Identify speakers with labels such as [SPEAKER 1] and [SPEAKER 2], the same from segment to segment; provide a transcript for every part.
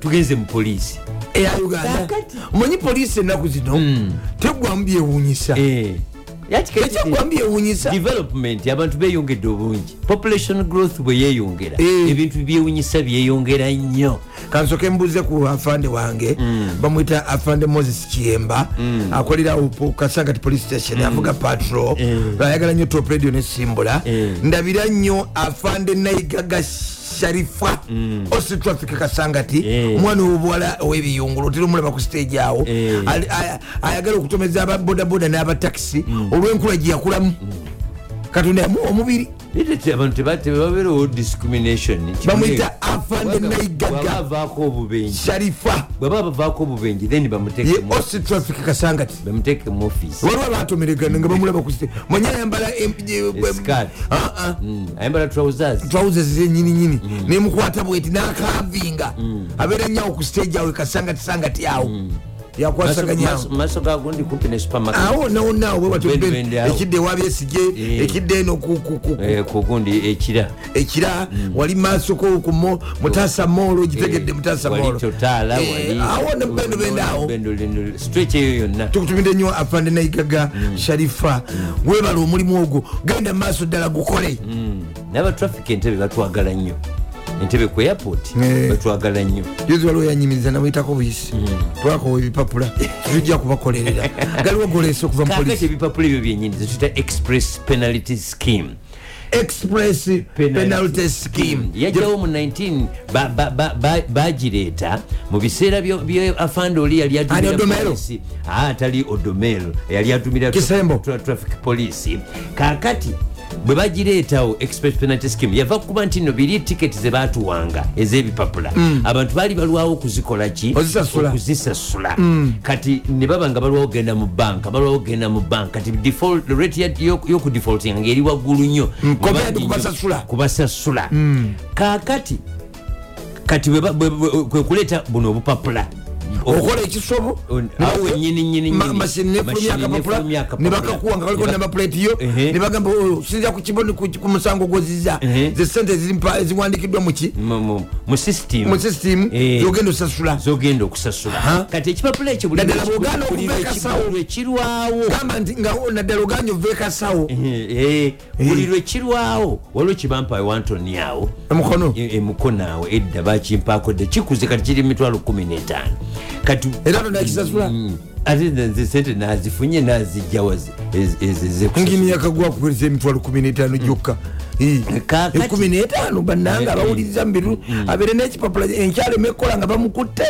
[SPEAKER 1] tugeze mu poliisi
[SPEAKER 2] eya uganda
[SPEAKER 1] Kaakati.
[SPEAKER 2] omanyi poliisi ennaku zino teggwamu byewuunyisa
[SPEAKER 1] Eh, yakikati-
[SPEAKER 2] ekyaggwamu byewuunyisa
[SPEAKER 1] development abantu beyongedde obungi population growth bwe yeeyongera
[SPEAKER 2] Eh.
[SPEAKER 1] ebintu byewunyisa byeyongera nnyo
[SPEAKER 2] kansoke mbuuze ku afande wange bamwita afande moses kiyemba akolera opo kasangati police station avuga patro
[SPEAKER 1] Mm.
[SPEAKER 2] ayagala nnyo top radio nesimbula
[SPEAKER 1] Mm.
[SPEAKER 2] ndabira nnyo afande naigaga sharifa osi traffic kasangati
[SPEAKER 1] Mm.
[SPEAKER 2] omwana wobuwala owebiyungulo otera omulaba ku stage awo
[SPEAKER 1] Mm.
[SPEAKER 2] Ali- aya- ayagala okutomeza ababodaboda n'abatakisi olw'enkula gye yakulamu katonda yamu omubiri
[SPEAKER 1] Leero te- abantu teba- tebabeerawo discrimination
[SPEAKER 2] bamwita afande naigaga
[SPEAKER 1] bwabavaako obubenje
[SPEAKER 2] sharifa
[SPEAKER 1] bweba bavaako obubenje then
[SPEAKER 2] ye
[SPEAKER 1] bamuteeke mu-
[SPEAKER 2] osi traffic kasangati
[SPEAKER 1] bamuteeke mu office
[SPEAKER 2] waliwo abatomeregana nga bamulaba kusite mwenye ayambala
[SPEAKER 1] Skirt. Hmm. ayambala trousers
[SPEAKER 2] Ah, trousers zenyininyini
[SPEAKER 1] Mm.
[SPEAKER 2] nemukwata bweti nakavinga abeera nyawo ku stage awe kasangatisangati awo
[SPEAKER 1] Mm.
[SPEAKER 2] yakwasaganyawo
[SPEAKER 1] maaso gagundi kumpi ne supermarket
[SPEAKER 2] awo nawonaawo
[SPEAKER 1] Bend, bend awo.
[SPEAKER 2] ekidde wabyesige
[SPEAKER 1] Eh.
[SPEAKER 2] ekidde eno ku- ku- ku-
[SPEAKER 1] Eh, Mm. kugundi ekira
[SPEAKER 2] ekira wali maasoko kumo mutasa molo gitegedde mutasa molo
[SPEAKER 1] Eh. wali totaala
[SPEAKER 2] Eh, awo nebendobendaawo
[SPEAKER 1] stretch eyo yonna
[SPEAKER 2] tukutumidde nnyo afande nayigaga
[SPEAKER 1] Mm.
[SPEAKER 2] sharifa webala omulimu ogwo genda mu maaso ddala gukole
[SPEAKER 1] Mm. n'abatraffic Hmm. entebe batwagala nnyo entebe ku airport
[SPEAKER 2] Eh.
[SPEAKER 1] batwagala nnyo
[SPEAKER 2] yozi waliwo yanyimiriza namuyitako buyisi
[SPEAKER 1] Mm.
[SPEAKER 2] twakowa ebipapula tujja kubakolerera galiwo golesa okuva mu
[SPEAKER 1] kakati
[SPEAKER 2] polisi
[SPEAKER 1] ebipapula ebyo byenyini zituyita express penalty scheme
[SPEAKER 2] express penalty scheme
[SPEAKER 1] yajjawo mu 19 ba- ba- ba- ba- bagireeta mu biseera byo- byo afande oli yali
[SPEAKER 2] Ani
[SPEAKER 1] atumira
[SPEAKER 2] Odomero?
[SPEAKER 1] polisi Ah, atali odomero yali atumira tra-
[SPEAKER 2] Kisembo.
[SPEAKER 1] tra- traffic police kakati bwe bagireetawo express penalty scheme yava kuba nti no biri tiketi ze batuwanga ez'ebipapula
[SPEAKER 2] Mm.
[SPEAKER 1] abantu baali balwawo okuzikola ki
[SPEAKER 2] Ozisasula.
[SPEAKER 1] okuzisasula
[SPEAKER 2] Mm.
[SPEAKER 1] kati ne baba nga balwawo okugenda mu banka balwawo okugenda mu banka kati default- rate ya- y'oku- y'okudefaultinga eri waggulu nnyo
[SPEAKER 2] Nkomera
[SPEAKER 1] Mu bangi
[SPEAKER 2] tukubasasula.
[SPEAKER 1] nnyo. kubasasula
[SPEAKER 2] Hmm.
[SPEAKER 1] kakati kati bwe ba- bwe- bwe- kwe kuleeta buno obupapula Oh,
[SPEAKER 2] okola ekisobo
[SPEAKER 1] awe nyini nyini
[SPEAKER 2] Ma-
[SPEAKER 1] nyini.
[SPEAKER 2] machine nefulumya
[SPEAKER 1] Machine
[SPEAKER 2] akapapula
[SPEAKER 1] nefulumya akapapula.
[SPEAKER 2] ne bakakuwa nga kaliko
[SPEAKER 1] Ne ba-
[SPEAKER 2] namapuleeti yo
[SPEAKER 1] Ehe.
[SPEAKER 2] ne bagamba "Oh, sinzira ku kiboni ku ku musango gwoziza
[SPEAKER 1] Ehe.
[SPEAKER 2] ze sente ezirimpa- eziwandiikiddwa muki
[SPEAKER 1] mu- mu- mu system
[SPEAKER 2] mu system
[SPEAKER 1] Eh.
[SPEAKER 2] yogenda osasula
[SPEAKER 1] zogenda okusasula
[SPEAKER 2] Aha.
[SPEAKER 1] kati ekipapula ekyo buli
[SPEAKER 2] Naddala
[SPEAKER 1] lwe-
[SPEAKER 2] bw'ogaana
[SPEAKER 1] buli
[SPEAKER 2] okuva
[SPEAKER 1] lwe-
[SPEAKER 2] ekasawo.
[SPEAKER 1] buli lwekirwawo
[SPEAKER 2] gamba nti nga o- naddala oganye ova ekasawo
[SPEAKER 1] Eh, eh, buli lwekirwawo waliwo kibampawe wantoni awo
[SPEAKER 2] emukono
[SPEAKER 1] E- emukono awo edda bakimpaako dda kikuze kati kiri mitwalo 15 kati
[SPEAKER 2] era tonakisasula
[SPEAKER 1] Mm. ate nze sente nazifunye nazijjawo
[SPEAKER 2] ngini yakagwa kuwereza emitwalo 15 gyokka Eh,
[SPEAKER 1] Kaakati.
[SPEAKER 2] 15 bannanga abawuliriza mubiru abeere n'ekipapula enkyalo emekola nga bamukutte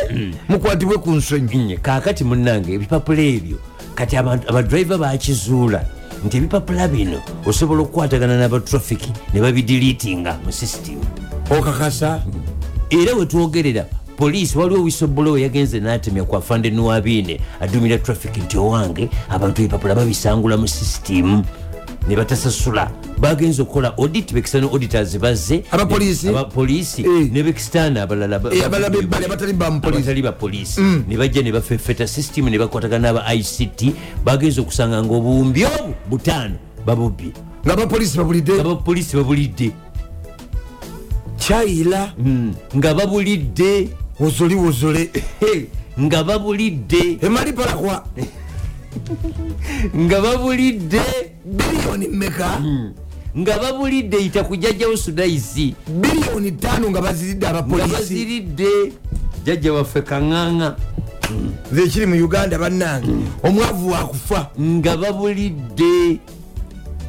[SPEAKER 2] mukwatibwe ku nsonyi
[SPEAKER 1] kakati munange ebipapula ebyo kati abantu- abadriva bakizuula nti ebipapula bino osobola okukwatagana n'abatrafiki ne babidiliitinga mu sisitimu
[SPEAKER 2] okakasa
[SPEAKER 1] era wetwogerera poliisi waliwo wisobolowe yagenze natemya ku afande nowabiine adumira traffic nti owange abantu ebipapula babisangula mu sisitimu ne batasasula bagenza okukola audit bekisa ne auditors bazze
[SPEAKER 2] Abapoliisi?
[SPEAKER 1] abapoliisi
[SPEAKER 2] Eh.
[SPEAKER 1] ne bekisitaana abalala ba-
[SPEAKER 2] Eh, abalala bebbali abatali bamupolisi
[SPEAKER 1] abatali ba polisi ne bajja ne bafefeta system ne bakwatagana aba ict bagenza okusanga nga obuwumbi obwo butaano babubye
[SPEAKER 2] nga bapolisi babulidde
[SPEAKER 1] abapolisi babulidde
[SPEAKER 2] kyayira
[SPEAKER 1] Mm, nga babulidde
[SPEAKER 2] wozoli wozole
[SPEAKER 1] He, nga babulidde
[SPEAKER 2] emali palakwa
[SPEAKER 1] nga babulidde
[SPEAKER 2] biliyoni meka
[SPEAKER 1] nga babulidde yita kujajjawo sudaisi
[SPEAKER 2] biliyoni tano nga baziridde
[SPEAKER 1] nga
[SPEAKER 2] abapolisi
[SPEAKER 1] baziridde jajja waffe kaŋŋaŋa
[SPEAKER 2] zekiri mu uganda bannange omwavu wakufa
[SPEAKER 1] nga babulidde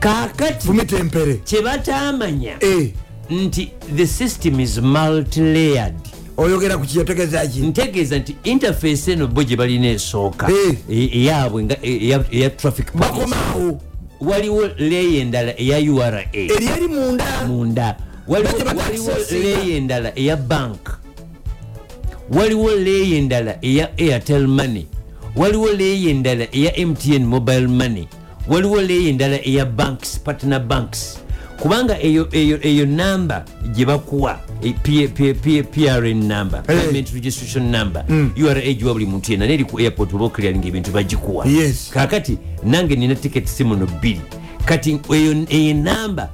[SPEAKER 1] kaakati
[SPEAKER 2] fumita empere
[SPEAKER 1] kyebatamanya
[SPEAKER 2] Eh,
[SPEAKER 1] nti the system is multilayered
[SPEAKER 2] oyogera ku kiyategeza ki
[SPEAKER 1] ntegeeza nti interface eno bo gye balina esooka
[SPEAKER 2] Eh.
[SPEAKER 1] e- eyaabwe nga- e- eya- eya traffic police.
[SPEAKER 2] bakomaawo
[SPEAKER 1] waliwo leya endala eya ura
[SPEAKER 2] eryeri munda
[SPEAKER 1] munda Waliwo-
[SPEAKER 2] Bajja bata
[SPEAKER 1] waliwo
[SPEAKER 2] accessinga.
[SPEAKER 1] leya endala eya bank waliwo leya endala eya airtel money waliwo leya endala eya mtn mobile money waliwo leya endala eya banks partner banks kubanga eyo, eyo, eyo namba gye bakuwa e- P- P- P- prn number
[SPEAKER 2] Eh.
[SPEAKER 1] payment registration number ura giwa buli muntu yenna neri ku airport oba oclearing ebintu bagikuwa
[SPEAKER 2] Yes.
[SPEAKER 1] kakati nange nina tiketi si muno bbiri kati eyo enamba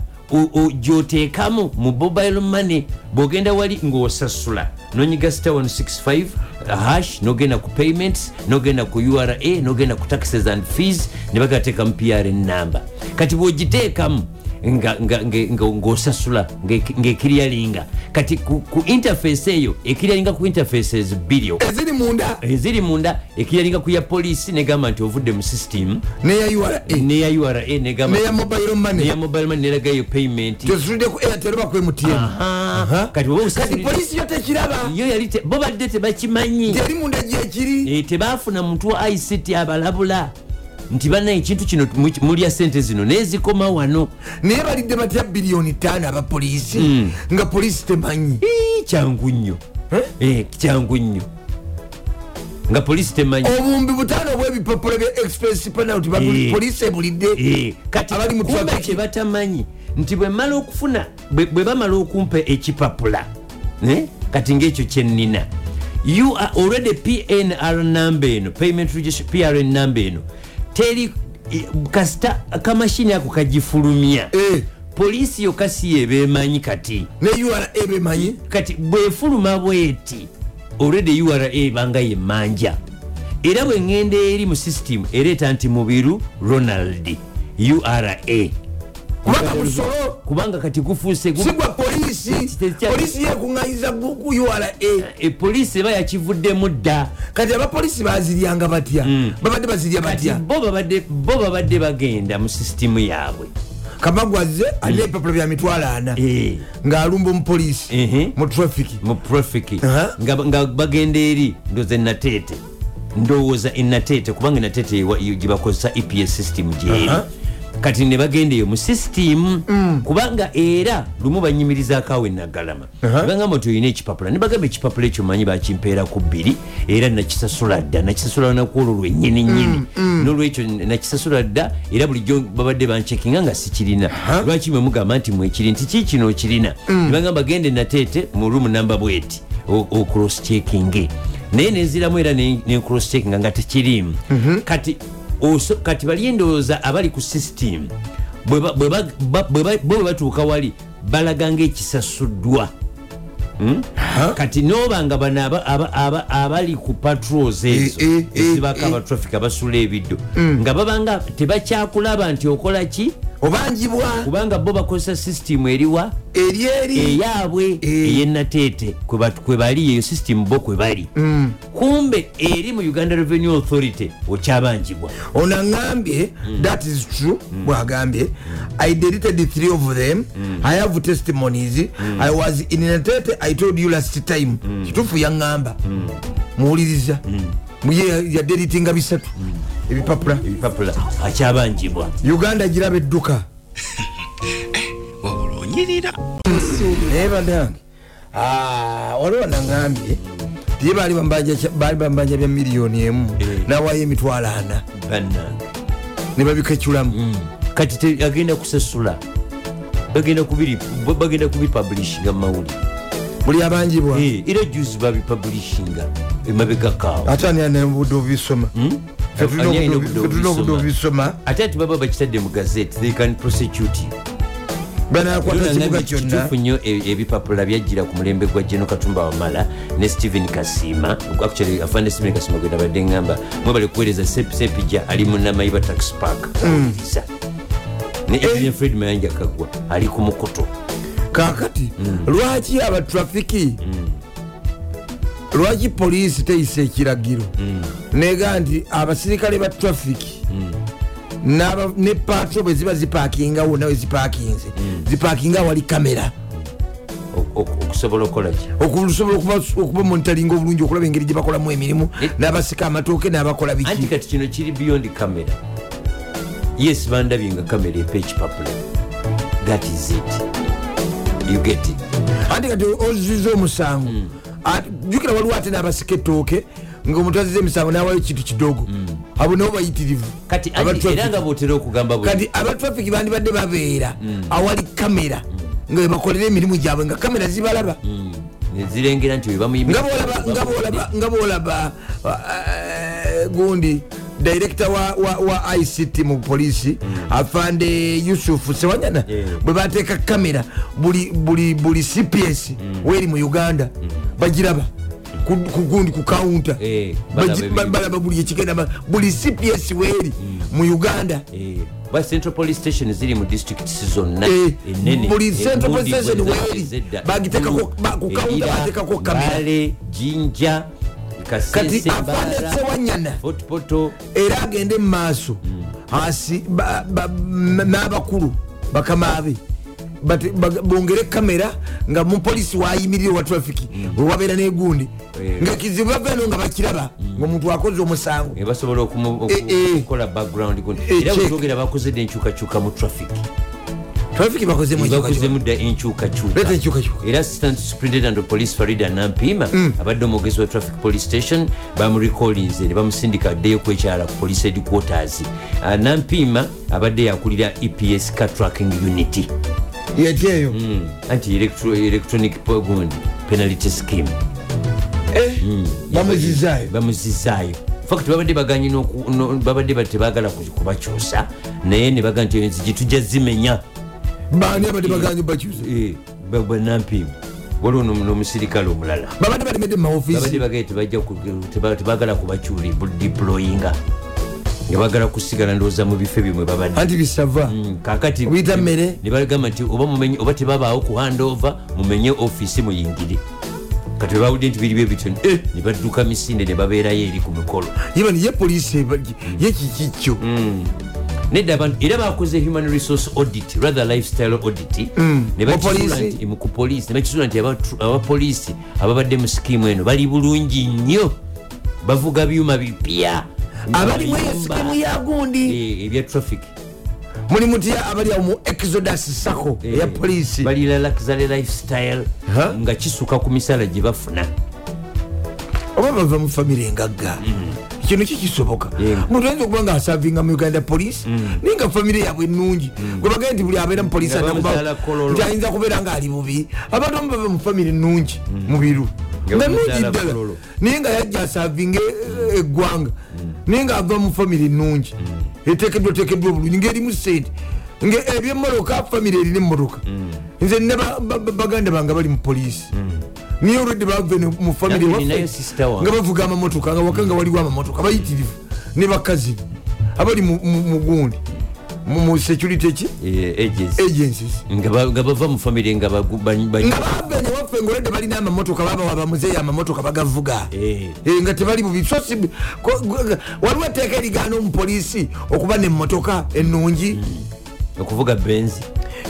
[SPEAKER 1] gyoteekamu mu mobile money bwogenda wali ngaosasula nonyiga star 165 hash nogenda ku payments nogenda ku ura nogenda ku taxes and fees nebagateekamu pr enamba kati bwogiteekamu nga- nga- nga- nga- ng'osasula ngaekiryalinga kati ku, ku interface eyo ekiryalinga ku interfaces bbiri okwo.
[SPEAKER 2] eziri munda
[SPEAKER 1] eziri Eh, munda ekiryalinga ku ya poliisi negamba nti ovudde mu system Eh,
[SPEAKER 2] neya ura
[SPEAKER 1] neya ura negamba
[SPEAKER 2] neya Eh, mobile money
[SPEAKER 1] neya mobile money neragayo payment
[SPEAKER 2] tositudde ku airtel baku mtn
[SPEAKER 1] Aha. kati bwe
[SPEAKER 2] kati
[SPEAKER 1] osasulidde-
[SPEAKER 2] polisi yo tekiraba
[SPEAKER 1] yo yali te- bo badde tebakimanyi
[SPEAKER 2] teri munda gyekiri
[SPEAKER 1] Eh, tebafuna muntu wa ict abalabula nti bana ekintu kino mu- mulya sente zino nezikoma wano
[SPEAKER 2] naye balidde batya biliyoni taano abapoliisi nga polisi temanyi
[SPEAKER 1] Ii, kyangu nnyo Hmm. Eh, kyangu nnyo nga polisi temanyi
[SPEAKER 2] obumbi butaano obwebipapula bya express penalty babu-
[SPEAKER 1] Eh.
[SPEAKER 2] polisi ebulidde
[SPEAKER 1] Eh, kati
[SPEAKER 2] Abali mu
[SPEAKER 1] kumbe
[SPEAKER 2] traffic.
[SPEAKER 1] kyebatamanyi nti bwe mmala okufuna bwe bwe bamala okumpa ekipapula eh, kati ngaekyo kyenina you are already pnr number eno payment registration- prn number eno teri eh, kasita kamashini ako kagifulumya
[SPEAKER 2] Eh.
[SPEAKER 1] poliisi yokka si yebeemanyi kati
[SPEAKER 2] ne ura bemanyi
[SPEAKER 1] kati bwefuluma bweti olwedde ura ebanga yemmanja era bwe ŋŋenda eri mu system ereeta nti mubiru ronald ura
[SPEAKER 2] kubanga musolo
[SPEAKER 1] kubanga kati gufuuse gu-
[SPEAKER 2] sigwa polisi
[SPEAKER 1] Kiteja-
[SPEAKER 2] polisi yekuŋŋanyiza ku ku ura
[SPEAKER 1] e, poliisi eba yakivuddemu dda
[SPEAKER 2] kati abapolisi baziryanga batya babadde bazirya
[SPEAKER 1] Mm. kati
[SPEAKER 2] batya
[SPEAKER 1] bo babadde- bo babadde bagenda mu system yaabwe
[SPEAKER 2] kamagwaze alina ebipapula bya mitwalo ana
[SPEAKER 1] Mm. Eh,
[SPEAKER 2] ng'alumba omupoliisi
[SPEAKER 1] Mhm.
[SPEAKER 2] mu trafiki
[SPEAKER 1] mu profiki
[SPEAKER 2] Aha.
[SPEAKER 1] nga nga bagenda eri ndoza enateete ndowooza enateete kubanga enateete ewa- yo gye bakozesa eps system gyeri
[SPEAKER 2] Aha. Mm.
[SPEAKER 1] kati ne bagenda eyo mu system kubanga era lumu banyimirizaako awo enagalama bagamba nti olina ekipapula ne bagamba ekipapula ekyo manyi bakimpeera ku bbiri era nakisasula dda nakisasula naku olwo lwennyini
[SPEAKER 2] Mm,
[SPEAKER 1] nnyini nolwekyo nakisasula dda era bulijjo babadde bancekinga nga sikirina lwaki mwe mugamba nti mwekiri nti ki kino okirina
[SPEAKER 2] Mm.
[SPEAKER 1] ne bagamba gende nateete mu rumu namba bweti ocross checking naye nenziramu era nencross checking nga tekirimu
[SPEAKER 2] Mhm.
[SPEAKER 1] kati oso- kati bali endowooza abali ku system bwe ba- bwe ba- ba- bwe ba- bo bwe batuuka wali balaga ngaekisasuddwa kati noba nga bano aba- aba- aba- abali ku patrols ezo
[SPEAKER 2] Eh, eh, eh,
[SPEAKER 1] ezibako
[SPEAKER 2] eh. Mm.
[SPEAKER 1] abatrafic abasula ebiddo nga babanga tebakyakulaba nti okola ki
[SPEAKER 2] obanjibwa
[SPEAKER 1] kubanga bo bakozesa system eriwa
[SPEAKER 2] eri eri
[SPEAKER 1] eyaabwe
[SPEAKER 2] Eh.
[SPEAKER 1] eyenateete kwe bat- kwe bali yeyo system bo kwe bali kumbe eri mu uganda revenue authority okyabanjibwa
[SPEAKER 2] ono aŋambye
[SPEAKER 1] Hmm.
[SPEAKER 2] that is true bwagambye i deleted three of them
[SPEAKER 1] Hmm.
[SPEAKER 2] i have testimonies i was inatete i told you last time
[SPEAKER 1] Hmm.
[SPEAKER 2] kituufu yaŋŋamba muwuliriza ye yaderitinga bisatu ebipapula
[SPEAKER 1] Hmm. ebipapula akyabanjibwa
[SPEAKER 2] uganda giraba edduka
[SPEAKER 3] wabula onyirira
[SPEAKER 2] naye banange waliwo naŋambye ye baali bambanja kya- baali bambanja bya miliyoni emu
[SPEAKER 1] Eh.
[SPEAKER 2] nawaayo emitwalo ana
[SPEAKER 1] bannange
[SPEAKER 2] ne
[SPEAKER 1] Hmm.
[SPEAKER 2] babikeculamu
[SPEAKER 1] Mm. kati te- agenda kusasula bagenda kubiri- bo- bagenda kubipublishinga mumawulire
[SPEAKER 2] buli abanjibwa
[SPEAKER 1] Eh, era juzi babipublishinga emabegakaawo
[SPEAKER 2] ate ani anobudde obubisoma Ffe tulina
[SPEAKER 1] Hmm? Ani alina
[SPEAKER 2] obudde
[SPEAKER 1] obudde
[SPEAKER 2] obu- ffe tulina obudde obubisoma
[SPEAKER 1] ate ati baba bakitadde mu gazette they can prosecute you
[SPEAKER 2] banakwata kibuga kyonna
[SPEAKER 1] kituufu nnyo e- ebipapula byajjira ku mulembe gwa jeno katumba wamala ne stephen kasima actually afande stephen kasima gwe nabadde ngamba mwebale kuweereza Sep- sepija ali munamayiba tax park awuliriza ne evian fred mayanja kagwa ali ku mukuto
[SPEAKER 2] kakati
[SPEAKER 1] Hmm.
[SPEAKER 2] lwaki abatrafiki lwaki poliisi teyisa ekiragiro
[SPEAKER 1] Hmm.
[SPEAKER 2] nega nti abasirikale ba trafiki n'aba- ne patro bwe ziba zipakingawo nawe zipakinze
[SPEAKER 1] Hmm.
[SPEAKER 2] zipakinga wali kamera
[SPEAKER 1] ok- ok- okusobola okukolaki
[SPEAKER 2] Mm. okusobola okuba- okubamonitalinga obulungi okulaba engeri gye bakolamu emirimu
[SPEAKER 1] Eh.
[SPEAKER 2] n'abasika amatooke n'abakola
[SPEAKER 1] anti
[SPEAKER 2] biki
[SPEAKER 1] kati kino kiri beyond kamera yes bandabye nga kamera epa ekipapula that is it you get it
[SPEAKER 2] anti kati Ah, oziza omusango Ati- jjukira waliwo ate n'abasika ettooke ngaomuntu aziza emisango n'awayo kintu kidogo abo nabo bayitirivu
[SPEAKER 1] kati anti era nga bwotera okugamba bwe
[SPEAKER 2] kati abatrafiki bandibadde babeera awali kamera nga webakolera emirimu gyabwe nga kamera zibalaba
[SPEAKER 1] nezirengera nti
[SPEAKER 2] Nga bw'olaba- nga
[SPEAKER 1] webamuyimira
[SPEAKER 2] bw'olaba- nga bwolaba eh, gundi director wa, wa, wa ict mu polisi afande yusuf sewanyana
[SPEAKER 1] Mm. Yeah.
[SPEAKER 2] bwe bateeka kamera buli, buli, buli cps
[SPEAKER 1] Mm.
[SPEAKER 2] weeri mu uganda bagiraba ku- ku gundi ku kawunta
[SPEAKER 1] Eh, balaba
[SPEAKER 2] Bagi-
[SPEAKER 1] ebiri.
[SPEAKER 2] balaba buli ekigenda ba- buli cps weeri
[SPEAKER 1] Mm.
[SPEAKER 2] mu uganda
[SPEAKER 1] Eh, wa central police station ziri mu districts zonna
[SPEAKER 2] Eh,
[SPEAKER 1] enene
[SPEAKER 2] buli central
[SPEAKER 1] Embudi,
[SPEAKER 2] police station
[SPEAKER 1] Bwezza,
[SPEAKER 2] weri,
[SPEAKER 1] Zedda,
[SPEAKER 2] bagiteekako-
[SPEAKER 1] Gulu,
[SPEAKER 2] ba- ku counter
[SPEAKER 1] Ebira,
[SPEAKER 2] bateekako kamera.
[SPEAKER 1] Mbale, jinja
[SPEAKER 2] kati
[SPEAKER 1] kasese
[SPEAKER 2] afande sewanyana
[SPEAKER 1] fotpoto
[SPEAKER 2] era agende mu maaso asi- ba- ba- n- n'abakulu bakama be Bate- bag- bongere kamera nga mupolisi wayimirire wa trafiki
[SPEAKER 1] Mm.
[SPEAKER 2] wewabeera negundi
[SPEAKER 1] Eh.
[SPEAKER 2] nga kizibu bava eno nga bakiraba
[SPEAKER 1] Mm.
[SPEAKER 2] ngaomuntu akoze omusango
[SPEAKER 1] Eh, basobola okumu- oku-
[SPEAKER 2] Eh, eh.
[SPEAKER 1] okukola background gun.
[SPEAKER 2] Eh,
[SPEAKER 1] era
[SPEAKER 2] check.
[SPEAKER 1] wetwogera bakoze dda enkyukakyuka mu traffic
[SPEAKER 2] trafiki bakozemu
[SPEAKER 1] bakozemu dda enkyukakyuka
[SPEAKER 2] Leeta enkyukakyuka.
[SPEAKER 1] era assistant superintendent of police farida nampiima abadde omwogezi wa traffic police station bamurecolinze ne bamusindika addeyo kwekyala ku police headquarters Ah, nampiima abadde yakulira eps car tracking unity Mm.
[SPEAKER 2] yetyeyo
[SPEAKER 1] anti electro- electronic po- gundi penalty scheme
[SPEAKER 2] Eh?
[SPEAKER 1] Mm. Eh,
[SPEAKER 2] bamuzizaayo
[SPEAKER 1] bamuzizaayo fact babadde baganye n'oku- no- babadde ba- tebagala ku- kubakyusa naye ne bagaa nti enzigi tujja zimenya Eh,
[SPEAKER 2] bani abadde baganye bakyuse
[SPEAKER 1] banampima waliwo n'omu- n'omusirikale omulala
[SPEAKER 2] babadde
[SPEAKER 1] babadde
[SPEAKER 2] balemedde mumaofiisi
[SPEAKER 1] bagaye tebajja ku- teba- tebagala kubacyula deployinga nga bagala kusigala ndowooza mu bifo ebimwe babadde
[SPEAKER 2] anti bisava
[SPEAKER 1] Mm, kakati
[SPEAKER 2] Buyita mmere.
[SPEAKER 1] ne bagamba nti oba mumenye oba tebabaawo ku handover mumenye ofiisi muyingire kati bawudde nti biri bye bityo eh, ne badduka misinde ne babeerayo eri ku mikolo
[SPEAKER 2] even ye poliisi eba- ye kikikyo
[SPEAKER 1] Mm. nedda abantu era bakoze human resource audit rather lifestyle audit ne bakisula
[SPEAKER 2] Mupoliisi?
[SPEAKER 1] nti- mu kupoliisi ne bakisula nti abatu- abapoliisi ababadde mu sikiimu eno bali bulungi nnyo bavuga byuma bipya
[SPEAKER 2] abalimu eyo
[SPEAKER 1] Bayimba.
[SPEAKER 2] sikimu ya gundi
[SPEAKER 1] Eh, ebya traffic
[SPEAKER 2] mulimu tya abali awo mu exodus sacco
[SPEAKER 1] Eh,
[SPEAKER 2] eya poliisi
[SPEAKER 1] balira luxury lifestyle
[SPEAKER 2] Ha?
[SPEAKER 1] nga kisuka ku misaala gye bafuna
[SPEAKER 2] oba bava mu famire engagga
[SPEAKER 1] Mm.
[SPEAKER 2] kino kikisoboka
[SPEAKER 1] Yeah.
[SPEAKER 2] muntu ayinza okuba nga asavinga mu uganda poliisi
[SPEAKER 1] Mm.
[SPEAKER 2] naye nga famire yaabwe enungi gwe bagende nti buli abeera mu poliisi
[SPEAKER 1] Nga
[SPEAKER 2] ajja kuba-
[SPEAKER 1] bamuzaala Mm. kololo.
[SPEAKER 2] nti ayinza kubeera ngaali bubi abantu amu bava mu famire enungi mu biru
[SPEAKER 1] Mm. Nga
[SPEAKER 2] nga nungi
[SPEAKER 1] bamuzaala
[SPEAKER 2] ddala
[SPEAKER 1] kololo. Mm.
[SPEAKER 2] naye nga yajja asavinga eggwanga naye ngaava mu famire enungi etekeddwa tekeddwa obulungi ngaerimu sente nga ebyemmotoka famire erina emmotoka
[SPEAKER 1] Mm.
[SPEAKER 2] nze ne ba- ba- ba- baganda bange bali mu poliisi niye olwedde bave mu famire
[SPEAKER 1] Nange ninayo sister wange.
[SPEAKER 2] nga bavuga amamotoka nga waka nga waliwo amamotoka bayitirivu ne bakazi abali mu- mu mu gundi mu- mu security ki
[SPEAKER 1] Eh, ages.
[SPEAKER 2] agencies
[SPEAKER 1] Nga ba- nga bava mu famire nga bagu- ba- ba-
[SPEAKER 2] nga bavene waffe ngaolwedde balina amamotoka babawa bamuzeeyo amamotoka bagavuga
[SPEAKER 1] Eh.
[SPEAKER 2] Eh, nga tebali bubi so si- ko- gwe- waliwo etteeka erigaana omupoliisi okuba nemotoka enungi
[SPEAKER 1] Mm. okuvuga benzi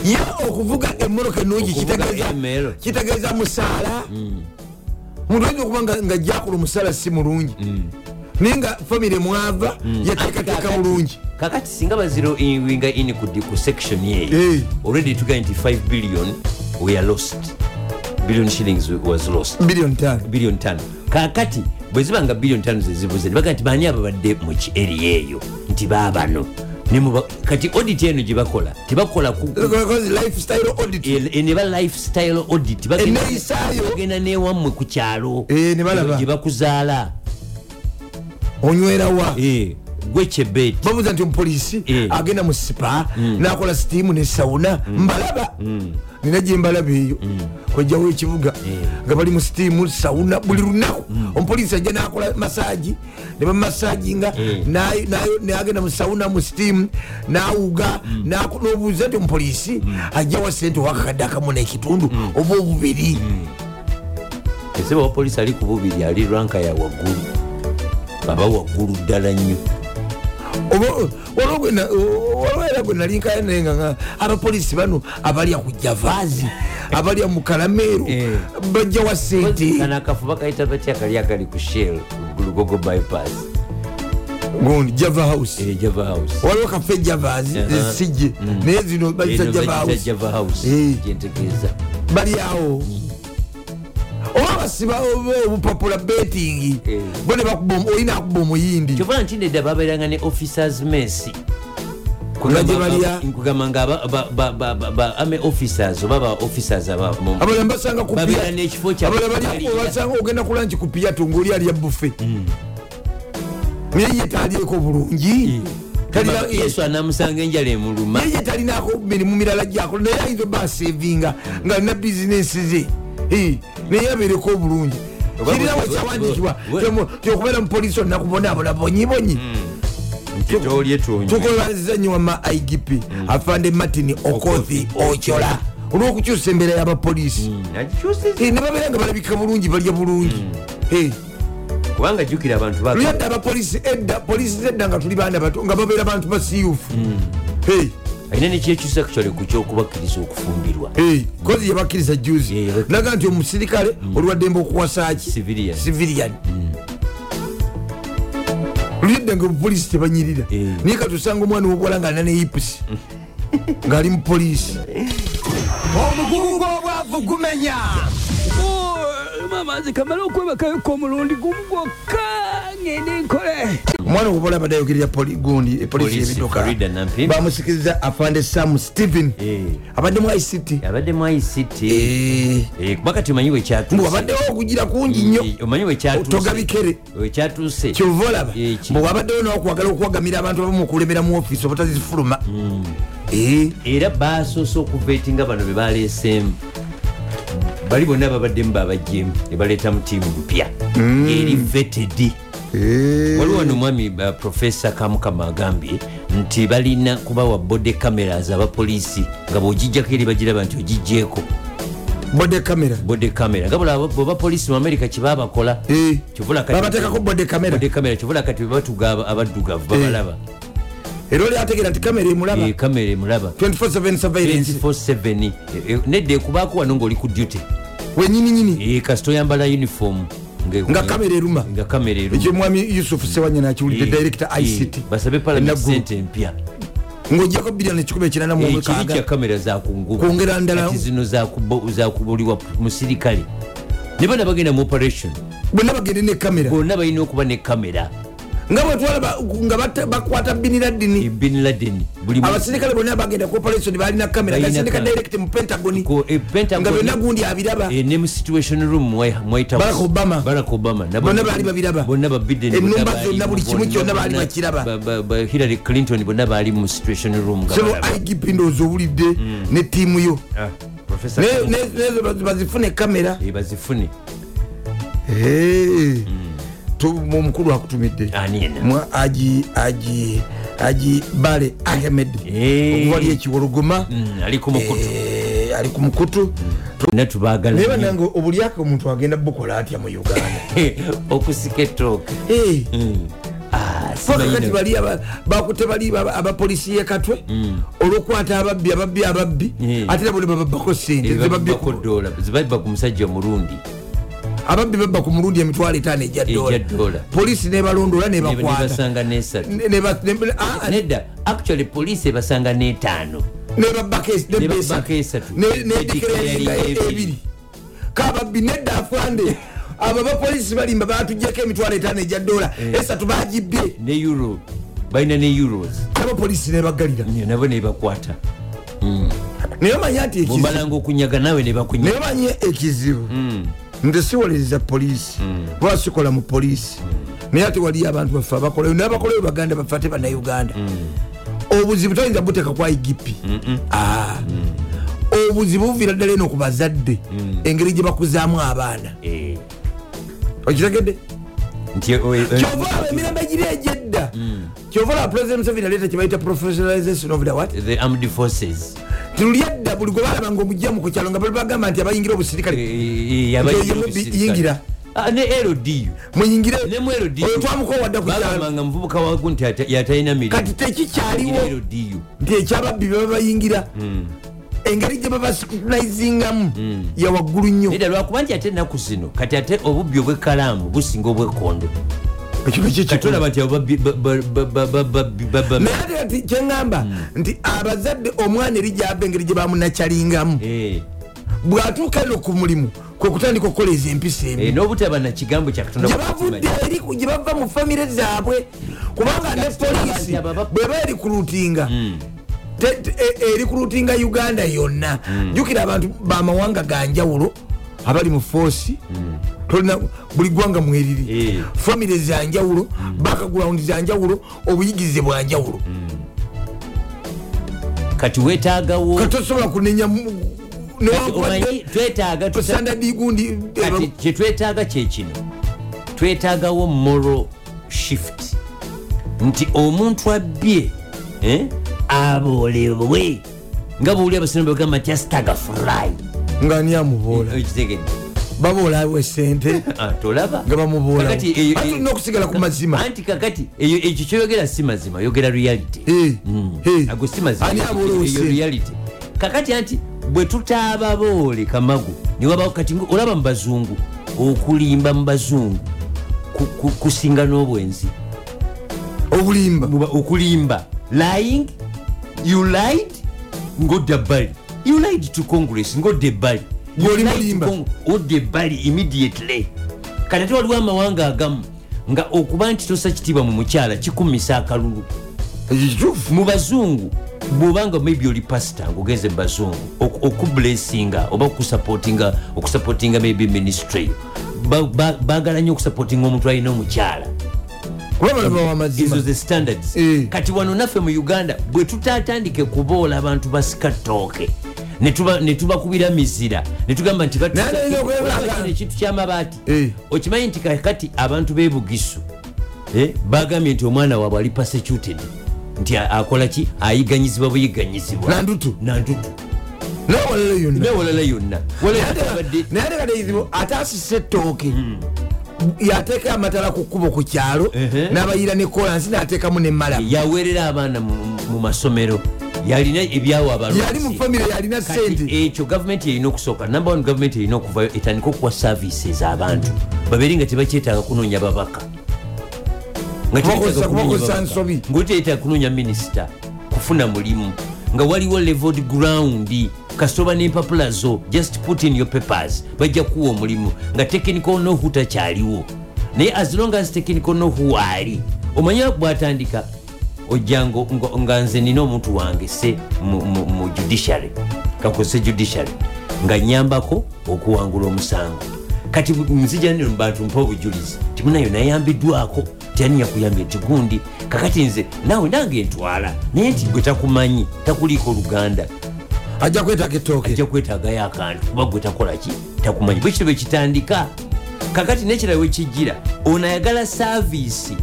[SPEAKER 2] ye okuvuga emmotoka enungi
[SPEAKER 1] Okuvuga
[SPEAKER 2] kitegeeza-
[SPEAKER 1] ML.
[SPEAKER 2] kitegeeza musaala muntu ayinza okuba nga- nga jakula omusaala si mulungi naye nga famire mwava yateekateeka bulungi
[SPEAKER 1] kakati singa baziro inwinga in ku, di- ku section yeyo
[SPEAKER 2] Eh.
[SPEAKER 1] already tugaye nti 5 billion we are lost billion shillings was lost
[SPEAKER 2] bilioni tano
[SPEAKER 1] billion tano kakati bwe ziba nga billion tano zezibuze nibaga nti baani ababadde mu ki eri eyo nti baabano Ne muba- kati audit eno gye bakola tebakola ku
[SPEAKER 2] Because lifestyle audit.
[SPEAKER 1] e- e- ne ba lifestyle audit bagenda-
[SPEAKER 2] Enneeyisaayo.
[SPEAKER 1] bagenda newammwe ku kyalo
[SPEAKER 2] Eh, ne balaba.
[SPEAKER 1] gye bakuzaala
[SPEAKER 2] onywera wa
[SPEAKER 1] Eh, gwe kyebeti
[SPEAKER 2] babuuza nti omupoliisi
[SPEAKER 1] Eh. Mm.
[SPEAKER 2] agenda mu sipa nakola sitiimu nesawuna mbalaba nina gyembalaba eyo
[SPEAKER 1] Mm.
[SPEAKER 2] kwejjawo ekibuga
[SPEAKER 1] Eh.
[SPEAKER 2] nga bali mu sitiimu sawuna buli lunaku
[SPEAKER 1] Mm.
[SPEAKER 2] omupoliisi ajja nakola masaji nebamasaginga
[SPEAKER 1] Eh.
[SPEAKER 2] nagenda musawuna mu sitiimu nawuga
[SPEAKER 1] Mm.
[SPEAKER 2] nobuuza nti omupoliisi ajjawa sente owakakadde akamu nekitundu
[SPEAKER 1] Mm.
[SPEAKER 2] oba obubiri
[SPEAKER 1] esiba opolisi ali ku bubiri ali ranka ya waggulu baba waggulu ddala nnyo
[SPEAKER 2] olwera gwe nalinkayo naye nga nga abapolisi bano abalya ku javaazi abalya mu kalameero
[SPEAKER 1] Eh.
[SPEAKER 2] bajjawa sente
[SPEAKER 1] kana akafuba kayita batya kali akali ku shell lugogo bypass
[SPEAKER 2] gundi java house
[SPEAKER 1] Eh, java house
[SPEAKER 2] waliwo kafe javaazi
[SPEAKER 1] Aha.
[SPEAKER 2] esijje
[SPEAKER 1] Mm.
[SPEAKER 2] naye zino bazita
[SPEAKER 1] Eno
[SPEAKER 2] java
[SPEAKER 1] bagiyita
[SPEAKER 2] house
[SPEAKER 1] java house
[SPEAKER 2] Eh.
[SPEAKER 1] gyentegeeza
[SPEAKER 2] bali awo oba basiba oba obupapula betingi
[SPEAKER 1] Eh.
[SPEAKER 2] bo ne bakuba omu- olina akuba omuyindi
[SPEAKER 1] kyova nti nedda babeeranga ne officers mess
[SPEAKER 2] Nga gye balya.
[SPEAKER 1] kugamba nga aba- ba- ba- ba- ba- ba ame officers oba ba officers aba- mu-
[SPEAKER 2] abala mbasanga ku
[SPEAKER 1] babeera
[SPEAKER 2] Piat-
[SPEAKER 1] n'ekifo kyabwe
[SPEAKER 2] abala bali-
[SPEAKER 1] kyebalya. Hmm.
[SPEAKER 2] obasanga ogenda ku lanki ku piyato ngaoli alya bufe naye ye talieko bulungi Talina-
[SPEAKER 1] Hmm. yesu anamusanga enjala emuluma
[SPEAKER 2] naye ye talinako mirimu mirala gyakola naye ayinza oba asevinga nga alina bizinensi ze Eh, naye abeereko obulungi
[SPEAKER 1] Oba
[SPEAKER 2] kirina
[SPEAKER 1] bwe-
[SPEAKER 2] wekyawandikibwa
[SPEAKER 1] bwe- Hmm.
[SPEAKER 2] kyokubeera mupoliisi olina kubonaabona bonyibonyi
[SPEAKER 1] nti Hmm. toolye tunywe
[SPEAKER 2] tukulazanyiwa ma igp afande martin okothi okyola olwokukyusa embeera y'abapoliisi Eh, ne babeera nga balabika bulungi balya bulungi Eh,
[SPEAKER 1] kubanga jjukira abantu baga
[SPEAKER 2] luyadde abapoliisi edda polisi zedda nga tuli baana bato nga babeera bantu Eh. basiyufu Hey.
[SPEAKER 1] alina nekyekyusa kyole ku kyokubakkiriza okufumbirwa
[SPEAKER 2] Hey, kozi yebakkiriza
[SPEAKER 1] Ye,
[SPEAKER 2] juzi
[SPEAKER 1] yebakkiriza.
[SPEAKER 2] naga nti omusirikale olwaddembe okuwasaki
[SPEAKER 1] Civilian. Mm.
[SPEAKER 2] civilian luyedde nga obupoliisi tebanyirira
[SPEAKER 1] Eh.
[SPEAKER 2] naye katusanga omwana owobwala nga alina neyipusi ng'ali mu poliisi omugugu gw'obwavu gumenya
[SPEAKER 3] mamazi kamala okwebakayoka omulundi gumu gwokka ngende nkole
[SPEAKER 2] omwana owobola abadde ayogerera poli- gundi eh, poliisi
[SPEAKER 1] Poliisi,
[SPEAKER 2] ebiduka
[SPEAKER 1] Florida Nampimbi.
[SPEAKER 2] bamusikiriza afande sam steven
[SPEAKER 1] Eh.
[SPEAKER 2] abadde mu ict
[SPEAKER 1] abadde mu ict Eh, kuba kati omanyi
[SPEAKER 2] mbu
[SPEAKER 1] wekyatuuse
[SPEAKER 2] abaddewo okugira kungi nnyo
[SPEAKER 1] Eh, omanyi wekyatuuse
[SPEAKER 2] togabikere
[SPEAKER 1] wekyatuuse
[SPEAKER 2] kyova olaba
[SPEAKER 1] Eh, ki-
[SPEAKER 2] bwewabaddewo nawe kwagala okwagamira abantu abamu okulemera mu ofiisi obutazifuluma
[SPEAKER 1] Hmm.
[SPEAKER 2] Eh,
[SPEAKER 1] era basoose okuva eti nga bano bebaleeseemu bali bonna babaddemu babajjemu nebaleetamu ttiimu mpya eri vetedi
[SPEAKER 2] eh.
[SPEAKER 1] waliwo wano omwami uh, profesa kamukama agambye nti balina kubawa bode cameras abapoliisi nga bwogijjako eri bagiraba nti ogijjeeko
[SPEAKER 2] bode e kamera
[SPEAKER 1] bode camera nga bwebapoliisi mu america kyebabakola
[SPEAKER 2] Eh.
[SPEAKER 1] Kyovula kati-
[SPEAKER 2] babateekako bode kamera Eh.
[SPEAKER 1] bode camera kyovula kati bebatuga aba- abaddugavu babalaba
[SPEAKER 2] era oli ategeera nti kamera emulaba
[SPEAKER 1] Eh, kamera emulaba
[SPEAKER 2] 24/7 surveillance
[SPEAKER 1] 24/7 E- e- nedda ekubaako wano ngaoli ku duty
[SPEAKER 2] wenyininyini
[SPEAKER 1] E, kasita oyambala uniform nge-
[SPEAKER 2] Nga kamera eruma.
[SPEAKER 1] nga kamera eruma
[SPEAKER 2] ekyomwami yusufu sewanyana akiwulidde
[SPEAKER 1] E,
[SPEAKER 2] director
[SPEAKER 1] e,
[SPEAKER 2] ict
[SPEAKER 1] basabe palamenti
[SPEAKER 2] Naguru.
[SPEAKER 1] sente empya
[SPEAKER 2] ng'ogyako bilioni
[SPEAKER 1] E,
[SPEAKER 2] 1
[SPEAKER 1] kibi kya
[SPEAKER 2] mwekaaga
[SPEAKER 1] kamera zakungulu
[SPEAKER 2] Kwongera ndala.
[SPEAKER 1] kati zino zakubo- zakubuliwa musirikale ne bana bagenda mu operation
[SPEAKER 2] bonna bagende ne kamera
[SPEAKER 1] bonna balina okuba ne kamera
[SPEAKER 2] nga bwetwalaba nga bata- bakwata biniraddini
[SPEAKER 1] Eh, bin laden buli mu-
[SPEAKER 2] abasirikale bonna bagenda ku operation balina kamera
[SPEAKER 1] Balina
[SPEAKER 2] gasindika
[SPEAKER 1] kamera.
[SPEAKER 2] direct mu pentagoni
[SPEAKER 1] Ko- e, Pentagon-
[SPEAKER 2] nga byonna gundi abiraba
[SPEAKER 1] e, ne mu situation room mu White- mu White House.
[SPEAKER 2] Barack Obama.
[SPEAKER 1] Barack Obama nabo-
[SPEAKER 2] Bonna baali babiraba.
[SPEAKER 1] bonna ba Biden
[SPEAKER 2] Ennumba
[SPEAKER 1] bonna baali-
[SPEAKER 2] zonna, buli kimu
[SPEAKER 1] bonna-
[SPEAKER 2] kyonna baali
[SPEAKER 1] bonna-
[SPEAKER 2] bakiraba.
[SPEAKER 1] ba- ba- ba- hillary clinton bonna baali mu situation room nga
[SPEAKER 2] sebo
[SPEAKER 1] balaba.
[SPEAKER 2] igp ndowooza owulidde
[SPEAKER 1] Mm.
[SPEAKER 2] ne tiimu yo
[SPEAKER 1] Ah, Professor
[SPEAKER 2] Ne-
[SPEAKER 1] Kamu-
[SPEAKER 2] ne- nezo bazi- bazifune kamera
[SPEAKER 1] e, bazifune
[SPEAKER 2] Eh,
[SPEAKER 1] Mm.
[SPEAKER 2] tu- mu- omukulu akutumidde
[SPEAKER 1] Ani yena?
[SPEAKER 2] mwa aji aji aji bale ahmed
[SPEAKER 1] Eh.
[SPEAKER 2] okuvali ekiwologoma
[SPEAKER 1] Mm, aliko mukutu Mm.
[SPEAKER 2] Eh, ali ku mukutu
[SPEAKER 1] bonna tubaagala
[SPEAKER 2] naye
[SPEAKER 1] nnyo.
[SPEAKER 2] banange obulyako omuntu agenda bukola atya mu uganda
[SPEAKER 1] okusika etooke
[SPEAKER 2] Eh,
[SPEAKER 1] Ah,
[SPEAKER 2] paka
[SPEAKER 1] simanyi
[SPEAKER 2] kati
[SPEAKER 1] na-
[SPEAKER 2] bali aba- bakute bali aba- abapolisi yekatwe olwokwata ababbi ababbi ababbi
[SPEAKER 1] Eh.
[SPEAKER 2] ate nabone bababbako sente
[SPEAKER 1] Eh,
[SPEAKER 2] zebabbi
[SPEAKER 1] babbako dola zibabba ku musajja omurundi
[SPEAKER 2] ababbi babba ku mulundi emitwalo etaano ejja
[SPEAKER 1] ejja
[SPEAKER 2] dola
[SPEAKER 1] dola
[SPEAKER 2] polisi nebalondola nebakwata
[SPEAKER 1] nebasanga nesatu
[SPEAKER 2] Ne- neba- ne- ah,
[SPEAKER 1] nedda actually poliisi ebasanga n'etaano
[SPEAKER 2] nebabbako es- ne
[SPEAKER 1] Nebabbako
[SPEAKER 2] besa-
[SPEAKER 1] esatu.
[SPEAKER 2] ne-
[SPEAKER 1] Nedikira
[SPEAKER 2] nedikira eringa
[SPEAKER 1] eringa ebiri.
[SPEAKER 2] ebiri kababbi nedda afande abo abapolisi balimba batujjako emitwalo etaano ejja dola esatu bagibye
[SPEAKER 1] ne euro balina ne euros
[SPEAKER 2] abapolisi nebagalira
[SPEAKER 1] Nyo nabo nebakwata
[SPEAKER 2] naye manya nti ekizibu-
[SPEAKER 1] bwemalanga okunyaga naawe nebakunya
[SPEAKER 2] naye manye ekizibu nze siwolereza polisi oba sikola mu polisi naye ate waliyo abantu baffe abakolayo n'abakolayo baganda e baffe ate bannayuganda obuzibu toyinza buteeka kwa igipi Ah. obuzibu buvira ddala eno ku bazadde engeri gye bakuzaamu abaana
[SPEAKER 1] Eh,
[SPEAKER 2] okitegedde
[SPEAKER 1] nti eh, eh,
[SPEAKER 2] kyova abo emirembe giri egyedda kyova olaba president museveni aleeta kyebayita professionalization of the what
[SPEAKER 1] the armed forces
[SPEAKER 2] tilulyadda buli gwe baalaba nga omugyamu ku kyalo nga bali bagamba nti abayingira
[SPEAKER 1] Eh,
[SPEAKER 2] obusirikale
[SPEAKER 1] eh, eh, abayingira
[SPEAKER 2] Nti eyo
[SPEAKER 1] obusirikale.
[SPEAKER 2] yingira.
[SPEAKER 1] Ah, ne ldu
[SPEAKER 2] muyingire
[SPEAKER 1] ne mu ldu
[SPEAKER 2] oyo twamukowadda ku kyalo
[SPEAKER 1] bagambanga muvubuka wagu nti ata- yatalina
[SPEAKER 2] kati
[SPEAKER 1] mirimu
[SPEAKER 2] tekikyaliwo
[SPEAKER 1] ldu
[SPEAKER 2] nti ekyababbi baba bayingira engeri gye baba sikutinizingamu yawaggulu nnyo
[SPEAKER 1] nedda lwakuba nti ate ennaku zino kati ate obubbi obwekalaamu businga obwekondo
[SPEAKER 2] ekyo
[SPEAKER 1] katolaba
[SPEAKER 2] nekyekikolaba
[SPEAKER 1] nti abo babbi- ba- ba- ba- ba- ba- babbi- ba- ba-
[SPEAKER 2] naye ate kati kyeŋŋamba nti abazadde omwana eri gyava engeri gye bamunakyalingamu
[SPEAKER 1] Eh,
[SPEAKER 2] bw'atuuka eno ku mulimu kwe kutandika okukoleeza empisa
[SPEAKER 1] eh,
[SPEAKER 2] emi
[SPEAKER 1] n'obutaba na kigambo kya katonda
[SPEAKER 2] gye bavudde eri ku- gye bava mu famire zaabwe kubanga ne polisi bwe ba erikulutinga
[SPEAKER 1] Hmm.
[SPEAKER 2] e,
[SPEAKER 1] Hmm.
[SPEAKER 2] erikulutinga uganda yonna jjukira abantu bamawanga ganjawulo abali mu foosi tolina buli ggwanga mweriri
[SPEAKER 1] Hmm. Eh. Hmm.
[SPEAKER 2] famire zanjawulo bakagrawundi zanjawulo obuyigirize bwanjawulo
[SPEAKER 1] kati wetaagawo
[SPEAKER 2] katosobola kunenya mu-
[SPEAKER 1] Kati omanyi
[SPEAKER 2] newankubadde
[SPEAKER 1] twetaaga tusa-
[SPEAKER 2] standard gundi
[SPEAKER 1] kati kyetwetaaga kyekino twetaagawo moral shift nti omuntu abbye eh, abolebwe nga bwoli abasinaba bagamba nti asitagafurayi
[SPEAKER 2] nga ni
[SPEAKER 1] Eh.
[SPEAKER 2] amuboola
[SPEAKER 1] okitegedde
[SPEAKER 2] baboolawe sente
[SPEAKER 1] Ah, tolaba
[SPEAKER 2] nga bamuboolawo
[SPEAKER 1] Kakati, eyo- eyo-
[SPEAKER 2] tulina okusigala ku mazima
[SPEAKER 1] anti kakati eyo ekyo kyoyogera si mazima yogera reality
[SPEAKER 2] Eh,
[SPEAKER 1] Hmm.
[SPEAKER 2] eh.
[SPEAKER 1] ago si
[SPEAKER 2] Ani aboola osente?
[SPEAKER 1] mazimaeyoreality kakati anti bwe tutaababoole kamagu newabao kati ngu- olaba mu bazungu okulimba mu bazungu ku- ku- kusinga n'obwenzi
[SPEAKER 2] obulimba
[SPEAKER 1] Muba- okulimba lying you lied ngodda bali you lied to congress ngodda ebbali You
[SPEAKER 2] Bw'oli
[SPEAKER 1] lied to
[SPEAKER 2] mulimba.
[SPEAKER 1] Cong- odda ebbali immediately kati ate waliwo amawanga agamu nga okuba nti tosa kitiibwa mu mukyala kikumisa akalulu
[SPEAKER 2] ekyo kituufu
[SPEAKER 1] mu bazungu bwobanga maybe oli pasita ngaogenze mu bazungu oku- okublesinga oba okusupportinga okusupportinga maybe ministry Ba- ba- baagala nnyo okusupportinga omuntu alina omukyala
[SPEAKER 2] kuba balaba wamazima
[SPEAKER 1] ezo ze standards
[SPEAKER 2] Eh.
[SPEAKER 1] kati wano naffe mu uganda bwe tutatandike kuboola abantu basika ttooke ne tuba- ne tubakubira mizira netugamba nti batu-
[SPEAKER 2] Naye alina okwebaka.
[SPEAKER 1] Oba kino ekintu kyamabaati
[SPEAKER 2] Eh.
[SPEAKER 1] okimanyi nti kakati abantu bebugisu eh, bagambye nti omwana waabwe ali persecuted nti a- akola ki ayiganyizibwa buyiganyizibwa
[SPEAKER 2] Nandutu.
[SPEAKER 1] nandutu
[SPEAKER 2] nawalala yonna
[SPEAKER 1] newalala yonna walala abadde- Hmm.
[SPEAKER 2] naye ate kadayizibu ate asise ettooke yateeka amatala ku kkubo ku kyalo
[SPEAKER 1] Ehe.
[SPEAKER 2] n'abayira ne kolansi n'ateekamu ne mala
[SPEAKER 1] yaweerera abaana mu mu masomero yalina ebyawa abalonzi
[SPEAKER 2] yali mu famire yalina
[SPEAKER 1] kati e-
[SPEAKER 2] sente
[SPEAKER 1] ekyo gavumenti erina okusooka number one gavumenti erina okuvayo etandika okuwa services abantu babeere nga tebakyetaaga kunoonya babaka Nga tebeetaaga kunoonya
[SPEAKER 2] Kubakozesa- kubakozesa
[SPEAKER 1] babaka.
[SPEAKER 2] nsobi.
[SPEAKER 1] ngaoteetaaga kunoonya minisita kufuna mulimu nga waliwo leveled ground kasoba n'empapula zo just put in your papers bajja kuwa omulimu nga technical nohu takyaliwo naye as long as technical nohu ali omanye bwatandika ojja ngo- ngo- nga nze nina omuntu wange se mu- mu mu judiciary kakozese judiciary nga nyambako okuwangula omusango kati bu- nzija nino mu bantu mpa obujulizi timunayo nayambiddwako tyani yakuyambye nti gundi kakati nze naawe nange entwala naye nti gwe takumanyi takuliiko oluganda
[SPEAKER 2] ajja kwetaka ettooke
[SPEAKER 1] ajja kwetaagayo akantu kuba gwe takolaki takumanyi bwe kito bwe kitandika kakati nekirala wekijjira ono ayagala saaviisi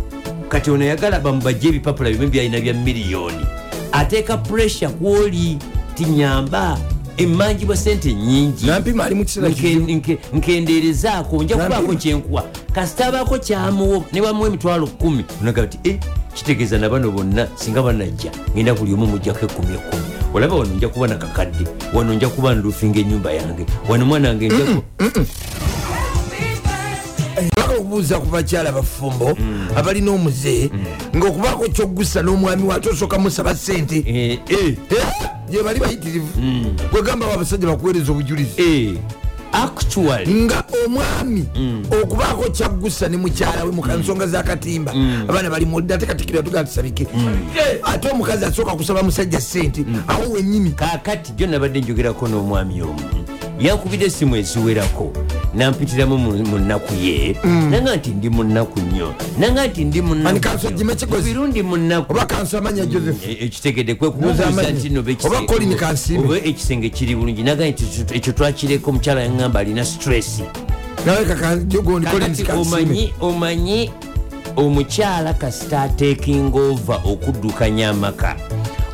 [SPEAKER 1] kati ono ayagala bamubajja ebipapula bimu byalina bya miliyoni ateeka puresure kwoli tinyamba emanjibwa sente nyingi
[SPEAKER 2] nampima ali mu kiseera
[SPEAKER 1] Nke-
[SPEAKER 2] kizibu
[SPEAKER 1] nke- nkendeerezaako nja kubaako
[SPEAKER 2] Nambi-
[SPEAKER 1] kyenkuwa kasita abaako kyamuwo nebamuwa emitwalo kumi onaga ti e kitegeeza na bano bonna singa banajja ngenda buli omu mujjako ekumi ekumi olaba wano nja kuba nakakadde wano nja kuba nlufinga ennyumba yange wano mwana wange nja
[SPEAKER 2] paka okubuuza ku bakyala bafumbo
[SPEAKER 1] Hmm.
[SPEAKER 2] abalina omuzee ngaokubaako kyogusa n'omwami waate osooka musaba sente
[SPEAKER 1] Eh, Hmm. eh,
[SPEAKER 2] gye bali bayitirivu kwegamba abo abasajja bakuweereza obujulizi
[SPEAKER 1] eh. actually
[SPEAKER 2] nga omwami
[SPEAKER 1] Mm.
[SPEAKER 2] okubaako kyaggusa ne mukyala we mukansonga zakatimba
[SPEAKER 1] Mm.
[SPEAKER 2] abaana bali mudde ate katikiro tuga tusabike ate omukazi asooka kusaba musajja sente
[SPEAKER 1] Mm.
[SPEAKER 2] awo wenyini
[SPEAKER 1] kaakati jo nabadde njogerako n'omwami omu yankubira essimu eziwerako nampitiramu mu mu nnaku ye nanga nti ndi mu nnaku nnyo nanga nti ndi mu nnaku
[SPEAKER 2] Mm. Ani kansojjime
[SPEAKER 1] nnyo.
[SPEAKER 2] kigozi.
[SPEAKER 1] birundi mu nnaku
[SPEAKER 2] oba kansu amanya joseph
[SPEAKER 1] E- ekitegedde kwe kubuuza
[SPEAKER 2] amanyi.
[SPEAKER 1] nti no be ekise-
[SPEAKER 2] Oba Colin Kansiime.
[SPEAKER 1] oba ekisenge kiri bulungi nagaye nti ekyo- ekyo twakireko omukyala yaŋŋamba alina stress
[SPEAKER 2] nawe kakanjogondi
[SPEAKER 1] kakati
[SPEAKER 2] kolinikansime
[SPEAKER 1] omanyi omanyi omukyala kasita atekinga ova okuddukanya amaka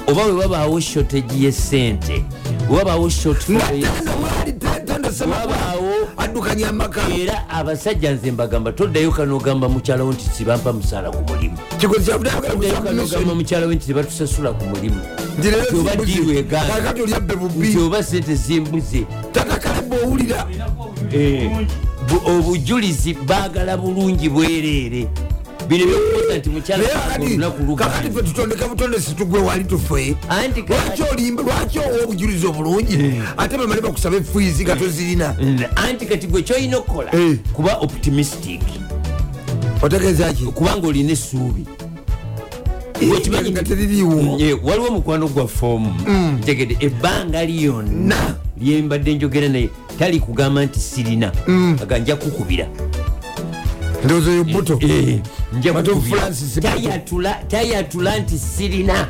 [SPEAKER 1] oba bwe wabaawo shotegi y'essente webabaawo
[SPEAKER 2] ngatanda mwali tanda samawa
[SPEAKER 1] wabaawo
[SPEAKER 2] addukanya amaka
[SPEAKER 1] era abasajja nze mbagamba toddayo kanogamba mukyalawo nti sibampa musaala ku mulimu
[SPEAKER 2] kikozi kyabudagala
[SPEAKER 1] toddayo kanogamba mukyalawo nti tebatusasula ku mulimu Kyoba diiwe egana.
[SPEAKER 2] kakati olyabbe
[SPEAKER 1] nti
[SPEAKER 2] bubi
[SPEAKER 1] oba sente zimbuze
[SPEAKER 2] tatakalaba owulira
[SPEAKER 1] Bu- obujulizi baagala bulungi bwereere bino byokukoza nti mukyala
[SPEAKER 2] naye
[SPEAKER 1] wange
[SPEAKER 2] kakati-
[SPEAKER 1] olunaku lugaana.
[SPEAKER 2] kakati fe tutondeka butondesi tugwe wali tufe
[SPEAKER 1] anti
[SPEAKER 2] lwaki
[SPEAKER 1] kakati-
[SPEAKER 2] olimba lwaki owa obujulizi obulungi
[SPEAKER 1] Eh.
[SPEAKER 2] ate bamale bakusaba efuizi nga tozirina
[SPEAKER 1] anti kati gwe kyolina okukola
[SPEAKER 2] Eh.
[SPEAKER 1] kuba optimistic Eh.
[SPEAKER 2] otegeezaki
[SPEAKER 1] kubanga olina essuubi Okimanyi-
[SPEAKER 2] nga teririiwo
[SPEAKER 1] Eh, waliwo
[SPEAKER 2] Mm.
[SPEAKER 1] omukwano gwaffe omu ntegedde ebbanga lyonna lyembadde njogera naye tali kugamba nti sirina
[SPEAKER 2] Mm.
[SPEAKER 1] aga nja kukubira
[SPEAKER 2] ndowooza oyo buto
[SPEAKER 1] Eh, nja
[SPEAKER 2] Bato
[SPEAKER 1] kukubira.
[SPEAKER 2] Francis Bato.
[SPEAKER 1] Tayatula- tayatula nti sirina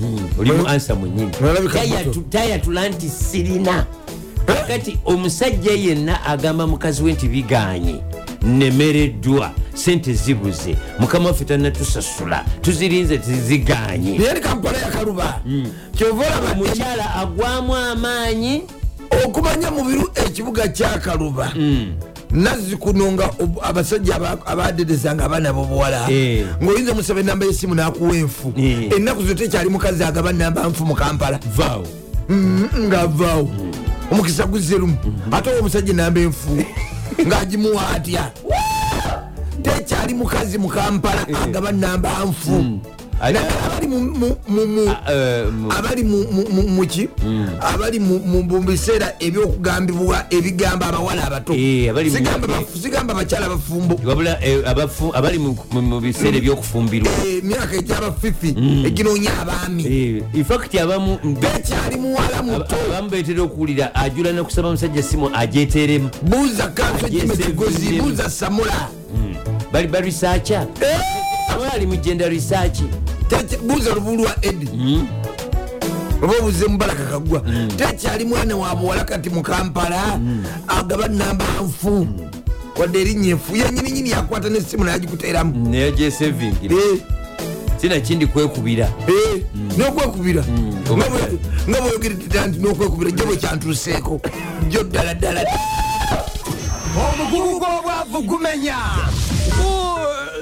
[SPEAKER 1] Mm, olimu
[SPEAKER 2] Bwe-
[SPEAKER 1] ansa mwenyini
[SPEAKER 2] Bwalabika
[SPEAKER 1] Tayatu- tayatula nti sirina
[SPEAKER 2] Eh?
[SPEAKER 1] kakati omusajja yenna agamba mukazi we nti biganye nemereddwa sente zibuze mukama waffe tanatusasula tuzirinze tiziganye
[SPEAKER 2] naye nekampala yakaluba
[SPEAKER 1] Hmm.
[SPEAKER 2] kyova olaba
[SPEAKER 1] omukyala agwamu amaanyi
[SPEAKER 2] okumanya mu biru ekibuga kyakaluba
[SPEAKER 1] Mm.
[SPEAKER 2] nazzikuno nga ob- abasajja aba- abaderezanga abaana bobuwala
[SPEAKER 1] Eh.
[SPEAKER 2] ngaoyinza omusaba enamba yesimu nakuwa enfu
[SPEAKER 1] Eh.
[SPEAKER 2] ennaku zino tekyali mukazi agaba namba nfu mu kampala
[SPEAKER 1] vaawo Mm.
[SPEAKER 2] Mm, ngaavaawo omukisa guzerumu
[SPEAKER 1] Mm-hmm.
[SPEAKER 2] ate owa omusajja enamba enfu ng'agimuwa atya tekyali mukazi mu kampala
[SPEAKER 1] Eh.
[SPEAKER 2] agaba namba
[SPEAKER 1] Mm.
[SPEAKER 2] nfu
[SPEAKER 1] Ate-
[SPEAKER 2] naye abali mu- mu- mu- mu-
[SPEAKER 1] eh,
[SPEAKER 2] abali mu- mu- mu- muki
[SPEAKER 1] Hmm.
[SPEAKER 2] abali mu- mu mu biseera ebyokugambibwa ebigamba abawala abato
[SPEAKER 1] Eh, abali mu-
[SPEAKER 2] Sigamba bafu- sigamba bakyala bafumbo
[SPEAKER 1] wabula eh, abafu- abali mu- mu- mu biseera ebyokufumbirwa
[SPEAKER 2] Eh, emyaka egy'abafifi eginoonya abaami
[SPEAKER 1] Hmm. Eh, infact abamu
[SPEAKER 2] tekyali muwala muto
[SPEAKER 1] abamu betera okuwulira ajula nakusaba musajja simu ajeteremu
[SPEAKER 2] buuza kanso
[SPEAKER 1] Yes,
[SPEAKER 2] gimekigozi
[SPEAKER 1] yes.
[SPEAKER 2] buuza samula
[SPEAKER 1] Hmm. bali barisaca ali mugenda risaaki
[SPEAKER 2] Teki- Eh, buuza lubulwa edi
[SPEAKER 1] Hmm.
[SPEAKER 2] oba obuze mubalaka kagwa tekyali mwana wa buwala kati mu kampala
[SPEAKER 1] Hmm.
[SPEAKER 2] agaba namba nfu wadde erinnya enfu yenyininyini yakwata nesimu nagikuteeramu
[SPEAKER 1] naye gyesevingira
[SPEAKER 2] Eh,
[SPEAKER 1] sina kindi kwekubira
[SPEAKER 2] eh, n'okwekubira
[SPEAKER 1] oba-
[SPEAKER 2] Nga bwe- nga bweyogeretera nti n'okwekubira gye bwe kyantuuseeko gyo ddala ddala omukugu gw'obwavu gumenya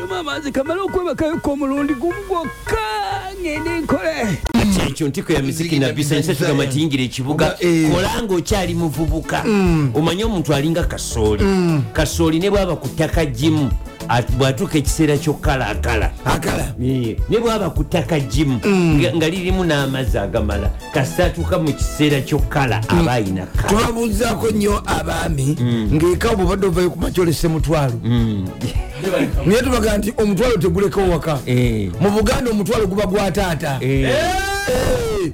[SPEAKER 3] mama nze kamala okwebakayoko omulundi gumu gwokka ngende nkole
[SPEAKER 1] ekyo ntiko ya misiki nabisa nsatugamba tiyingira ekibuga
[SPEAKER 2] Oba, eh. Hmm.
[SPEAKER 1] kolanga okyali muvubuka omanye omuntu alinga kasooli kasooli ne bwaba ku ttaka gimu at- bwatuuka ekiseera kyokkalakala
[SPEAKER 2] akala
[SPEAKER 1] Eh, ne bwaba ku ttaka gimu
[SPEAKER 2] Hmm.
[SPEAKER 1] nga- nga lirimu n'amazzi agamala kasitaatuuka mu kiseera kyokala
[SPEAKER 2] Hmm.
[SPEAKER 1] aba ayina kala
[SPEAKER 2] tubabuuzaako nnyo abaami ng'eka obubadde ovayo ku makyolese mutwalo
[SPEAKER 1] Hmm.
[SPEAKER 2] naye tubaga nti omutwalo teguleka waka
[SPEAKER 1] Eh.
[SPEAKER 2] mu buganda omutwalo guba gwa taata
[SPEAKER 1] Eh.
[SPEAKER 2] Eh.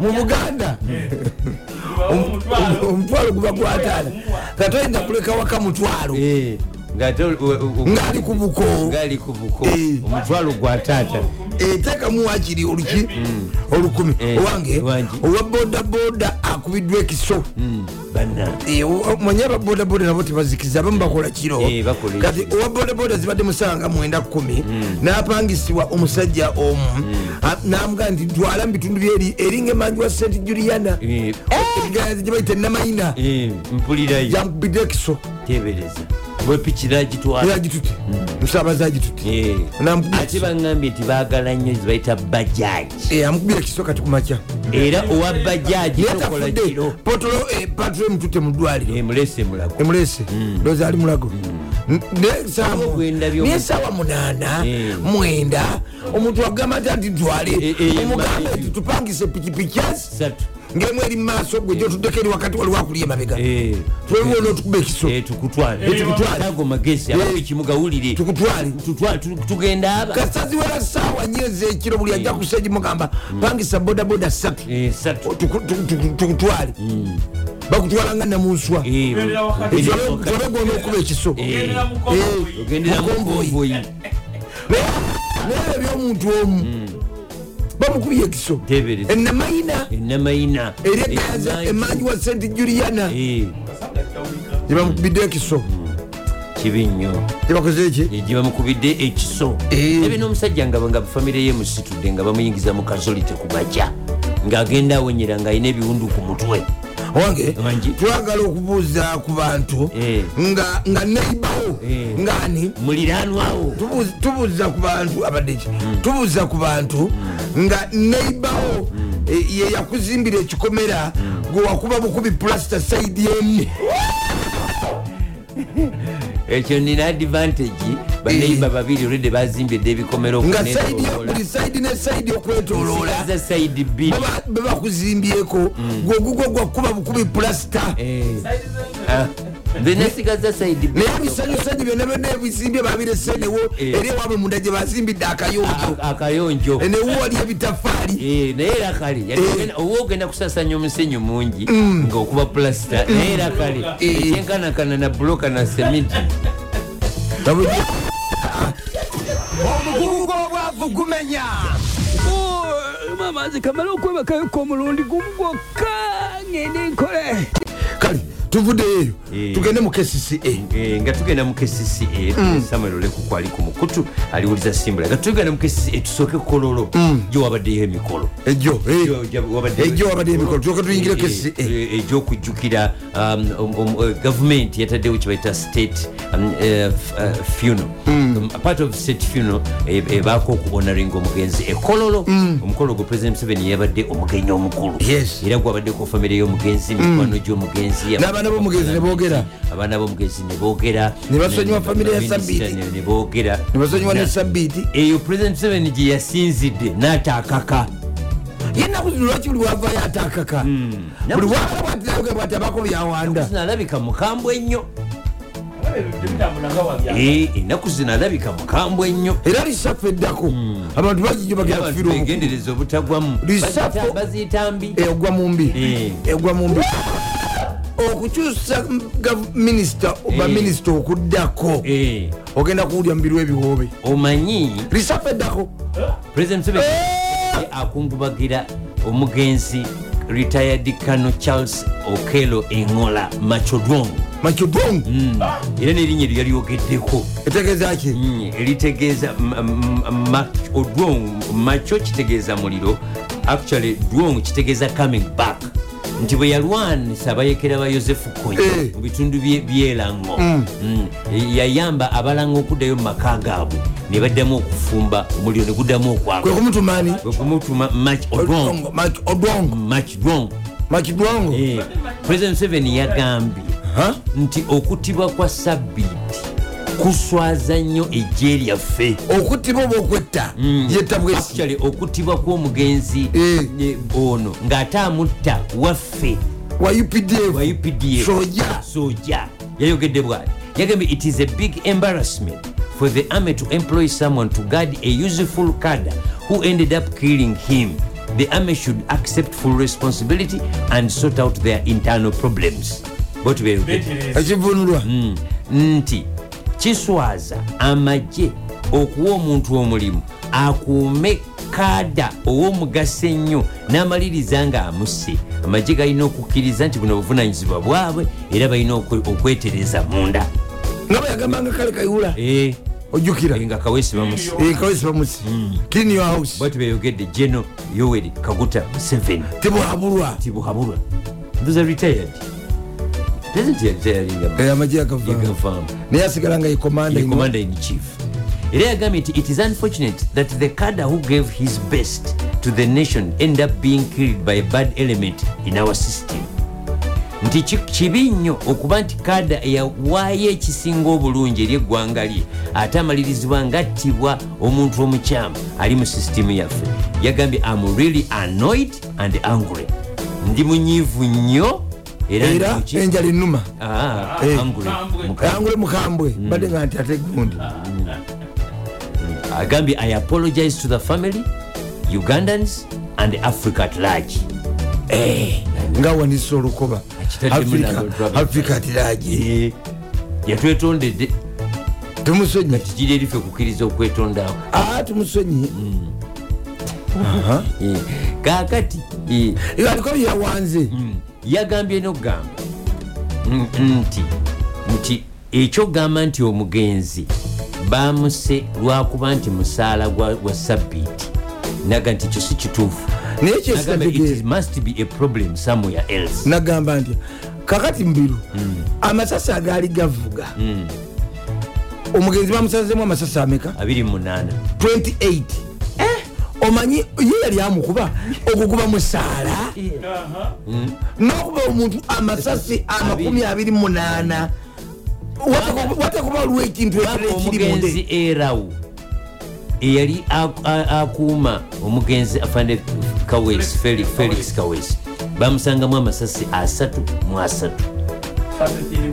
[SPEAKER 2] mu buganda Omu- omutwalo guba gwa taata katoyinza kuleka waka mutwalo
[SPEAKER 1] Eh, ng'ate o- o- o-
[SPEAKER 2] ng'ali ku buko
[SPEAKER 1] ngaali ku buko
[SPEAKER 2] Eh.
[SPEAKER 1] omutwalo gwa taata
[SPEAKER 2] eteekamu wakiri oluki olukumi
[SPEAKER 1] Eh,
[SPEAKER 2] owange
[SPEAKER 1] wangi.
[SPEAKER 2] owa boodabooda akubiddwa ekiso
[SPEAKER 1] Mm. bannange
[SPEAKER 2] Eh, o- manye aba bodaboda nabo tebazikiza abamu bakola kiro
[SPEAKER 1] Eh, bakola
[SPEAKER 2] kati
[SPEAKER 1] ekiro. Mm.
[SPEAKER 2] owa bodaboda zibadde musaga nga mwenda kumi n'apangisibwa omusajja omu a- n'amugaa nti twala mu bitundu byeri eringa emanju wa st juliana
[SPEAKER 1] Eh.
[SPEAKER 2] ebigayazi gye bayita namayina
[SPEAKER 1] mpulirayo
[SPEAKER 2] jankubidde ekiso
[SPEAKER 1] tebereza bwepikira agitwala
[SPEAKER 2] agitutte musabaza agitutte
[SPEAKER 1] Mm. Eh.
[SPEAKER 2] Namukubira
[SPEAKER 1] ate baŋambye nti baagala nnyo zibayita bajaji
[SPEAKER 2] Eh, amukubira ekiso kati ku makya
[SPEAKER 1] era owa bajaji tokola
[SPEAKER 2] yatafudde
[SPEAKER 1] kiro
[SPEAKER 2] potolo patro emututte mu ddwaliro
[SPEAKER 1] Eh, mulese mulago
[SPEAKER 2] emulese
[SPEAKER 1] Hmm.
[SPEAKER 2] ndowooza ali mulago Naye saa-
[SPEAKER 1] Waliwo gwe ndabye
[SPEAKER 2] naye
[SPEAKER 1] omu-
[SPEAKER 2] sawa munana
[SPEAKER 1] Eh.
[SPEAKER 2] mwenda omuntu agamba ti ati twale
[SPEAKER 1] Eh, eh,
[SPEAKER 2] omugamba
[SPEAKER 1] mbaye.
[SPEAKER 2] ti tupangise pikipiki
[SPEAKER 1] satu
[SPEAKER 2] ngemu eri mumaaso gwe gyotuddeko eri wakati waliwo akulya emabega
[SPEAKER 1] Eh.
[SPEAKER 2] twaliwo n'otukuba ekiso
[SPEAKER 1] Eh, tukutwale
[SPEAKER 2] Eh, tukutwale. Eh.
[SPEAKER 1] ago magezi agoikimu gawulire
[SPEAKER 2] tukutwale
[SPEAKER 1] Tutwa- tu- tugenda aba
[SPEAKER 2] kasazi wera saawa nyo ezekiro buli ajja kuseji mugamba pangisa bodaboda satu
[SPEAKER 1] Hmm. Eh, Hmm. satu
[SPEAKER 2] tuku- tuku- tuku- tukutwale bakutwalanga namunswa
[SPEAKER 1] Eh,
[SPEAKER 2] tole gona okuba ekiso
[SPEAKER 1] Eh.
[SPEAKER 2] Eh.
[SPEAKER 1] ogendera mu
[SPEAKER 2] Mukomboyi.
[SPEAKER 1] konvoyi
[SPEAKER 2] naye ebyomuntu
[SPEAKER 1] Hmm.
[SPEAKER 2] omu bamukubye ekiso
[SPEAKER 1] Tebereza.
[SPEAKER 2] enamayina
[SPEAKER 1] Eh, enamayina
[SPEAKER 2] era ekaza emanyi wa st juliana
[SPEAKER 1] Eh.
[SPEAKER 2] gyebamukubidde ekiso
[SPEAKER 1] Hmm. kibi nnyo
[SPEAKER 2] gyebakoze eki
[SPEAKER 1] gye bamukubidde ekiso
[SPEAKER 2] Eh.
[SPEAKER 1] ebina omusajja nga nga famire ye musitudde nga bamuyingiza mu kasoli tekubaja ng'agenda awonyera ng'alina ebiwundu ku mutwe
[SPEAKER 2] wange
[SPEAKER 1] Wangi.
[SPEAKER 2] twagala okubuuza ku bantu
[SPEAKER 1] Eh.
[SPEAKER 2] nga nga neibawo
[SPEAKER 1] Eh.
[SPEAKER 2] ngaani
[SPEAKER 1] muliranwawo
[SPEAKER 2] Tubuuza- tubuuza ku bantu abaddeki
[SPEAKER 1] Hmm.
[SPEAKER 2] tubuuza ku bantu nga neibawo
[SPEAKER 1] Hmm.
[SPEAKER 2] yeyakuzimbira ekikomera gwe wakuba bukubi pulasita saidi emu
[SPEAKER 1] ekyo nina advantage baneiba babiri olwedde bazimbidde ebikomero
[SPEAKER 2] Eh. nga saidi buli saidi ne saidi okwetoloola
[SPEAKER 1] za saidi bbiri
[SPEAKER 2] Baba- bebakuzimbyeko gwegugwo gwakuba bukubi pulasita
[SPEAKER 1] Eh, ah, nze nasigaza saidi
[SPEAKER 2] naye ebisanyusanyu byonna byonna ebisimbye babiresenewo
[SPEAKER 1] Eh. Ah.
[SPEAKER 2] era ewaabwe munda gye basimbidde akayonjo
[SPEAKER 1] akayonjo
[SPEAKER 2] Eh, newo oli ebitafaali
[SPEAKER 1] Eh, naye era kale yali
[SPEAKER 2] Eh. Mm.
[SPEAKER 1] ogenda- oba ogenda kusasanya omusenyu mungi ngaokuba pulasita naye era kale
[SPEAKER 2] Eh.
[SPEAKER 1] ekyenkanakana na buloka na semiti
[SPEAKER 2] omugugu gw'obwavu gumenya
[SPEAKER 3] Oh, mama nze kamala okwebakayoko omulundi gumu gwokka ngende nkole
[SPEAKER 2] kale tuvuddeyo eyo
[SPEAKER 1] Eh.
[SPEAKER 2] tugende mu kcca
[SPEAKER 1] Eh, nga tugenda mu
[SPEAKER 2] Mm.
[SPEAKER 1] kcca samuel olekuku ali ku mukutu aliwuliza simbula nga tugenda mu kcca tusooke kololo gye wabaddeyo emikolo
[SPEAKER 2] ejjo Mm. eh. Ejjo wabaddeyo emikolo, tulyoke
[SPEAKER 1] Eh,
[SPEAKER 2] tuyingire KCA.
[SPEAKER 1] egyokujjukira um, uh, gavumenti yataddewo kyebayita state um, eh, f- eh, funeral.
[SPEAKER 2] Hmm.
[SPEAKER 1] Um, a part of state funeral eh, ebaako okuhonoringa omugenzi ekololo omukolo ogwo president museveni yabadde omugenyi omukulu
[SPEAKER 2] Hmm. Yes. Hmm.
[SPEAKER 1] era gwabaddeko famire y'omugenzi mikwano gy'omugenzi
[SPEAKER 2] N'abaana b'omugenzi ne boogera.
[SPEAKER 1] abaana b'omugenzi ne boogera
[SPEAKER 2] Ne basonyiwa famire ya
[SPEAKER 1] Minisita
[SPEAKER 2] Sabbiiti.
[SPEAKER 1] ne- ne boogera
[SPEAKER 2] nebasonyiwa ne
[SPEAKER 1] Na-
[SPEAKER 2] sabbiiti
[SPEAKER 1] eyo president museveni gye yasinzidde n'ataakaka
[SPEAKER 2] ye naku zino lwaki buli wavayo atakaka buli wabwati abakulu yawanda
[SPEAKER 1] zino alabika mukambwe ennyo Eh, ennaku zino alabika mukambwe ennyo
[SPEAKER 2] era lisaffe eddako abantu bagijo
[SPEAKER 1] abantu
[SPEAKER 2] bagafirwa
[SPEAKER 1] begendereza obutagwamu
[SPEAKER 2] Lisafo.
[SPEAKER 1] Baziyita- baziyita mbi
[SPEAKER 2] egwa mumbi
[SPEAKER 1] Eh.
[SPEAKER 2] egwa mumbi Oh, okukyusa minisita baminisita okuddako
[SPEAKER 1] Eh,
[SPEAKER 2] oh, ogenda kuwulya mubirwa ebiwoobe
[SPEAKER 1] omanyi
[SPEAKER 2] lisaffe eddako
[SPEAKER 1] president museveni
[SPEAKER 2] Eh,
[SPEAKER 1] ye akungubagira omugenzi retired cano charles okelo engola machodwong
[SPEAKER 2] makidong
[SPEAKER 1] era nerinnya eryo yalyogeddeko
[SPEAKER 2] etegeeza ki
[SPEAKER 1] Mm, eritegeeza m- m- ma- odwong macho kitegeeza muliro actually dwong kitegeeza coming back nti bwe yalwanisa abayekera ba yosefu konya
[SPEAKER 2] Eh.
[SPEAKER 1] mu bitundu bye- byerango Mm, yayamba abalanga okuddayo mu maka gaabwe ne baddamu okufumba omuliro ne guddamu
[SPEAKER 2] kwe
[SPEAKER 1] okwaka
[SPEAKER 2] kumutumaani
[SPEAKER 1] Kwe kumutuma Mach odwong
[SPEAKER 2] odwongo
[SPEAKER 1] mach dwong
[SPEAKER 2] makidongo
[SPEAKER 1] Eh, president museveni yagambye
[SPEAKER 2] Ha?
[SPEAKER 1] nti okutibwa kwa sabbiiti kuswaza nnyo ejje lyaffe
[SPEAKER 2] okutiba oba okwetta
[SPEAKER 1] Mm.
[SPEAKER 2] yetta bwesi
[SPEAKER 1] actually okutibwa kw'omugenzi
[SPEAKER 2] Eh.
[SPEAKER 1] ne- ono ng'ate amutta waffe
[SPEAKER 2] wa
[SPEAKER 1] wa
[SPEAKER 2] updf
[SPEAKER 1] updf
[SPEAKER 2] Soja.
[SPEAKER 1] soja yayogedde bwati yagambye it is a big embarrassment for the army to employ someone to guard a useful cadre who ended up killing him the army should accept full responsibility and sort out their internal problems bwe tubeyogedde
[SPEAKER 2] ekivunulwa
[SPEAKER 1] Mm. Hmm. nti kiswaza amagye okuwa omuntu omulimu akuume kaada ow'omugaso ennyo n'amaliriza nga amusse amagye galina okukkiriza nti buno buvunanyizibwa bwabwe era balina okwe- okwetereza munda
[SPEAKER 2] nga bweyagambanga kale kayula
[SPEAKER 1] Eh,
[SPEAKER 2] ojjukira
[SPEAKER 1] nga kawesi bamusi
[SPEAKER 2] ekawesi bamusi
[SPEAKER 1] Mm.
[SPEAKER 2] clean your house
[SPEAKER 1] bwati beyogedde geno yoweri kaguta museveni
[SPEAKER 2] tebwabulwa
[SPEAKER 1] tibuhabulwa those are retired president yaretiringa
[SPEAKER 2] amagye yakava
[SPEAKER 1] yagavaamu
[SPEAKER 2] naye asigala nga yekomanda
[SPEAKER 1] the commander in chief era yagambye nti it is unfortunate that the kada who gave his best to the nation end up being killed by a bad element in our system nti ki- kibi nnyo okuba nti kada eyawaayo ekisinga obulungi eri eggwanga lye ate amalirizibwa ngattibwa omuntu omukyamu ali mu sisitimu yaffe yagambye am really annoyed and angry ndi munyiivu nnyo era ndi
[SPEAKER 2] era
[SPEAKER 1] muki-
[SPEAKER 2] enjala enuma
[SPEAKER 1] Ah,
[SPEAKER 2] Eh.
[SPEAKER 1] angry. Mukama.
[SPEAKER 2] angule mukambwe
[SPEAKER 1] Mm.
[SPEAKER 2] badde nga nti ate gundi
[SPEAKER 1] Ah. agambye Uh, i apologize to the family ugandans and africa at large
[SPEAKER 2] nga wanisa olukoba
[SPEAKER 1] Akitaddemu n'abantu abe-
[SPEAKER 2] africa tiragi
[SPEAKER 1] Eh, yatwetondedde
[SPEAKER 2] tumusonyi
[SPEAKER 1] kijiri erife okukkiriza okwetondawo
[SPEAKER 2] a tumusonyi
[SPEAKER 1] Mm. Eh, kaakati eh,
[SPEAKER 2] aliko byeyawanze
[SPEAKER 1] mm, yagambye nokugamba mm, nti nti ekyogamba nti omugenzi bamuse lwakuba nti musaala gwa gwa sabbiiti naga nti ekyo si kituufu
[SPEAKER 2] naye
[SPEAKER 1] Nagamba,
[SPEAKER 2] kyesitategeeza
[SPEAKER 1] it must be a problem somewhere else
[SPEAKER 2] nagamba nti kakati mubiru amasasi agaali gavuga omugenzi bamusazemu amasasi ameka
[SPEAKER 1] 28
[SPEAKER 2] 28 omanyi ye yali amukuba okukuba musaala nokuba omuntu amasasi amakumi abiri munaana watakuba olw ekintu ekirala ekiri munde
[SPEAKER 1] omugenzi erawo eyali aku- a- akuuma omugenzi afande kawesi felix kawesi bamusangamu amasasi asatu mu asatu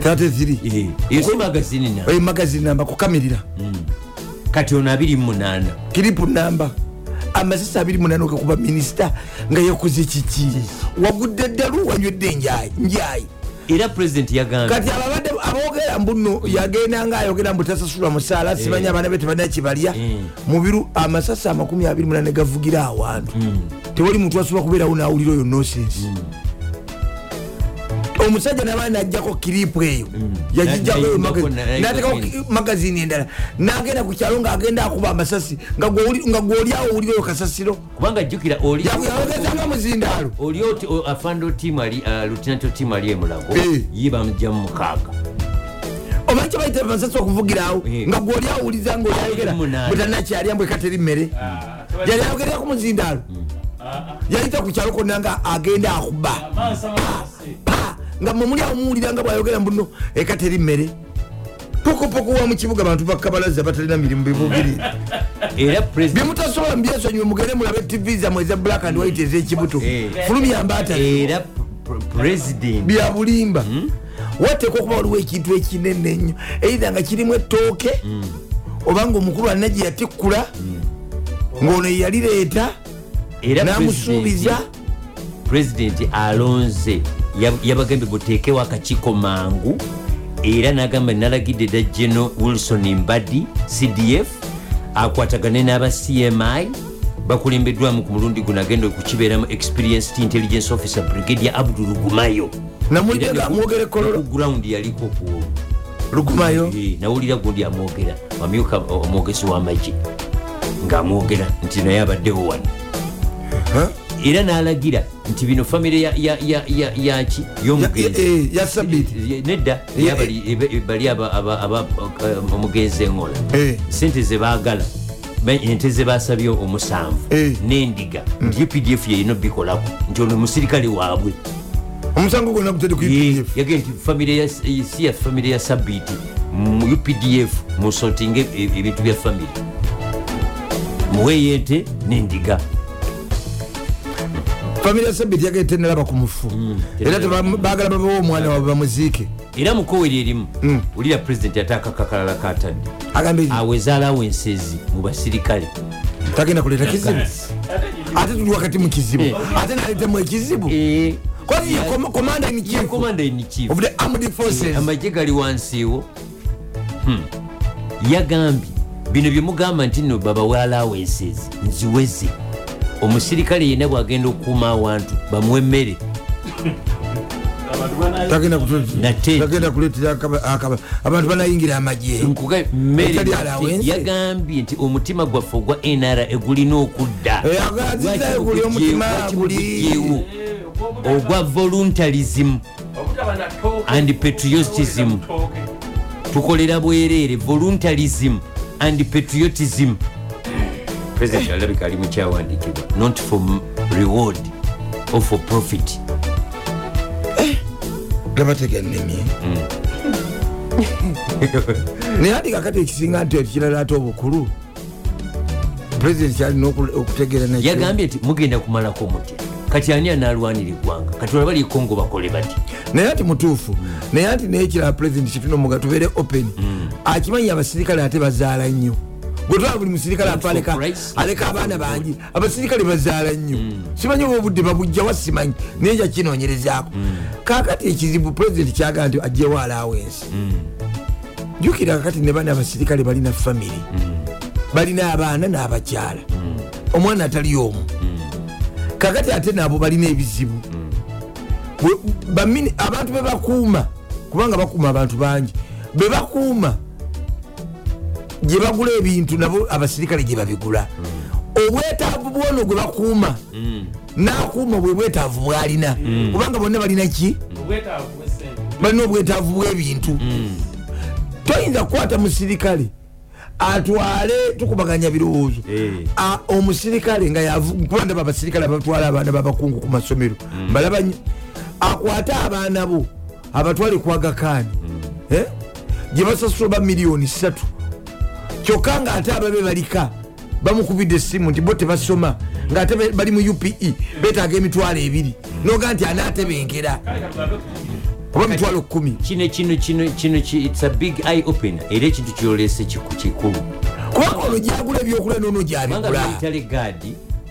[SPEAKER 2] 33
[SPEAKER 1] yeso magazini na
[SPEAKER 2] oyo magazini namba kukamirira
[SPEAKER 1] kati ono 28
[SPEAKER 2] kiripu namba amasasi abiri munana okakuba minisita nga yakoze kiki wagudde ddalu wanywedde enjayi njayi
[SPEAKER 1] era pulezidenti yagambye
[SPEAKER 2] kati ababadde aboogera mbuno yagenda nga ayogera mbu tasasula musaala simanyi abaana be tebalina kibalya mubiru amasasi amakumi abiri munane gavugira awantu tewali muntu asobola kubeerawo nawulira oyo nonsense omusajja naba najjako kiripu eyo yagijjako
[SPEAKER 1] N'agiyingako,
[SPEAKER 2] eyo
[SPEAKER 1] n'agiyingako
[SPEAKER 2] magazini. n'atekako
[SPEAKER 1] nene.
[SPEAKER 2] ki- magazini endala n'agenda ku kyalo ng'agenda akuba amasasi nga gw'oli- nga gwoliawo owulira oyo kasasiro
[SPEAKER 1] kubanga jjukira oli
[SPEAKER 2] yawogezanga muzindaalo
[SPEAKER 1] oli oti o- afando timali lutinato timali emulago
[SPEAKER 2] Eh.
[SPEAKER 1] e ye bamugja mu mukaaga
[SPEAKER 2] omanyi kyebayita amasasi okuvugirawo
[SPEAKER 1] Eh.
[SPEAKER 2] nga gwoliawuliza ngaoyayogera
[SPEAKER 1] Munaana. Mm.
[SPEAKER 2] butanakyalya mbwe kateri mmere yali ayogerako muzindaalo yayita ku kyalo konna nga agenda akuba pa nga mwemuli amuwulira nga bwayogera mbuno ekateri mmere pokopoko wa mukibuga bantu bakabalaza batalina mirimu bibugirira
[SPEAKER 1] era president-
[SPEAKER 2] byemutasobola mubyesonyiwe mugende mulabe tivi zammwe eza black and white ez'ekibuto
[SPEAKER 1] Eh.
[SPEAKER 2] fulumya mbaata
[SPEAKER 1] era pr- pr- president
[SPEAKER 2] bya bulimba wateeka okuba waliwo ekintu ekinene ennyo eitha nga kirimu ettooke oba nga omukulu alina gye yatikkula ng'ono yeyalireeta
[SPEAKER 1] era
[SPEAKER 2] n'amusuubiza
[SPEAKER 1] pulezidenti alonze yab- yabagambye buteekewo akakiiko mangu era n'agamba nalagidde da geno wilson mbadi cdf akwatagane n'aba cmi bakulembeddwamu ku mulundi guno agenda okukibeeramu experienced intelligence officer brigadia abdul gumayo
[SPEAKER 2] Namulidde
[SPEAKER 1] Era ne
[SPEAKER 2] nga
[SPEAKER 1] ku-
[SPEAKER 2] amwogera ekololo.
[SPEAKER 1] ne ku ground yaliko kuolwo
[SPEAKER 2] lugumayo
[SPEAKER 1] nawulira gundi amwogera amyuka omwogezi w'amagye ng'amwogera nti naye abaddewo wano
[SPEAKER 2] Huh?
[SPEAKER 1] era n'alagira nti bino famire ya- ya- ya- ya- yaki
[SPEAKER 2] Ya-
[SPEAKER 1] y'omugenzi
[SPEAKER 2] eh, ya
[SPEAKER 1] Hmm.
[SPEAKER 2] sabiti
[SPEAKER 1] nedda
[SPEAKER 2] Eh,
[SPEAKER 1] era bali- ebe- bali aba- aba- aba- eh, omugenzi engola
[SPEAKER 2] Eh.
[SPEAKER 1] sente ze baagala ba- ente ze basabye omusanvu
[SPEAKER 2] Eh.
[SPEAKER 1] n'endiga nti updf yeyina obikolako nti ono musirikale waabwe
[SPEAKER 2] omusango gwonna gutedde ku
[SPEAKER 1] Ye-
[SPEAKER 2] upf
[SPEAKER 1] yagenda nti famire ya- si ya famire ya sabiti mu updf musotinge e- ebintu bya famire muweeyo ente n'endiga
[SPEAKER 2] famire ya sabiti yagenda tenalaba ku mufu era tebam- baagala babawo omwana waabwe bamuziike
[SPEAKER 1] era mukoweri erimu wulira pulezidenti ataaka kakalala katadde
[SPEAKER 2] agambe
[SPEAKER 1] aweza alawo ensezi mu basirikale
[SPEAKER 2] tagenda kuleeta kizibu ate tuli wakati mu kizibu ate naleetemu ekizibu
[SPEAKER 1] Eh.
[SPEAKER 2] kozi komanda nikifu
[SPEAKER 1] commander in E, chief
[SPEAKER 2] of the armed forces
[SPEAKER 1] amagye gali wansiiwo Hmm. yagambye bino byemugamba nti no babawalawo ensezi nziweze omusirikale yenna bwagenda okukuuma awantu bamuwa emmere
[SPEAKER 2] tagenda kutu-
[SPEAKER 1] Na tent.
[SPEAKER 2] tagenda kuleetera akaba- akaba- abantu banayingira amagye
[SPEAKER 1] Nkuga- mmere-
[SPEAKER 2] Etali alawo ensi.
[SPEAKER 1] yagambye nti omutima gwaffe ogwa nra egulina okudda
[SPEAKER 2] Eh,
[SPEAKER 1] Lwaki
[SPEAKER 2] agazizayo guli
[SPEAKER 1] gugyewo?
[SPEAKER 2] omutima
[SPEAKER 1] Lwaki
[SPEAKER 2] guli-
[SPEAKER 1] gugyewo? ogwa voluntarism and patriotism tukolera bwereere voluntarism and patriotism president alabika ali mukyawandiikibwa not for m- reward or for profit
[SPEAKER 2] gabatega ennimi
[SPEAKER 1] Mm.
[SPEAKER 2] naye ati kakati ekisinga nti ekirala ate obukulu pulezidenti kyalina oku- okutegeera nakyo.
[SPEAKER 1] yagambye nti mugenda kumalako mutya kati ani anaalwanira eggwanga kati olaba likongo bakole bati
[SPEAKER 2] naye ati mutuufu naye ati naye ekirala pulezidenti kituna omuga tubeere open akimanyi abasirikale ate bazaala nnyo gwetwala buli musirikale
[SPEAKER 1] Not for
[SPEAKER 2] atwaleka
[SPEAKER 1] price, not
[SPEAKER 2] aleka abaana bangi abasirikale bazaala nnyo simanyi oba obudde babujjawa simanyi naye jakinoonyerezaako kakati ekizibu pulezidenti kyagaa nti ajjewo alaawo ensi jjukira kakati ne baana abasirikale balina famire balina abaana n'abakyala omwana atali omu kakati ate nabo balina ebizibu Bwe- bamini- abantu bebakuuma kubanga bakuuma abantu bangi bebakuuma gye bagula ebintu nabo abasirikale gye babigula obwetaavu bwono gwe bakuuma n'akuuma bwe bwetaavu bwalina kubanga bonna balina ki balina obwetaavu bw'ebintu toyinza kukwata musirikale atwale tukubaganya birowoozo
[SPEAKER 1] Eh.
[SPEAKER 2] A- omusirikale nga yavu- kuba ndaba abasirikale abatwala abaana babakungu ku masomero mbalaba nnyo akwate abaana bo abatwale kwagakaani gye basasula ba miliyoni satu kyokka ngaate ababe balika bamukubidde essimu nti bo tebasoma ngaate be- E, bali mu upe betaaga emitwalo ebiri noga nti anaatebenkera oba emitwalo kumi
[SPEAKER 1] kino kino kino kino ki- its a big eye opener era ekintu kyolese kiku- kikulu
[SPEAKER 2] kubanga olojagula ebyokulya nono
[SPEAKER 1] kubanga
[SPEAKER 2] gyabigula
[SPEAKER 1] military guard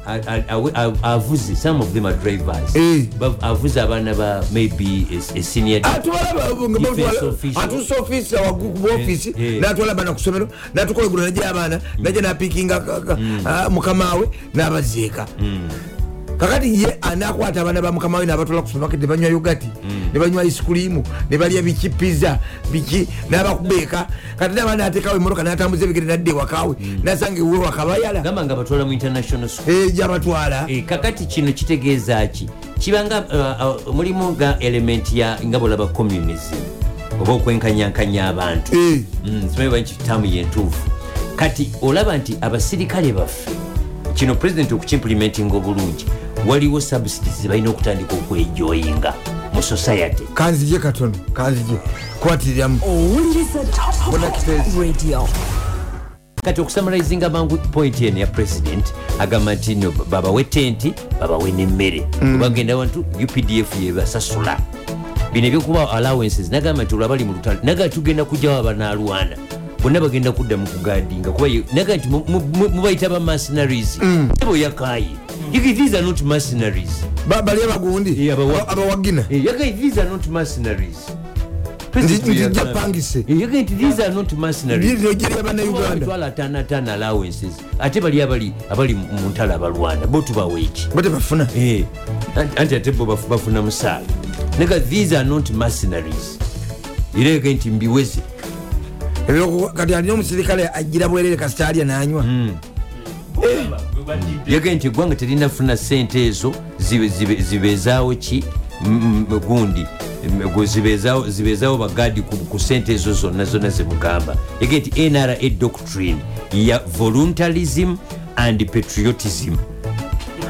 [SPEAKER 1] a- a- awe- a- avuzi some of them are drivers
[SPEAKER 2] Eh.
[SPEAKER 1] Ba- avuzi abaana ba maybe a- a senior Defense official.
[SPEAKER 2] atusa ofisa wakuofisi
[SPEAKER 1] Eh, eh.
[SPEAKER 2] natwala abaana ku ssomero natukolagula najja abaana najja napikinga ka- ka-
[SPEAKER 1] Hmm.
[SPEAKER 2] ah, mukamawe n'abaziika kakati ye anakwata abaana ba mukamawe nabatwala ku supermarket nebanywa yogati
[SPEAKER 1] Hmm.
[SPEAKER 2] nebanywa isikulimu nebalya biki piza biki nabakubeeka kati nabaana atekawo emotoka natambuza ebigere nadde wakawe
[SPEAKER 1] Hmm.
[SPEAKER 2] nasanga ewe wakabayala
[SPEAKER 1] gamba nga batwala mu international school
[SPEAKER 2] gyabatwala
[SPEAKER 1] Eh, kakati kino kitegeeza ki kibanga uh, uh, mulimu nga element ya nga bolaba communism oba okwenkanyankanya abantu
[SPEAKER 2] Eh.
[SPEAKER 1] Mm, simanyi oba kitamu yentuufu kati olaba nti abasirikale baffe kino pulezidenti okukimplementinga obulungi waliwo subsidies balina okutandika okwejoyinga mu society
[SPEAKER 2] kanzije katono kanzije kwatiriramu
[SPEAKER 4] owuliriza top
[SPEAKER 2] Bona Express.
[SPEAKER 4] radio
[SPEAKER 1] kati okusamalizinga mangu point eno ya president agamba nti no babawe tenti babawe nemmere obagenda wantu updf yebasasula bino ebyokuba allowances nagamba nti olwabali mu lutalo naga tugenda kujjawo abanalwana bonna bagenda kudda mu kugadinga kuba ye- naga nti mu- mu- mu- mubayita ba mercenaries ebo yakaye these are not mercenaries
[SPEAKER 2] Ba- bali abagundi
[SPEAKER 1] Eh, abawa-
[SPEAKER 2] aba- abawagina
[SPEAKER 1] Eh, yagaye these are not mercenaries President
[SPEAKER 2] nzija
[SPEAKER 1] yagamba-
[SPEAKER 2] pangise
[SPEAKER 1] Eh, yagaye nti these are not mercenaries
[SPEAKER 2] liryogerya bannayuganda
[SPEAKER 1] twala tana tana allowances ate bali abali abali mu ntalo abalwana bo tubaweeki
[SPEAKER 2] bo tebafuna
[SPEAKER 1] anti ate bo bafu- bafuna musaala naga these are not mercenaries era ege nti mbiweze
[SPEAKER 2] Ebyoku- kati alina omusirikale ajira bwerere kasitaalya nanywa
[SPEAKER 1] Mm. yege nti eggwanga terina funa sente ezo zibe- zibe- zibezaawo ki mm, mm, gundi mm, gu- zibezaawo- zibezaawo bagadi ku ku sente ezo zonna zonna zemugamba yege nti nra doctrine ya voluntarism and patriotism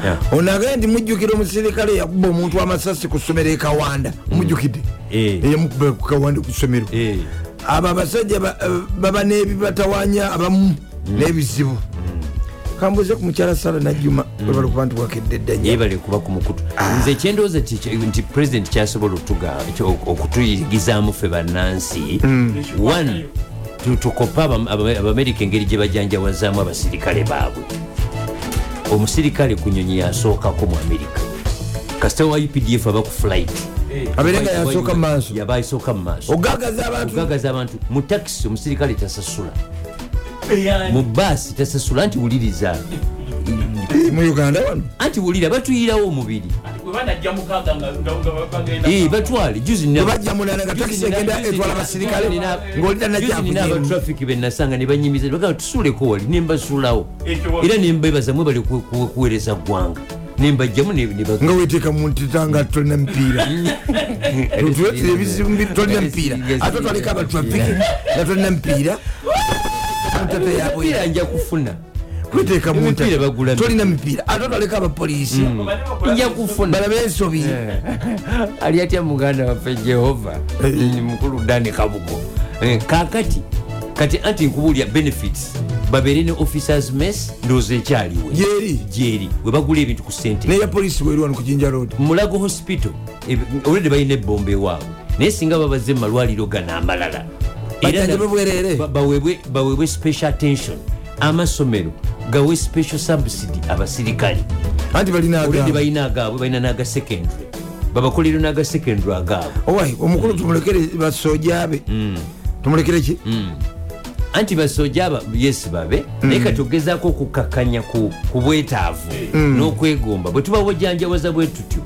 [SPEAKER 1] Yeah.
[SPEAKER 2] ono agenda nti mujjukira omusirikale yakuba omuntu amasasi ku ssomero e ekawanda mujjukidde
[SPEAKER 1] Mm. Eh.
[SPEAKER 2] eyamukuba ku kawanda ku ssomero
[SPEAKER 1] Eh.
[SPEAKER 2] abo abasajja ba- eh, baba n'ebibatawanya abamu
[SPEAKER 1] Mm.
[SPEAKER 2] n'ebizibu kambuze ku mukyala sara najjuma
[SPEAKER 1] Mm.
[SPEAKER 2] webali kuba nti wakedde dda nnyo
[SPEAKER 1] yebale kuba ku mukutu
[SPEAKER 2] Ah.
[SPEAKER 1] nze kyendowooza ti- nti pulezidenti kyasobola otuga- ekyo- okutuyigizaamu ffe bannansi
[SPEAKER 2] Hmm.
[SPEAKER 1] one tu- tukope Abam- Abam- abamerika engeri gye bajanjawazaamu abasirikale baabwe omusirikale ku nyonyi yasookako mu amerika kasita wa updf aba ku flight
[SPEAKER 2] abeere nga yasooka mu maaso
[SPEAKER 1] yaba asooka mu maaso
[SPEAKER 2] ogagaza abantu
[SPEAKER 1] okugagaza abantu mu takisi omusirikale tasasula mu baasi tasasula anti wuliriza
[SPEAKER 2] mu uganda wano
[SPEAKER 1] anti wulira batuyirawo omubiri
[SPEAKER 5] webanajja mukaaga nga- nga nga bagenda
[SPEAKER 1] Eh, batwale juzi nina-
[SPEAKER 2] tebajja munana nga takisi egenda etwala abasirikale ng'olida najakujimu
[SPEAKER 1] abatrafiki benasanga nebanyimiza bagaa tusuuleko wali nembasuulawo
[SPEAKER 5] Ekyo wa-
[SPEAKER 1] era nembebaza mwebali ku- ku- kuweereza ggwanga nembajjamu ne- ne bag-
[SPEAKER 2] nga weteeka muntita nga tolina mupiira Tulina ebizibu mbi- tolina mupiira ate otwaleko abatrafiki nga tolina mupiira tata
[SPEAKER 1] Omupiira
[SPEAKER 2] yabwe
[SPEAKER 1] nja kufuna
[SPEAKER 2] kweteeka
[SPEAKER 1] Emipiira bagula
[SPEAKER 2] tolina mupiira ate otwaleko abapoliisi
[SPEAKER 5] Bali bakola-
[SPEAKER 1] nja kufuna
[SPEAKER 2] balabe ensobi
[SPEAKER 1] ali atya Eh, muganda waffe jehova mukulu dani kabugo Eh, kakati kati anti nkubuulya benefits babeere ne officers mess ndowooza ekyaliwe
[SPEAKER 2] Gyeri.
[SPEAKER 1] gyeri webagula ebintu ku sente
[SPEAKER 2] neya polisi weri wano ku jinja road
[SPEAKER 1] mulago hospital eb- olwedde balina ebbomba ewaabwe naye singa babazze mu malwaliro gano amalala Era
[SPEAKER 2] Bajjanjabe
[SPEAKER 1] na-
[SPEAKER 2] bwereere.
[SPEAKER 1] ba- baweebwe baweebwe special attention amasomero gawe special subsidy abasirikale
[SPEAKER 2] anti
[SPEAKER 1] olwedde
[SPEAKER 2] balinaga
[SPEAKER 1] balina agaabwe balina n'aga secondary babakolero n'aga secondary agaabwe
[SPEAKER 2] owayi omukulu tumulekere basoja be tumulekere ki
[SPEAKER 1] anti basoja aba yes babe naye katogezaako okukakkanya ku ku bwetaavu n'okwegomba bwe tuba bujanjawaza bwe tutyo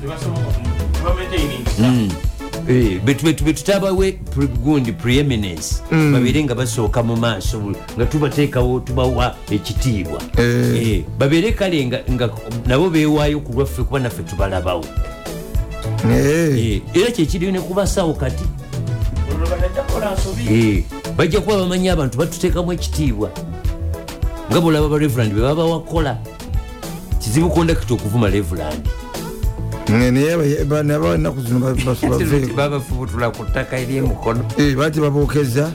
[SPEAKER 5] tebasobola ku- tebamaintaininga.
[SPEAKER 1] Eh, betu- betu- betutabawe pre- gundi preeminence babeere nga basooka mu maaso buli- nga tubateekawo tubawa ekitiibwa Eh, babeere kale nga- nga nabo bewaayo ku lwaffe kuba naffe tubalabawo
[SPEAKER 2] Eh,
[SPEAKER 1] Eh, era kyekiriyo ne kubasawo kati
[SPEAKER 5] Olwo batajja kukola nsobi.
[SPEAKER 1] Eh, bajja kuba bamanyi abantu batuteekamu ekitiibwa nga bolaba barevuland be baba wakola kizibu kondakita okuvuma revuland
[SPEAKER 2] ne- naye nabaenaku zino ba- bas- baveeko. e
[SPEAKER 1] babafubutula ku ttaka ery'emukono
[SPEAKER 2] Eh, baali tebabookeza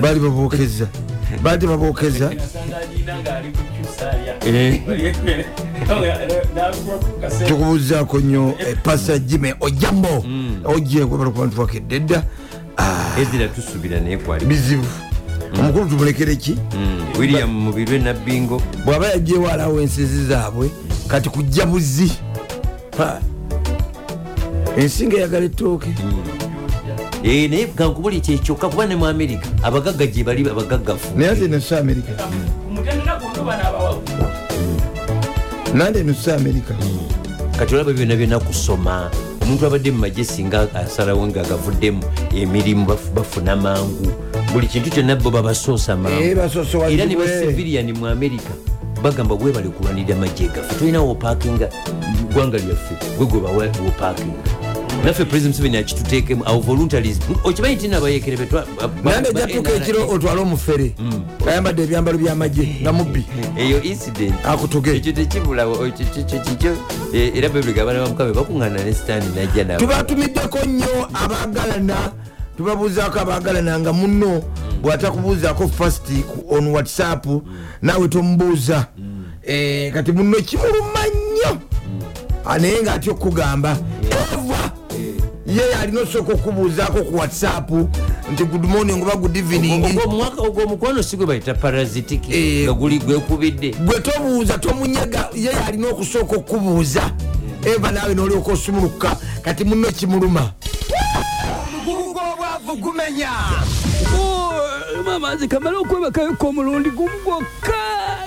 [SPEAKER 2] baali babookeza baali tebabookeza
[SPEAKER 5] nasanga aliina ng'ali ku kyusaaya
[SPEAKER 1] Eh.
[SPEAKER 2] tukubuuzaako nnyo pasa jime ojambo
[SPEAKER 1] Mm.
[SPEAKER 2] ojeekwe balikubantuwakedde edda Ah,
[SPEAKER 1] ezira tusuubira naye kwali
[SPEAKER 2] bizibu
[SPEAKER 1] Mm.
[SPEAKER 2] omukulu tumulekere ki Mm,
[SPEAKER 1] william
[SPEAKER 2] e
[SPEAKER 1] mubirwe nabbingo
[SPEAKER 2] bw'aba yajeewo alawo ensizi zaabwe kati kujja buzi Pa. ensinga eyagala ettooke
[SPEAKER 1] Eh, naye kankubuli kyekyokka kuba ne mu amerika abagagga gye bali abagaggafu
[SPEAKER 2] naye ate nusu amerika
[SPEAKER 5] omutendera gundu
[SPEAKER 1] Hmm.
[SPEAKER 5] banaabawagu
[SPEAKER 2] nande nusu amerika
[SPEAKER 1] Mm. kati olaba byonna byonna kusoma omuntu abadde mu magye singa asalawo nga agavuddemu emirimu bafu- bafuna mangu buli kintu kyonna bo babasoosa
[SPEAKER 2] Eh,
[SPEAKER 1] mangu
[SPEAKER 2] basosowa
[SPEAKER 1] era ne
[SPEAKER 2] kiwe.
[SPEAKER 1] basiviliani mu amerika bagamba gwe bali kulwanirira amagye gaffe tulina wopaakinga ggwanga lyaffe gwe gwe bawa wopaakinga naffe president museveni akituteekemu awo voluntarism okimanyi nti nabayekere
[SPEAKER 2] nande jatuuka ekiro otwale omufere
[SPEAKER 1] Mm.
[SPEAKER 2] ayambadde ebyambalo by'amagye nga mubbi
[SPEAKER 1] eyo incident
[SPEAKER 2] Ah, Akutuge.
[SPEAKER 1] ekyo tekibulawo kikyo E, era bebega abaana bamukabe bakuŋŋaana ne sitaani najja nabo
[SPEAKER 2] tubatumiddeko nnyo abagalana tubabuuzaako abagalana nga muno bwatakubuuzaako fast ku- on whatsapp naawe tomubuuza Eh, kati muno kimuluma nnyo Ah, naye ngaatya okukugamba eva ye alina osooka okubuuzaako ku whatsapp nti good morning oba good evening
[SPEAKER 1] ogwomwaka ogwomukwano si gwe bayita parasitiki
[SPEAKER 2] Eh.
[SPEAKER 1] nga guli gwekubidde
[SPEAKER 2] gwe tobuuza tomunyaga ye alina okusooka okubuuza eva naawe nolyoka osumuluka kati muno kimuluma
[SPEAKER 3] lumu amazzi kamale okwebakayoka omulundi gumu gwokka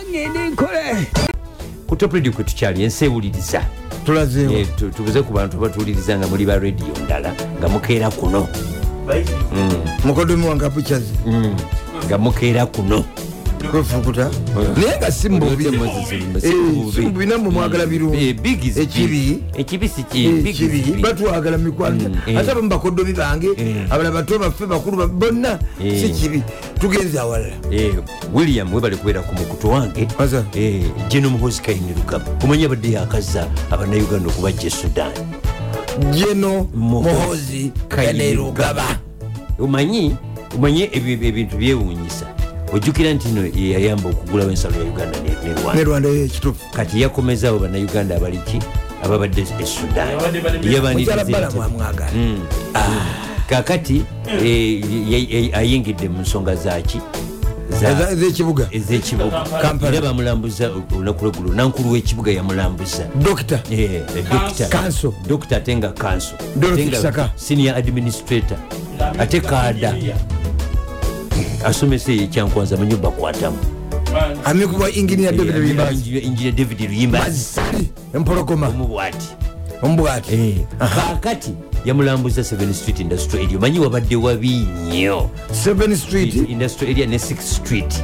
[SPEAKER 3] ngende nkole
[SPEAKER 1] ku top radio kwe tukyali ensi ewuliriza
[SPEAKER 2] tulazeewo
[SPEAKER 1] Eh, tu- tubuze ku bantu abatuwuliriza nga muli ba rediyo ndala nga mukeera kuno
[SPEAKER 5] bayitirivu
[SPEAKER 2] mukodomi wange apukyazi
[SPEAKER 1] nga mukeera kuno
[SPEAKER 2] kwefukuta naye nga si mububi simbubina mwemwagala
[SPEAKER 1] Eh,
[SPEAKER 2] birungi Ekibi. Eh,
[SPEAKER 1] ekibi ekibi si kibi
[SPEAKER 2] ekibi batwagala mikwanira
[SPEAKER 1] eh.
[SPEAKER 2] ate abamu bakodomi bange
[SPEAKER 1] Eh.
[SPEAKER 2] abala bato baffe bakulu ba- bonna
[SPEAKER 1] Eh.
[SPEAKER 2] si kibi tugenze awalala
[SPEAKER 1] Eh, william webale kubeera ku mukutu wange
[SPEAKER 2] Baza.
[SPEAKER 1] Eh, general muhoozi kaini lugaba omanyi abadde yakazza abannayuganda okubajja e sudan
[SPEAKER 2] jeno
[SPEAKER 1] Muhoozi
[SPEAKER 2] muhozi
[SPEAKER 1] Kainerugaba.
[SPEAKER 2] kanerugaba
[SPEAKER 1] omanyi omanyi ebyo- ebintu byewuunyisa ojjukira nti no yeyayamba okugulawo ensalo ya uganda ne- ne
[SPEAKER 2] ne
[SPEAKER 1] Rwanda.
[SPEAKER 2] rwanda yo ekitufu
[SPEAKER 1] kati yakomezaabo bannauganda abaliki ababadde e sudan
[SPEAKER 5] Ababadde bali-
[SPEAKER 2] mukyala
[SPEAKER 1] Yabaniriza
[SPEAKER 2] bala
[SPEAKER 1] ente-
[SPEAKER 2] mwamwagala
[SPEAKER 1] Mm. kakati
[SPEAKER 2] Hmm.
[SPEAKER 1] eh, ye- ye- ayingidde mu nsonga zaki Za-
[SPEAKER 2] Eza- ez'ekibuga
[SPEAKER 1] Eh. ez'ekibuga
[SPEAKER 2] Kampala.
[SPEAKER 1] era bamulambuza olunaku lweggulo nankulu w'ekibuga yamulambuza
[SPEAKER 2] dokita
[SPEAKER 1] Eh, eh, Dr.
[SPEAKER 2] Kanso.
[SPEAKER 1] Dr. ate nga kanso
[SPEAKER 2] Dorothy Kisaka.
[SPEAKER 1] senior administrator ate kaada asomesa eyo ekyankwanza manyi bakwatamu
[SPEAKER 2] amikubwa
[SPEAKER 1] Eh,
[SPEAKER 2] inginiya david bibazi
[SPEAKER 1] injinia david luyimbazi
[SPEAKER 2] bazali empologoma
[SPEAKER 1] omubwati
[SPEAKER 2] omubwati
[SPEAKER 1] Eh, kakati yamulambuza 7 street industry area manyi wabadde wabi nnyo
[SPEAKER 2] 7 street
[SPEAKER 1] industry area ne 6 street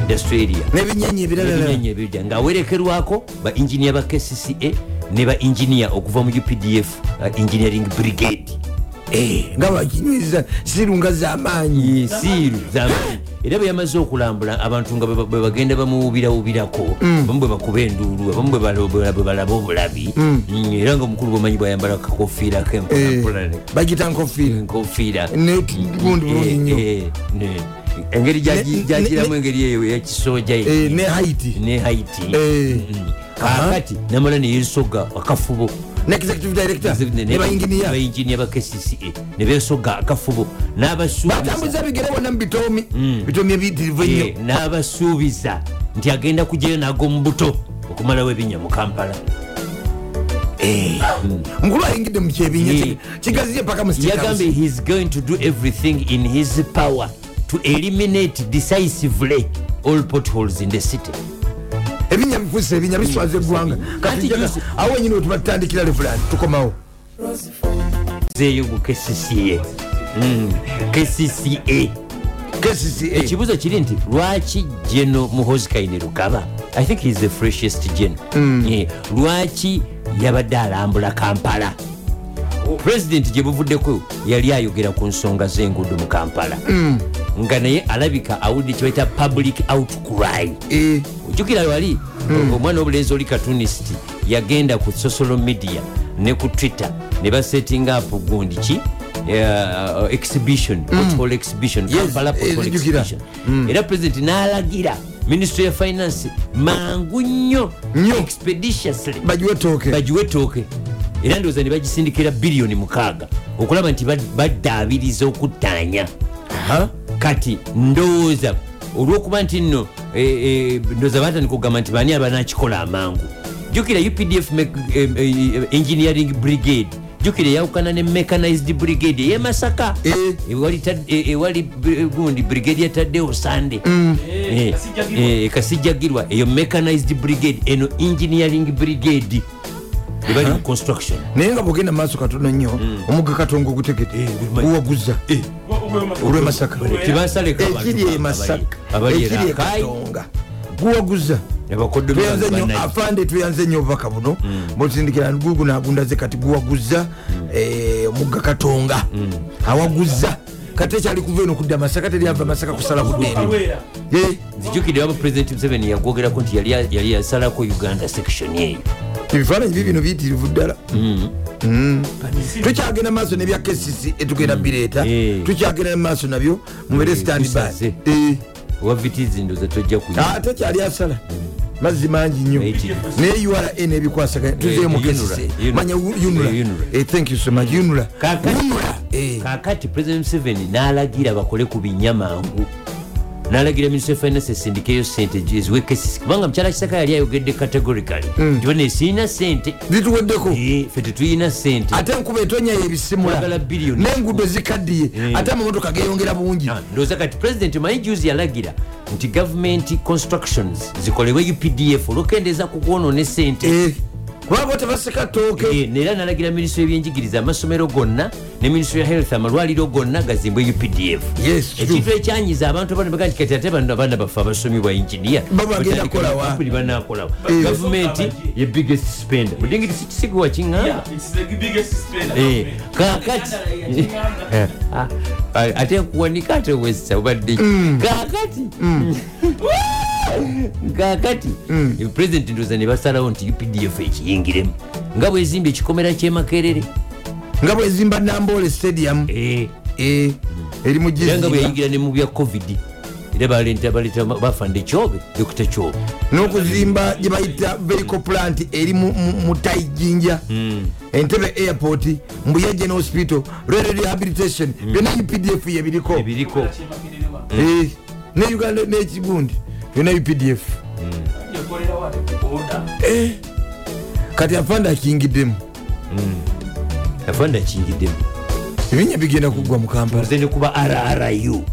[SPEAKER 1] industry area
[SPEAKER 2] n'ebinyenyi ebirala
[SPEAKER 1] ebinyenyi ebirya ng'awerekerwako ba engineer ba kcca ne ba engineer okuva mu updf uh, engineering brigade
[SPEAKER 2] nga bakinyweza sirunga z'amaanyi
[SPEAKER 1] siru zamaanyi era bwe yamaze okulambula abantu nga bwe- bwe bagenda bamuwubirawubirako
[SPEAKER 2] Mm.
[SPEAKER 1] abamu bwe bakuba enduulu abamu bwe balo- bwe bwe balaba obulabi Mm, era nga omukulu bwomanyi bwayambala kakofiira kemponampolane
[SPEAKER 2] Eh, bagita nkofiira
[SPEAKER 1] enkofiira
[SPEAKER 2] negundi bulungi
[SPEAKER 1] Eh,
[SPEAKER 2] nnyo
[SPEAKER 1] eh, ne- engeri gyagi-
[SPEAKER 2] Ne-
[SPEAKER 1] gyagiramu
[SPEAKER 2] ne-
[SPEAKER 1] engeri eyo eyakisooja
[SPEAKER 2] Eh,
[SPEAKER 1] eyo
[SPEAKER 2] ne haiti
[SPEAKER 1] ne haiti
[SPEAKER 2] Eh.
[SPEAKER 1] Mm. kakati namala neyesoga akafubo
[SPEAKER 2] ne executive director ne bayinginiya
[SPEAKER 1] bainginiya ba kcca nebesoga akafubo n'abasuubiza
[SPEAKER 2] batambuza bigere wonna mu bitoomi bitoomi ebiyitirivu
[SPEAKER 1] Eh,
[SPEAKER 2] ennyo
[SPEAKER 1] n'abasuubiza nti agenda kujjayo nago mu buto okumalawo ebinnya mu kampala
[SPEAKER 2] mukulu ayingidde mu kyebinya
[SPEAKER 1] Eh.
[SPEAKER 2] kigaziye paka mu state
[SPEAKER 1] yagambe
[SPEAKER 2] house
[SPEAKER 1] heis going to do everything in his power to eliminate decisively all potholes in the city
[SPEAKER 2] ebinya bifuuse ebinya biswaza eggwanga
[SPEAKER 1] Anti
[SPEAKER 2] kati njagala-
[SPEAKER 1] juzi-
[SPEAKER 2] awo wenyini wetubatandikira levulani tukomawo
[SPEAKER 1] zeeyo ku kcca Mm, kcca
[SPEAKER 2] kcca
[SPEAKER 1] ekibuuzo Eh, kiri nti lwaki jeno muhozikaine rukaba i think heis the freshest gen Eh, lwaki yabadde alambula kampala pulezidenti gye buvuddeko yali ayogera ku nsonga z'enguudo mu kampala nga naye alabika awulidde kyebayita public outcry
[SPEAKER 2] Eh,
[SPEAKER 1] ojjukira wali omwana obulenzi oli katunist yagenda ku social media ne ku twitter ne basetinga apo gundi ki eh, exhibition portfolio exhibition kampala portfolio
[SPEAKER 2] nzijukira.
[SPEAKER 1] exhibition era president n'alagira ministry ya finance mangu nnyo
[SPEAKER 2] Nnyo.
[SPEAKER 1] expeditiously
[SPEAKER 2] bagiwe tooke
[SPEAKER 1] bagiwe tooke era ndowooza ne bagisindikira biliyoni mukaaga okulaba nti ba- baddaabiriza okuttaanya kati ndowooza olwokuba nti nno eh, eh, ndowooza batandika okugamba nti baani abanakikola amangu jjukira updf me- eh, eh, engineering brigade jjukira eyawukana ne mechanized brigade eyemasaka
[SPEAKER 2] Eh.
[SPEAKER 1] ewali tad- eh, ewali bri- gundi brigade yataddewo sande
[SPEAKER 5] Eh,
[SPEAKER 1] Eh,
[SPEAKER 5] Kasijjagirwa.
[SPEAKER 1] eh, kasijjagirwa eyo mechanized brigade eno engineering brigade ebali mu construction
[SPEAKER 2] naye nga bwogenda maaso katono nnyo omugga katongo ogutegete
[SPEAKER 1] gumanyi.
[SPEAKER 2] guwaguza olwemasaka
[SPEAKER 1] tebasaleko abantu
[SPEAKER 2] ekiri
[SPEAKER 1] bamba
[SPEAKER 2] emasaka
[SPEAKER 1] abali- abali era
[SPEAKER 2] ekiri
[SPEAKER 1] akayi.
[SPEAKER 2] ekatonga guwaguza
[SPEAKER 1] abakoddomi
[SPEAKER 2] tuyanze
[SPEAKER 1] bange
[SPEAKER 2] nnyo
[SPEAKER 1] banaye.
[SPEAKER 2] afande tuyanze nnyo obubaka buno
[SPEAKER 1] Mm.
[SPEAKER 2] butindikira gugu nagundaze kati guwaguza eh, omugga katonga
[SPEAKER 1] Mm.
[SPEAKER 2] awaguza kati ekyali kuva eno kudda masaka teri ava masaka kusala kudda eno Eh,
[SPEAKER 1] nzijukidde waba president museveni yakwogerako nti yali- yali yasalako uganda section eyo
[SPEAKER 2] ebifaananyi bibino biyitirivu ddala Mm. tukyagenda maaso nebya kesisi etugenda bireeta
[SPEAKER 1] Eh.
[SPEAKER 2] E tukyagenda maaso nabyo mubere
[SPEAKER 1] Eh,
[SPEAKER 2] standby Eh.
[SPEAKER 1] tusaze. oba vitizi ndoza tojja kuyi-
[SPEAKER 2] ate kyali asala mazzi mangi nnyo
[SPEAKER 1] Eyitirivu.
[SPEAKER 2] ne urn ebikwasaganya tuzeemu
[SPEAKER 1] Eh,
[SPEAKER 2] kesisi
[SPEAKER 1] Unura, Unura.
[SPEAKER 2] manya u- Unura.
[SPEAKER 1] Eh, Unura.
[SPEAKER 2] Eh, thank you so much unula
[SPEAKER 1] Kaakati-
[SPEAKER 2] Eh.
[SPEAKER 1] kaakati president museveni n'alagira bakole ku binya mangu n'alagira ministry of finance esindikeyo sente eziwe kesisi kubanga mukyala kisaka yali ayogedde categorically nti bano esiina sente
[SPEAKER 2] zituweddeko
[SPEAKER 1] Eh, ffe tetulina sente
[SPEAKER 2] ate enkuba etonyayo ebisimula
[SPEAKER 1] Twagala billioni.
[SPEAKER 2] n'enguudo zikaddiye
[SPEAKER 1] Eh.
[SPEAKER 2] ate amamotoka geyongera bungi
[SPEAKER 1] Ah, ndowooza kati president manyi juzi yalagira nti gavumenti constructions zikolebwe updf olwokendeeza ku kwonona esente
[SPEAKER 2] Eh, kubanga tebaseka tooke
[SPEAKER 1] Eh, era nalagira minisitule ebyenjigiriza amasomero gonna ne minisitule ya health amalwaliro gonna gazimbwe updf
[SPEAKER 2] Yes, true.
[SPEAKER 1] ekintu ekyanyiza abantu banebagakikati ate bano abaana baffe abasomi bwa injiniya
[SPEAKER 2] Baba bagenda kukola wa?
[SPEAKER 1] banakolawa
[SPEAKER 2] Eh.
[SPEAKER 1] gavumenti ye biggest spender mudingiri sikisiguwa kiŋamba kakati
[SPEAKER 2] Eh,
[SPEAKER 1] Ah, ate nkuwanika ate wesa obadde kakati kakati pulezidenti ndoza ne basalawo nti updf ekiyingiremu nga bwezimba ekikomera kyemakerere
[SPEAKER 2] nga bwezimba nambole stadium
[SPEAKER 1] Eh,
[SPEAKER 2] Eh, eri mu
[SPEAKER 1] era nga
[SPEAKER 2] gizinga
[SPEAKER 1] bweyayingira ne mu bya covid era baleta baleta bafande kyobe dokita kyobe
[SPEAKER 2] n'okuzimba gye bayita vehicle plant eri mu- mu mu taijinja entebe airport mbuye gen hospital rail rehabilitation byonna updf yebiriko
[SPEAKER 1] ebiriko
[SPEAKER 2] Eh, ne uganda n'ekigundi byonna updf Eh, kati afanda akiyingiddemu
[SPEAKER 1] afanda kingiddemu
[SPEAKER 2] ebinya bigenda kuggwa mu kampala
[SPEAKER 1] nze nekuba rru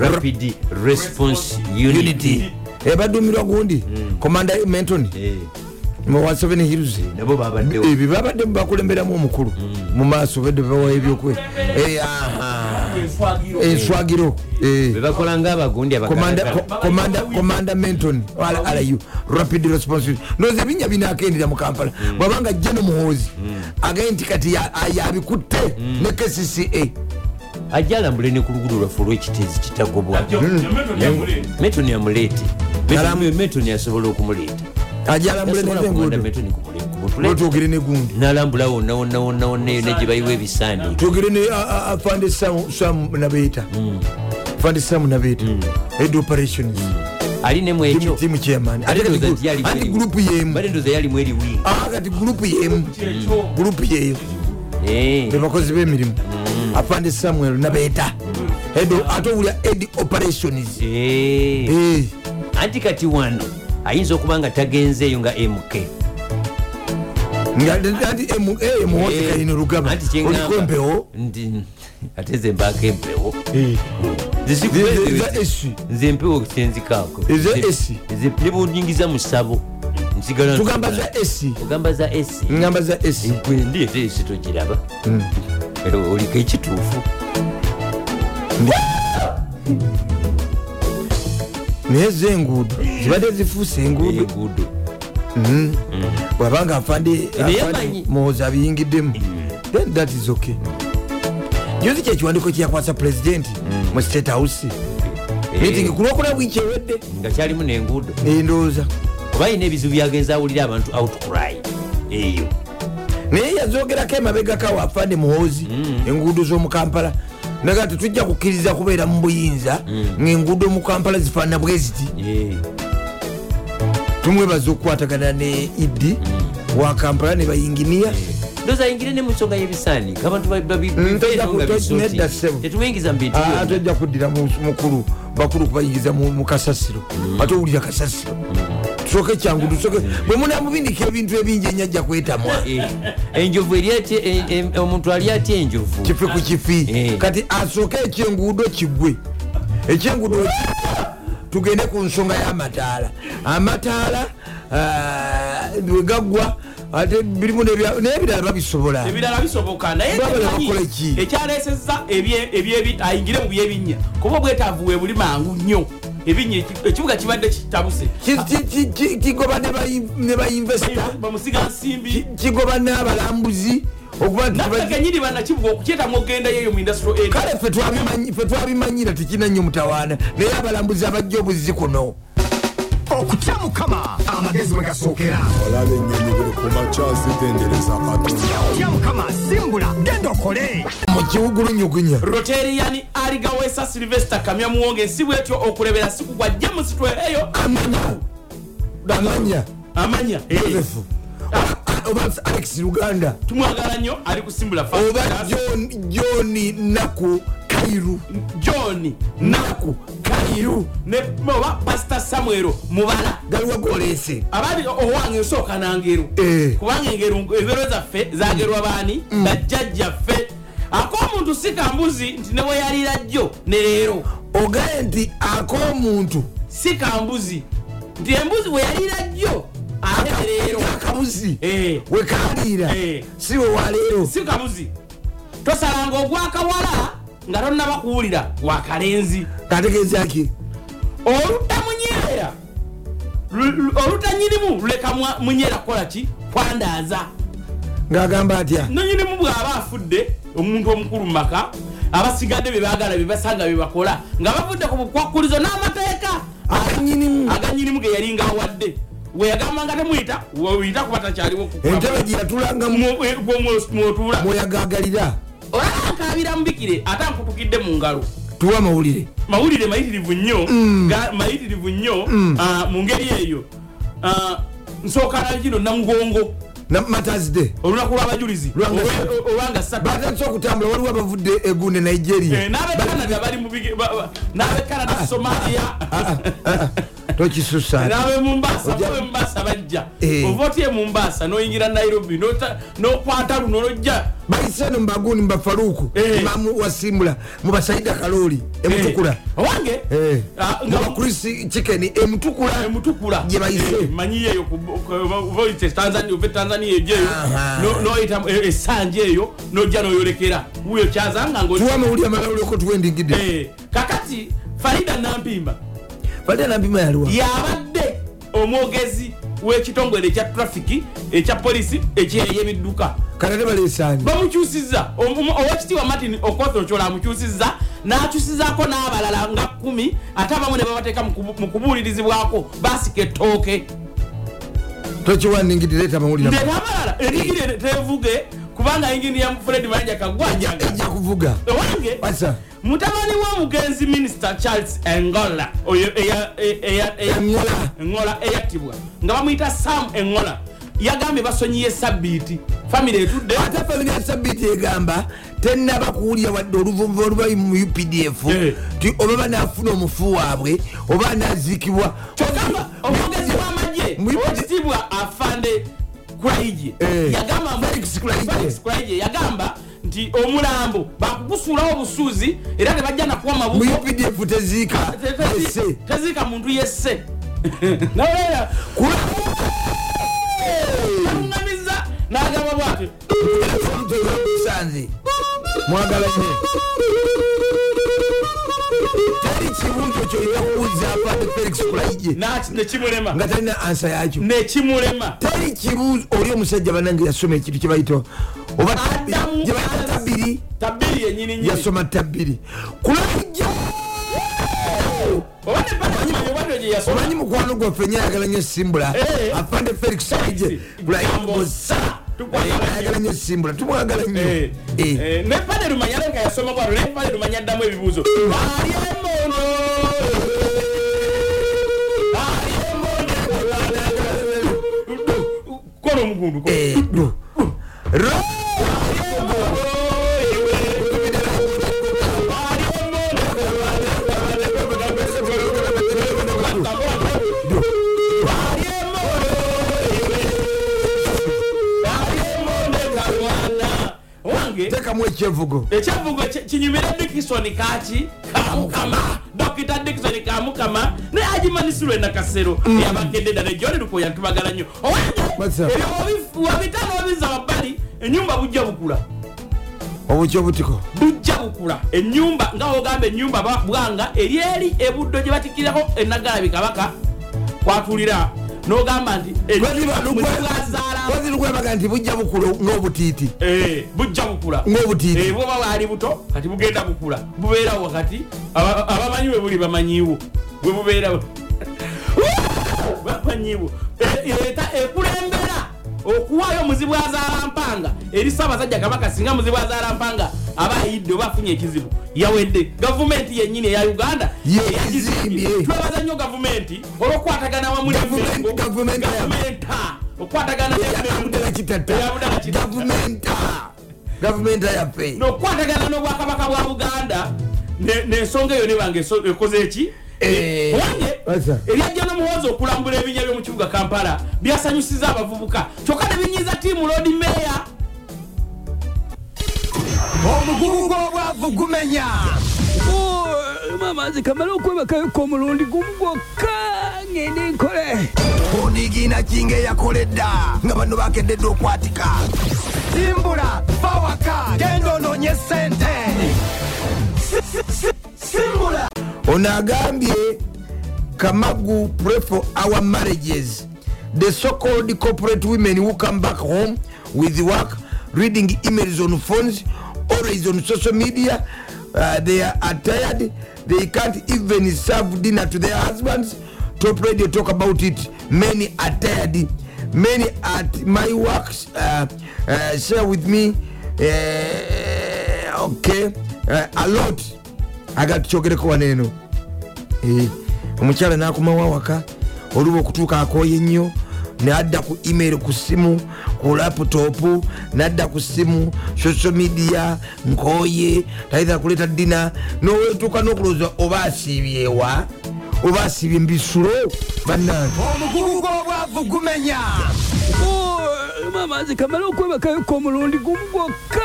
[SPEAKER 1] rapid response unity
[SPEAKER 2] unity ebadumirwa Eh, gundi komanda mentoni
[SPEAKER 1] Eh,
[SPEAKER 2] muwa seven hills
[SPEAKER 1] nabo babaddewo
[SPEAKER 2] ebyo babadde bakulemberamu omukulu mu maaso bedde bawayo ebyokwe Eh, aha.
[SPEAKER 5] Hmm.
[SPEAKER 2] enswagiro eh.
[SPEAKER 1] bebakola ngaabagundi
[SPEAKER 2] Komanda- ko- komanda komanda menton ryu rapid response Unit. ndowooza ebinya binakendera mu kampala bwabanga jeno muhoozi agaye nti kati ya- a- yabikutte ne kcca
[SPEAKER 1] ajja alambule ne ku luguudo lwaffe olwekitezi kitagobwa metoni amuleete
[SPEAKER 2] Alam-
[SPEAKER 1] Metoni- metoni asobola okumuleeta
[SPEAKER 2] ajalamule
[SPEAKER 1] Tasobola kuwanda
[SPEAKER 2] nenguudo
[SPEAKER 1] metoni kumule- kumutuleta.
[SPEAKER 2] lwetwogere negundi
[SPEAKER 1] n'alambula wonna wonna wonna wonna yonna gye bayiwa ebisandiiko
[SPEAKER 2] twogere ne fande samu nabeeta fande samu nabeeta ed operations
[SPEAKER 1] ali nemu ekyo
[SPEAKER 2] timu chairman
[SPEAKER 1] Ate ndowooza nti yali
[SPEAKER 2] anti
[SPEAKER 1] mu-
[SPEAKER 2] gurupu yemu
[SPEAKER 1] bali ndoza yalimu eriwingi
[SPEAKER 2] Ah, kati gurupu yemu gurupu yeyo bebakozi bemirimu
[SPEAKER 1] Mm.
[SPEAKER 2] afande samuel nabeeta Ed- ate owulira ed operations Eh,
[SPEAKER 1] anti kati wano ayinza okuba nga tagenzeeyo nga mk
[SPEAKER 2] nga anti emu- eh, emuwozi kayino lugaba
[SPEAKER 1] Anti kye ngamba,
[SPEAKER 2] oliko empewo
[SPEAKER 1] nti ate nze mbaako empewo Nze
[SPEAKER 2] Nze-
[SPEAKER 1] sikuwezewe-
[SPEAKER 2] nze esi
[SPEAKER 1] nze empewo senzikaako
[SPEAKER 2] Eza esi.
[SPEAKER 1] nebonyingiza mu ssabo nsigala
[SPEAKER 2] tugamba za esi
[SPEAKER 1] ogamba za esi
[SPEAKER 2] ngamba za
[SPEAKER 1] Eh.
[SPEAKER 2] esi
[SPEAKER 1] gwendi ete esi togiraba
[SPEAKER 2] Mm.
[SPEAKER 1] Era oliko ekituufu
[SPEAKER 2] naye zenguudo
[SPEAKER 1] Eh.
[SPEAKER 2] zibadde zifuuse enguudo
[SPEAKER 1] enguudo
[SPEAKER 2] bwabanga afande
[SPEAKER 1] Eh, Naye Eh.
[SPEAKER 2] afande
[SPEAKER 1] amanyi.
[SPEAKER 2] muhoozi abiyingiddemu then that is okay jozi kyekiwandiko kyeyakwasa pulezidenti mu state house
[SPEAKER 1] Eh.
[SPEAKER 2] meeting ku lwokuna wiiki ewedde
[SPEAKER 1] nga kyalimu n'enguudo
[SPEAKER 2] endowooza
[SPEAKER 1] oba alina ebizibu byagenza awulire abantu outcry eyo
[SPEAKER 2] naye yazogerako emabegako awafande muhoozi enguudo z'omukampala naga tetujja kukkiriza kubeera mu buyinza ngaenguudo mu kampala zifaanana bwe ziti
[SPEAKER 1] Eh,
[SPEAKER 2] tumwebaza okukwatagana ne iddi wa kampala ne bayinginiya
[SPEAKER 1] ndooza ayingire ne mu nsonga y'ebisaaniiko abantu ba- ba-
[SPEAKER 2] tojja Mm, ku-
[SPEAKER 1] bibeeronga
[SPEAKER 2] to-
[SPEAKER 1] bisooti.
[SPEAKER 2] nedda ssebo.
[SPEAKER 1] tetumuyingiza mu bintu
[SPEAKER 2] Ah,
[SPEAKER 1] byonna.
[SPEAKER 2] tojja kuddira mu- mukulu bakulu kubayingiza mu mu kasasiro ate owulira kasasiro tusooke kyangu tusooke bwe munamubindika ebintu ebingi enyo ajja kwetamwa
[SPEAKER 1] Eh, enjovu eri atya- eh, eh, omuntu ali atya enjovu
[SPEAKER 2] kifi ku kifi
[SPEAKER 1] Eh.
[SPEAKER 2] kati asooke ekyenguudo kigwe ekyenguudo bwe kigwa, tugende ku nsonga y'amataala amataala ah, bwe gaggwa ate birimu n'ebya- n'ebirala babisobola
[SPEAKER 5] ebirala bisoboka naye
[SPEAKER 2] Baba
[SPEAKER 5] temanyi
[SPEAKER 2] bakola ki?
[SPEAKER 5] ekyalesezza ebye- ebyebi- ayingire mu byebinnya kuba obwetaavu we buli mangu nnyo ebinnya eki- ekibuga kibadde kitabuse
[SPEAKER 2] Ki- ki- ki- ki- kigoba ne bayi- ne bayinvesita
[SPEAKER 5] bamusiga nsimbi
[SPEAKER 2] kigoba n'abalambuzi okuba nti
[SPEAKER 5] naffe
[SPEAKER 2] tebazi-
[SPEAKER 5] kenyini bannakibuga okukyetamu ogendayo eyo mu industrial area.
[SPEAKER 2] kale ffe twabimanyi- ffe twabimanyira tekina nnyo mutawaana naye abalambuzi abajja obuzizi kuno
[SPEAKER 4] okutya mukama amagezi we gasookera
[SPEAKER 6] olaba ennyonyi buli kumakya zitendereza katonda
[SPEAKER 4] otya mukama simbula genda okole
[SPEAKER 2] mu kiwugulunyugunya
[SPEAKER 5] roterian arigawesa silvester kamya muwonge si bwetyo okulebera sikugwa jja mu sitwe eyo
[SPEAKER 2] amanya amanya
[SPEAKER 5] amanya eh,
[SPEAKER 2] Yosefu. oba alex luganda
[SPEAKER 5] tumwagala nnyo ali kusimbula fa-
[SPEAKER 2] oba John- johni naku kairu
[SPEAKER 5] john
[SPEAKER 2] naku kairu
[SPEAKER 5] ne oba pasita samwero mubala
[SPEAKER 2] galiwa golese
[SPEAKER 5] abali owange nsooka nangeru
[SPEAKER 2] Eh. Mm.
[SPEAKER 5] kubanga engero engero zaffe zagerwa baani bajjajjaffe ak'omuntu si kambuzi nti ne bwe yalira jjo ne leero
[SPEAKER 2] ogaye nti ak'omuntu
[SPEAKER 5] si kambuzi nti embuzi bwe yalira jjo ate ne leero
[SPEAKER 2] akabuzi
[SPEAKER 5] Eh.
[SPEAKER 2] wekaliira
[SPEAKER 5] Eh.
[SPEAKER 2] si wewaleero
[SPEAKER 5] si kabuzi tosalanga ogwakawala nga tonnaba kuwulira wakalenzi
[SPEAKER 2] kategeezaki
[SPEAKER 5] oludda munyeera lu- lu- olutanyirimu luleka mwa- munyeera kukola ki kwandaaza
[SPEAKER 2] ng'agamba atya
[SPEAKER 5] nanyinimu bw'aba afudde omuntu omukulu mu maka abasigadde bye baagala bye basanga bye bakola nga bavudde ku bukwakkulizo n'amateeka
[SPEAKER 2] akanyinimu
[SPEAKER 5] aganyinimu ge yali nga awadde weyagamba nga temuyita weyita kuba takyaliwo ku-
[SPEAKER 2] entebe gye yatulanga mu-
[SPEAKER 5] Mwe- mwe- mwe- mwotuula
[SPEAKER 2] mweyagaagalira
[SPEAKER 5] olaba akaabira mubikire ate ankutukidde mu ngalo
[SPEAKER 2] tuwa amawulire
[SPEAKER 5] mawulire mayitirivu nnyo ga- mayitirivu nnyo ah, mu ngeri eyo Ah, nsooka nakino namugongo
[SPEAKER 2] namatazde
[SPEAKER 5] olunaku lw'abajulizi
[SPEAKER 2] Lwanga-
[SPEAKER 5] Olwe- olwanga satu
[SPEAKER 2] batandise okutambula waliwo abavudde egunde nigeria
[SPEAKER 5] Eh, n'abe canada bali mu bige- ba- ba- n'abe canada somalia Eh.
[SPEAKER 2] tokisusa
[SPEAKER 5] n'abe mumbasa
[SPEAKER 2] Ojja-
[SPEAKER 5] babe mumbasa bajja
[SPEAKER 2] Eh.
[SPEAKER 5] ova otye mumbasa n'oyingira nairobi n'ota- n'okwata luno n'ojja
[SPEAKER 2] bayiseno mubagundi mubafaluuku
[SPEAKER 5] Eh.
[SPEAKER 2] mamu wasimbula mubasaida kalooli e emutukula
[SPEAKER 5] Eh, owange
[SPEAKER 2] Eh.
[SPEAKER 5] Ah, nga- Eh,
[SPEAKER 2] mubakrisi chicken e emutukula
[SPEAKER 5] emutukula
[SPEAKER 2] Gye bayise.
[SPEAKER 5] manyi eyo ovaoyita tanzania ova tanzania ejeyo
[SPEAKER 2] Aha.
[SPEAKER 5] noyita essanji eyo nojja noyolekera wuyo kyazanga ngo
[SPEAKER 2] tuwa amawuli amalawuleko tuwendingidde
[SPEAKER 5] Eh, kakati farida nampimba
[SPEAKER 2] bate nampima yaliwa
[SPEAKER 5] yabadde omwogezi w'ekitongole ekya trafiki ekya polisi ekyeyebidduka
[SPEAKER 2] kanate baleesanye
[SPEAKER 5] bamukyusizza owekitiibwa martin okothokyola amukyusizza n'akyusizaako n'abalala nga kumi ate abamu ne babateeka mu kubu- mu kubuulirizibwako basika ettooke
[SPEAKER 2] tokiwandingidde leeta amawulire
[SPEAKER 5] ndeeta abalala erigire tevuge kubanga engini ya fred mayanja kagwajaga
[SPEAKER 2] ejja kuvuga
[SPEAKER 5] owange
[SPEAKER 2] Wasa.
[SPEAKER 5] mutabani w'omugenzi minisita charles engola oyo eya- e- eya- eya-
[SPEAKER 2] Engola.
[SPEAKER 5] engola eyattibwa nga bamuyita sam engola yagambye basonyiye sabbiiti famire etudde
[SPEAKER 2] ate famire ya sabbiiti egamba tenaba kuwulira wadde oluvuva oluba mu updf
[SPEAKER 5] Eh.
[SPEAKER 2] ti oba banaafuna omufu waabwe oba anaziikibwa
[SPEAKER 5] kyokka omwogezi w'amagye
[SPEAKER 2] Mu-
[SPEAKER 5] owekitiibwa afande kulaije
[SPEAKER 2] Eh.
[SPEAKER 5] yagamba mbu-
[SPEAKER 2] Felix Kulaije.
[SPEAKER 5] Felix kulaije yagamba nti omulambo bakugusuulawo obusuuzi era tebajja nakuwa
[SPEAKER 2] mu
[SPEAKER 5] mabugo
[SPEAKER 2] updf teziika
[SPEAKER 5] Te- te-
[SPEAKER 2] ese
[SPEAKER 5] teziika muntu yesse nolera namuŋamiza n'agamba bwatyo
[SPEAKER 2] sanze mwagala nyo teri kibuuzo kyoyakuwuliza afande felix kulaije
[SPEAKER 5] N'aki- nekimulema
[SPEAKER 2] nga talina ansa yakyo
[SPEAKER 5] nekimulema
[SPEAKER 2] teri kibuuzo oli omusajja banange yasoma ekintu kyebayita oba
[SPEAKER 5] Adamu
[SPEAKER 2] gyebayita tabiri
[SPEAKER 5] tabiri yenyini nyini
[SPEAKER 2] yasoma tabiri kulaija
[SPEAKER 5] oba nebanyobanyo gye yasoma
[SPEAKER 2] omanyi mukwano gwaffe nye ayagala nyo simbula
[SPEAKER 5] Eh.
[SPEAKER 2] afande felix kulaije
[SPEAKER 5] Jambo
[SPEAKER 2] kulaije
[SPEAKER 5] sa
[SPEAKER 2] ayagala nyo simbula tumwagala nnyo
[SPEAKER 5] Eh,
[SPEAKER 2] Eh.
[SPEAKER 5] eh, ne paderi manya alabika yasoma bwalo naye paderi manya addamu ebibuuzo ali emono ali emono kola omugundu kola.
[SPEAKER 2] Eh, du. Ro-
[SPEAKER 5] wange
[SPEAKER 2] teekamu ekyevugo
[SPEAKER 5] ekyavugo ki- kinyumira dikisoni kaki kamukama dokita dikisoni kamukama ne agimanisirwe nakasero yabakedde ddala ejoli lukoya ntubagala nnyo
[SPEAKER 2] Mm.
[SPEAKER 5] e
[SPEAKER 2] What's up?
[SPEAKER 5] wabitanobiza wabbali enyumba e bujja bukula
[SPEAKER 2] obukya obutiko
[SPEAKER 5] bujja bukula enyumba nga wogamba enyumba ba- bwanga eryeri ebuddo gye batikirako enagalabi kabaka kwatulira nogamba nti mwetugazaala
[SPEAKER 2] lugwebaga nti bujja bukula ng'obutiiti
[SPEAKER 5] Eh, bujja bukula
[SPEAKER 2] ng'obutiiti
[SPEAKER 5] Eh, bwoba bwali buto kati bugenda bukula bubeerawo wakati aba- abamanyi we buli bamanyiwo bwe bubeerawo bamanyiwo eta E, ekulembera okuwaayo omuzibwazaalampanga eri ssaabasajja kabaka singa muzibwazaalampanga aba ayidde oba afunye ekizibu yawedde gavumenti yennyini eya uganda
[SPEAKER 2] Ye-
[SPEAKER 5] eyagizimbye.
[SPEAKER 2] ezimbye.
[SPEAKER 5] twebaza nnyo gavumenti olwokukwatagana wamu ne
[SPEAKER 2] Gavumenti-
[SPEAKER 5] Mengo.
[SPEAKER 2] gavumenti ya-
[SPEAKER 5] Gavumenta. okukwatagana ne Mengo. Eya Budala
[SPEAKER 2] abudalakitata
[SPEAKER 5] Kitata.
[SPEAKER 2] gavumenta gavumenta yaffe
[SPEAKER 5] nokukwatagana n'obwakabaka bwa buganda ne- n'ensonga eyo nebanga ekoze eki
[SPEAKER 2] Eh,
[SPEAKER 5] owange
[SPEAKER 2] what's up?
[SPEAKER 5] eryajja n'omuwoozi okulambula ebinya by'omu kibuga kampala byasanyusiza abavubuka kyokka ne binyiza tiimu lodi meya
[SPEAKER 4] omugugu gw'obwavu gumenya
[SPEAKER 3] mama nze kamala okwebakayoko omulundi gumu gwokka ngende nkole
[SPEAKER 4] onigiina kinga eyakoledda nga bano bakededde okwatika simbula fawaka genda onoonye sente simbula
[SPEAKER 2] ono agambye kamagu pray for our marriages the so-called corporate women who come back home with work reading emails on phones always on social media uh, they are tired they can't even serve dinner to their husbands top radio talk about it many are tired many at my works uh, uh, share with me uh, okay uh, a lot agatucyogereko wano eno Eh, omukyala nakomawo awaka oluba okutuuka akooye ennyo nadda ku email ku simu ku laputopu nadda ku simu social media nkooye tayinza kuleeta dina nowetuuka n'okulowooza oba asiibyewa oba asiibye mubisulo bannange
[SPEAKER 4] omugugu gw'obwavu gumenya
[SPEAKER 3] mama Oh, nze kamala okwebakayoko omulundi gumu gwokka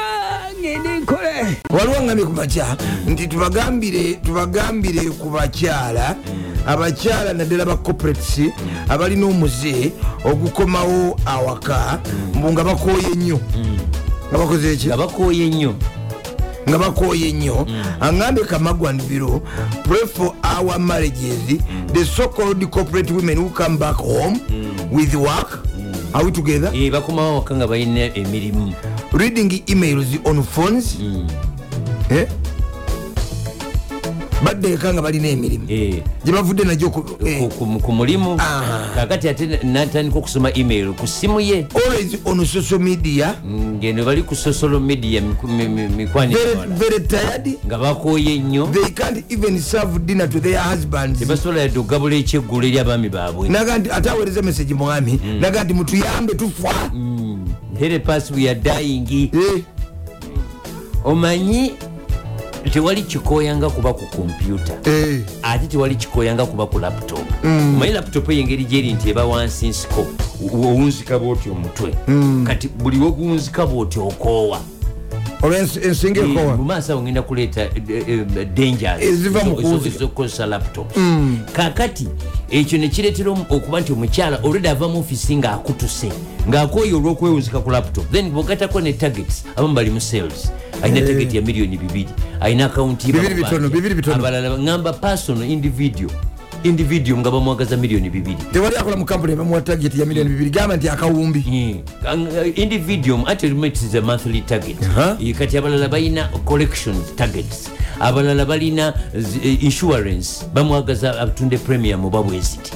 [SPEAKER 3] ngende nkole
[SPEAKER 2] waliwo ngambye ku bakya nti tubagambire tubagambire ku bakyala abakyala naddala ba corporates abalina omuze ogukomawo awaka mbu nga bakooye nnyo nga bakoze eki
[SPEAKER 1] nga bakooye nnyo
[SPEAKER 2] nga bakooye nnyo aŋambye kamagwanbiro pray for our marriages the so-called corporate women who come back home with work are we together
[SPEAKER 1] Eh, bakomawo waka nga balina emirimu
[SPEAKER 2] reading emails on phones
[SPEAKER 1] Mm.
[SPEAKER 2] Eh? badda eka nga balina emirimu
[SPEAKER 1] Eh,
[SPEAKER 2] gyebavudde najjo ku- eh,
[SPEAKER 1] ku- ku- ku mulimu
[SPEAKER 2] Ah.
[SPEAKER 1] kakati ate natandika okusoma email ku simu ye
[SPEAKER 2] always on social media
[SPEAKER 1] ngeno bali ku social media miku- mi- mi-
[SPEAKER 2] very,
[SPEAKER 1] mikwaniro
[SPEAKER 2] very tired
[SPEAKER 1] nga bakooye nnyo
[SPEAKER 2] they can't even serve dinner to their husbands
[SPEAKER 1] tebasobola yadde okugabula ekyeggulo eri abaami baabwe
[SPEAKER 2] naga nti ate aweereza message mwami
[SPEAKER 1] Mm.
[SPEAKER 2] naga nti mutuyambe tufa
[SPEAKER 1] here pass we are dying
[SPEAKER 2] Eh,
[SPEAKER 1] omanyi tewali kikooyanga kuba ku kompyuta
[SPEAKER 2] eh,
[SPEAKER 1] ate tewali kikooyanga kuba ku laputopu omanyi laputopu eyo engeri gyeri nti eba wansi nsiko owunzika bwoti omutwe kati buli wogunzika bwoti okoowa
[SPEAKER 2] olwensi- ensinga
[SPEAKER 1] Mm.
[SPEAKER 2] ekowa
[SPEAKER 1] mumaaso awo ngenda kuleeta eh, eh, dangers
[SPEAKER 2] Eziva mu
[SPEAKER 1] ezo-
[SPEAKER 2] kuwuzika.
[SPEAKER 1] ezo- ezokukozesa laptop kakati ekyo nekireetera omu- okuba nti omukyala olredi ava mu ofisi ng'akutuse ng'akooye olw'okwewunzika ku laptop then bogatako ne targets abamu bali mu sales alina target ya miliyoni bibiri alina akawunti
[SPEAKER 2] Bibiri bitono, bibiri bitono.
[SPEAKER 1] ngamba personal individual individual nga bamwagaza miliyoni bibiri
[SPEAKER 2] tewali akola mu kampuni ebamuwa target ya miliyoni bibiri gamba nti akawumbi
[SPEAKER 1] Mm. Ang- uh, individuum ate remote is a monthly target
[SPEAKER 2] Aha.
[SPEAKER 1] Eh, kati abalala balina collection targets abalala balina zi- eh, insurance bamwagaza atunde premium oba bweziti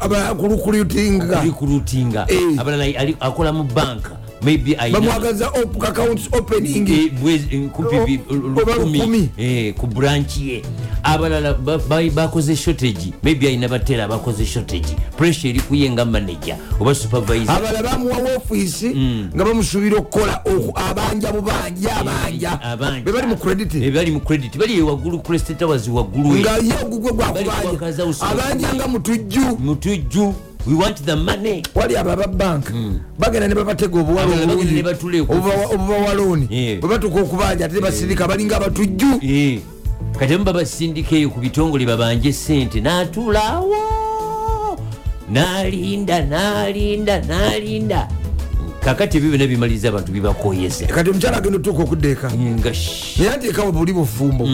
[SPEAKER 2] abalakulukuliutinga
[SPEAKER 1] rikurutinga
[SPEAKER 2] Eh.
[SPEAKER 1] abalala ali- akola mu banka maybe ayina-
[SPEAKER 2] bamwagaza op- accounts opening
[SPEAKER 1] Eh, bwe- eh,
[SPEAKER 2] Oh,
[SPEAKER 1] nkupi bi-
[SPEAKER 2] Oba
[SPEAKER 1] lukumi,
[SPEAKER 2] lukumi.
[SPEAKER 1] eh, ku branchi ye abalala ba- ba- bakoze shortage maybe alina batera abakoze shortage pressure eri kuye nga manager oba supervisor
[SPEAKER 2] abala bamuwamu ofiisi
[SPEAKER 1] Mm.
[SPEAKER 2] nga bamusuubira okukola oku- abanja bubanja abanja
[SPEAKER 1] Eh, abanja.
[SPEAKER 2] be bali mu
[SPEAKER 1] Eh,
[SPEAKER 2] credit
[SPEAKER 1] bali mu credit bali ye waggulu crest towers waggulu ye.
[SPEAKER 2] nga ye ogugwe
[SPEAKER 1] Bali kwakaza
[SPEAKER 2] gwakubanja
[SPEAKER 1] usiku.
[SPEAKER 2] abanja nga mutujju
[SPEAKER 1] mutujju we want the money
[SPEAKER 2] wali abo ababanka bagenda ne babatega obuwala
[SPEAKER 1] Mm. Abala bagenda ne
[SPEAKER 2] obungi
[SPEAKER 1] batuleeko.
[SPEAKER 2] obubawa- obubawalooni
[SPEAKER 1] Yeah.
[SPEAKER 2] bwe batuka okubanja ate ne basirika balinga abatujju
[SPEAKER 1] Eh, kati emu babasindika eyo ku bitongole babanje sente n'atulaawo n'alinda n'alinda n'alinda kakati ebyo byona bimaliza abantu bibakoyeza
[SPEAKER 2] kati omukyala agenda otuuka okuddeeka
[SPEAKER 1] nga sh-
[SPEAKER 2] naye ateekawo buli bufumbo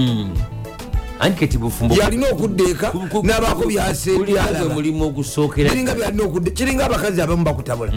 [SPEAKER 1] anti kati bufumbo
[SPEAKER 2] yalina okuddeeka
[SPEAKER 1] Mm. ku- ku-
[SPEAKER 2] n'abaako
[SPEAKER 1] kulinga gwe
[SPEAKER 2] byasebyalaba
[SPEAKER 1] mulimu ogusookera
[SPEAKER 2] kiringa byalina okudde kiringa abakazi abamu bakutabula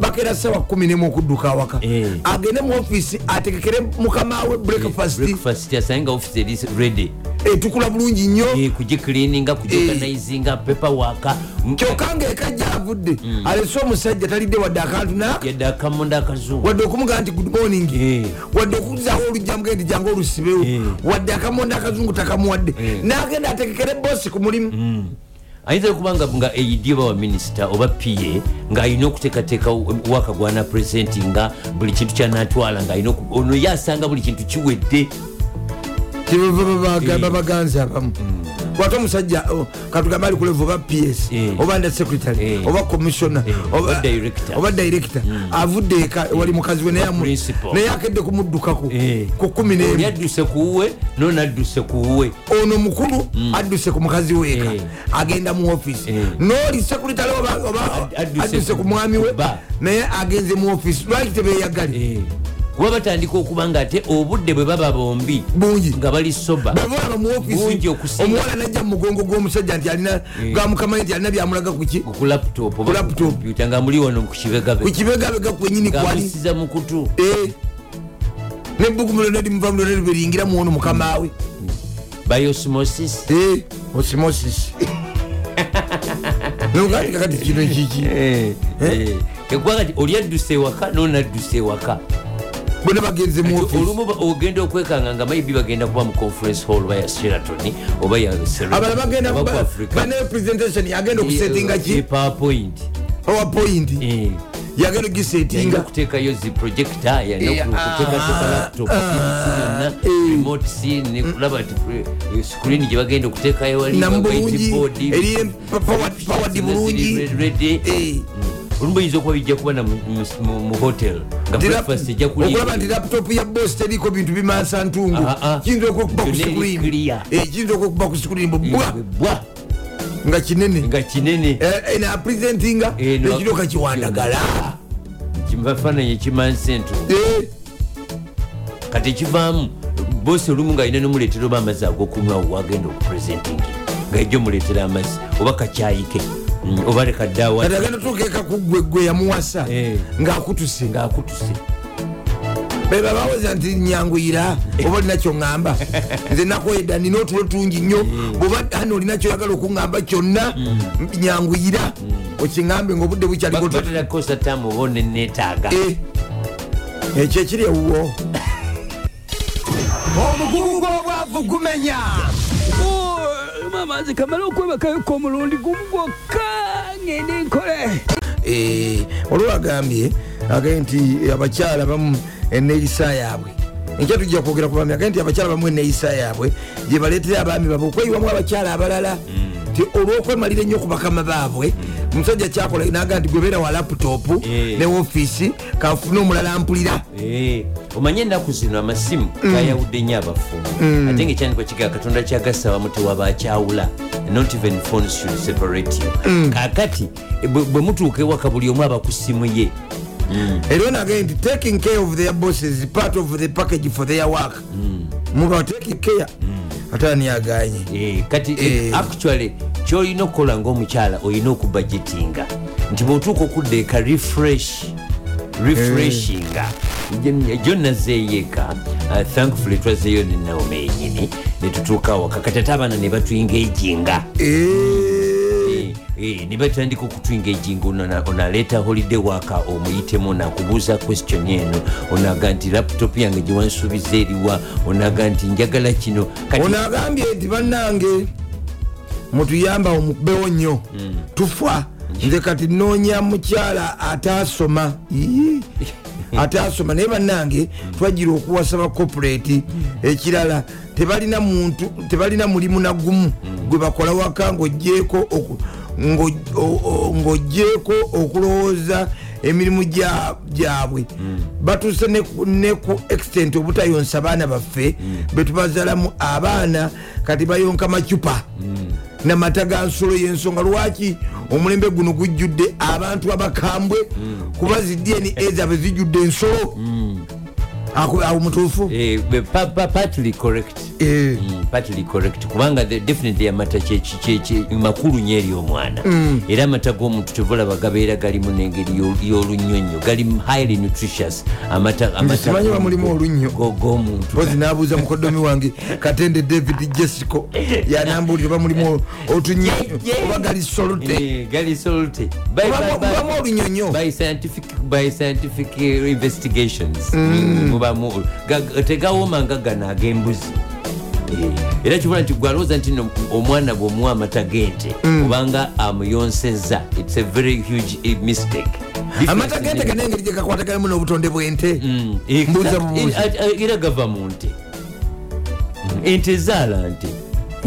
[SPEAKER 2] bakera sawa kumi nemu okudduka awaka
[SPEAKER 1] Mm. Eh.
[SPEAKER 2] agende mu ofiisi ategekere mukamawe breakfast
[SPEAKER 1] breakfast asange nga office eri ready
[SPEAKER 2] etukula bulungi nnyo
[SPEAKER 1] Eh, kugicleaninga kugiorganizinga pepawaaka
[SPEAKER 2] Eh. kyokka ngaekajja avudde
[SPEAKER 1] Mm.
[SPEAKER 2] alese omusajja talidde wadde akantu na
[SPEAKER 1] yadde akamonda akazungu
[SPEAKER 2] wadde okumugaa nti good morning
[SPEAKER 1] Eh.
[SPEAKER 2] wadde okuzaawo olujja mugendi jange olusibewo
[SPEAKER 1] Eh.
[SPEAKER 2] wadde akamonda akazungu takamuwadde n'agenda ategekere boosi ku mulimu
[SPEAKER 1] Mm. ayinza okuba nga- nga aid oba wa minisita oba pa ng'alina okuteekateeka waka gwana purezidenti nga buli kintu kyanaatwala ng'alina oku- ono ye asanga buli kintu kiwedde Eh.
[SPEAKER 2] kyebava baganzi abamu wate omusajja oh, katugambe ali kulevu oba ps
[SPEAKER 1] Mm. Eh.
[SPEAKER 2] oba nda secretary
[SPEAKER 1] Eh.
[SPEAKER 2] oba commissiona
[SPEAKER 1] Eh, oba director. Mm. Eh.
[SPEAKER 2] oba director avudde eka wali mukazi we naye amu-
[SPEAKER 1] principal.
[SPEAKER 2] naye akedde kumuddukako
[SPEAKER 1] Eh.
[SPEAKER 2] ku kumi
[SPEAKER 1] oli
[SPEAKER 2] nemu
[SPEAKER 1] adduse ku wuwe nonadduse ku wuwe
[SPEAKER 2] ono mukulu adduse ku mukazi weeka
[SPEAKER 1] Mm. Eh.
[SPEAKER 2] agenda mu office
[SPEAKER 1] Eh.
[SPEAKER 2] noli secretary oba- oba
[SPEAKER 1] Ad- adduse
[SPEAKER 2] adduse ku
[SPEAKER 1] ku-
[SPEAKER 2] mwami
[SPEAKER 1] ku
[SPEAKER 2] we
[SPEAKER 1] bba.
[SPEAKER 2] naye agenze mu office lwaki tebeyagale
[SPEAKER 1] Eh, kuba batandika okuba nga ate obudde bwe baba bombi
[SPEAKER 2] bungi
[SPEAKER 1] nga bali soba
[SPEAKER 2] bwebulaba mu
[SPEAKER 1] Bungi
[SPEAKER 2] ofisi
[SPEAKER 1] okusinga. Eh.
[SPEAKER 2] omuwala najja mu mugongo gw'omusajja nti alina gamukama nti alina byamulaga kuki
[SPEAKER 1] ku laptop
[SPEAKER 2] Ku laptop.
[SPEAKER 1] kompyuta nga muli wano ku
[SPEAKER 2] ku
[SPEAKER 1] kibegabega
[SPEAKER 2] kibegabega kwenyini kwali
[SPEAKER 1] ng'amusiza mu kutu
[SPEAKER 2] Eh. nebbuku mulonadi muva mulonadi beringira muono mukamawe
[SPEAKER 1] biosmosis
[SPEAKER 2] Eh. osimosis nogatika kati kino kiki
[SPEAKER 1] Eh. E. eggwanga ti oli adduse ewaka nonadduse ewaka
[SPEAKER 2] bona bagenze mu ofisi
[SPEAKER 1] olumu ba- ogenda okwekanga nga maybe bagenda kuba mu conference hall oba ya sheraton oba ya Serena,
[SPEAKER 2] abala bagenda
[SPEAKER 1] oba ku Africa.
[SPEAKER 2] banayo presentation yagenda okusetinga
[SPEAKER 1] Eh,
[SPEAKER 2] ki
[SPEAKER 1] powerpoint
[SPEAKER 2] powerpoint
[SPEAKER 1] Eh, yalina
[SPEAKER 2] yagenda ogisetinga
[SPEAKER 1] okuteekayo zi projecta
[SPEAKER 2] Eh,
[SPEAKER 1] yalinakuteekateka
[SPEAKER 2] ah, eh.
[SPEAKER 1] laptop yonna remote si nekulaba ti eh, screen gye bagenda okuteekayo wali
[SPEAKER 2] namu
[SPEAKER 1] wa-
[SPEAKER 2] bulungi
[SPEAKER 1] whiteboard,
[SPEAKER 2] eri pawadi bulungi
[SPEAKER 1] ziri ready.
[SPEAKER 2] Eh.
[SPEAKER 1] Mm. olumu oyinza okuba bijja kuba na mu- mu- mu- mu hotel nga
[SPEAKER 2] Tera-
[SPEAKER 1] breakfast ejja
[SPEAKER 2] okulaba nti laptop ya boss teriko bintu bimansa ntungu
[SPEAKER 1] Ah, ah.
[SPEAKER 2] kiyinza okuba ku
[SPEAKER 1] Yonna eri
[SPEAKER 2] screen
[SPEAKER 1] clear.
[SPEAKER 2] Eh, kiyinza okuba ku screen bwa
[SPEAKER 1] kulibwa
[SPEAKER 2] nga kinene
[SPEAKER 1] nga kinene
[SPEAKER 2] Eh. napresentinga
[SPEAKER 1] Eh, no- Ah.
[SPEAKER 2] ekiro kakiwandagala
[SPEAKER 1] kifaananyi ekimansi ento
[SPEAKER 2] Eh,
[SPEAKER 1] kati ekivaamu bosi olumu ng'alina nomuleetera oba amazzi ag'okunywa wagenda okupresenting ngaejja omuleetera amazzi oba kakyayike mm, oba lekadaawa
[SPEAKER 2] kati agenda tukeeka kuggwe gwe yamuwasa
[SPEAKER 1] Eh.
[SPEAKER 2] ngaakutuse
[SPEAKER 1] ng'akutuse
[SPEAKER 2] beba bawoza nti nyanguyira oba olina kyoŋŋamba nze nakweda nina otulo tungi
[SPEAKER 1] Eh.
[SPEAKER 2] nnyo bwoba ano olina kyoyagala okuŋŋamba kyonna
[SPEAKER 1] Mm.
[SPEAKER 2] nyanguyira okiŋambe ngaobudde bukyaliko
[SPEAKER 1] batera kosa tamu oba oneneetaaga
[SPEAKER 2] E. ekyo ekiri ewuwo
[SPEAKER 4] omugugu gw'obwavu gumenya
[SPEAKER 3] olumu amazzi kamale okwebakayoka omulundi gumu gwokka ngende nkole
[SPEAKER 2] Eh, olwo bagambye agaye nti abakyala bamu eneeyisa yaabwe enkya tujja kwogera ku baami agaye nti abakyala bamu eneeyisa yaabwe gye baleetera abaami baabwe okweyiwamu abakyala abalala ti olwokwemalira ennyo ku bakama baabwe omusajja kyakola naga nti gwebeera wa laputopu
[SPEAKER 1] Eh.
[SPEAKER 2] ne ofiisi kanfune omulala mpulira
[SPEAKER 1] Eh, omanye ennaku zino amasimu gayawudde nnyo abafumbo ate ngaekyandikwa kigaa katonda kyagasabamu tewabakyawula not even phone should separate you kakati eh, bwe bwe mutuuka ewaka buli omu aba ku simu ye
[SPEAKER 2] era ono agaye nti taking care of their bosses part of the package for their work muba taking care ate ani aganye
[SPEAKER 1] Eh, kati eh,
[SPEAKER 2] Eh.
[SPEAKER 1] actually kyolina okukola ngaomukyala olina okubagetinga nti bweotuuka okudda eka refresh refreshinga Gye- jonna zeeyeka uh, thankfully twazeeyo nenaome enyini netutuuka awaka kati ate abaana ne batwingaejinga
[SPEAKER 2] Eh.
[SPEAKER 1] Eh, Eh, ne batandika okutwingaejinga onaleeta holiday waka omuyitemu nakubuuza question eno onaga nti laptop yange gyewansuubiza eriwa onaga nti njagala kino kati
[SPEAKER 2] ono agambye nti bannange mutuyamba omubewo nnyo tufa nze kati noonya mukyala atasoma Ii, atasoma naye bannange twagira okuwasa ba corporate ekirala tebalina muntu tebalina mulimu nagumu gwe bakola waka ng'ogyeko oku- ng'o- o- o- ng'ogyeko okulowooza emirimu gya- gyabwe batuse ne ku- ne ku extent obutayonsa baana baffe betubazalamu abaana kati bayonka macupa namata ga nsulo yensonga lwaki omulembe guno gujjudde abantu abakambwe kuba zi dna zaabwe zijjudde ensolo Ako- awo mutuufu
[SPEAKER 1] eh, be- pa- pa- partly correct
[SPEAKER 2] Eh.
[SPEAKER 1] Mm, partly correct kubanga the- definitely amata kyeki- kyeki- makulu nyo eri omwana era amata g'omuntu kyovulaba gabeera galimu n'engeri y'o- y'olunyonyo gali highly nutritious amata
[SPEAKER 2] simanyi oba mulimu olunnyo.
[SPEAKER 1] g'omuntu
[SPEAKER 2] pozi nabuuza mukodomi wange katende david jessico yanambulire oba mulimu otunyonyo oba gali solute
[SPEAKER 1] Eh, gali solute By- by-
[SPEAKER 2] Mubamu-
[SPEAKER 1] by-
[SPEAKER 2] mubamu olunyonyo.
[SPEAKER 1] by scientific by scientific eh, investigations Mm, mubamu olu- ga- tegawoma nga gano ag'embuzi Eh, era kibula nti gwalowooza nti no omwana bwomuwa amata g'ente
[SPEAKER 2] Mm.
[SPEAKER 1] kubanga amuyonseza its a very huge eh, mistake
[SPEAKER 2] amata gente ganengeri gyekakwataganamu n'obutonde bw'ente
[SPEAKER 1] Mm, eh,
[SPEAKER 2] Mbuuza
[SPEAKER 1] exact-
[SPEAKER 2] bubuuzi.
[SPEAKER 1] eh, eh, era gava mu nte Mm, ente ezaala nte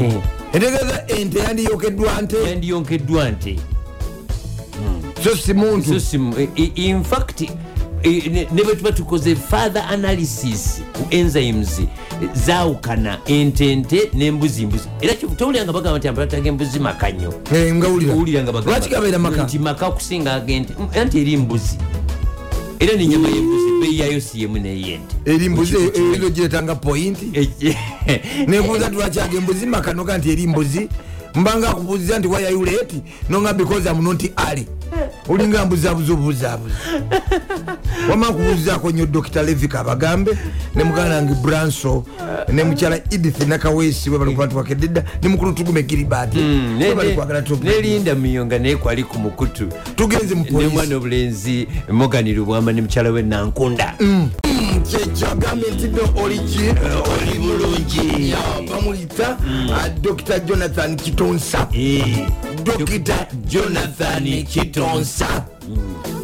[SPEAKER 1] Eh,
[SPEAKER 2] entegeeza ente yandiyokeddwa nte
[SPEAKER 1] yandiyonkeddwa nte
[SPEAKER 2] so si
[SPEAKER 1] so
[SPEAKER 2] muntu
[SPEAKER 1] simu i- i- in fact i- ne- ne bwe tuba tukoze further analysis ku enzymes zaawukana entente n'embuzimbuzi era ki- towulyanga bagamba nti amalata g'embuzi makanyo
[SPEAKER 2] Eh, ngawulira
[SPEAKER 1] owuliranga bagamba
[SPEAKER 2] lwaki gabeera maka
[SPEAKER 1] nti maka kusinga agente anti eri mbuzi era nenyama yembuzi beyi yayo si yemu neyente
[SPEAKER 2] eri mbuzi ezo giretanga pointi nebuuza tulwakyage embuzi makanoga nti eri mbuzi mbanga akubuuziza nti wayayuleti nonga because amuno nti ali olinga mbuzabuzabuzaabuza wama nkubuuzizaako nnyo dokita levi kabagambe ne muganda wange branso ne mukyala edith nakaweesi we balikuba twakededda ne mukulu tugume giribaati balikwagala
[SPEAKER 1] nelinda miyonga naye kwali ku mukutu
[SPEAKER 2] tugenze mu polisi
[SPEAKER 1] nemwana obulenzi moganiro bwama ne mukyala we nankunda
[SPEAKER 2] kyekyagambe nti no oliki oli bulungi bamuyita ah, dr jonathan kitonsa
[SPEAKER 1] Eh.
[SPEAKER 2] dr jonathan kitonsa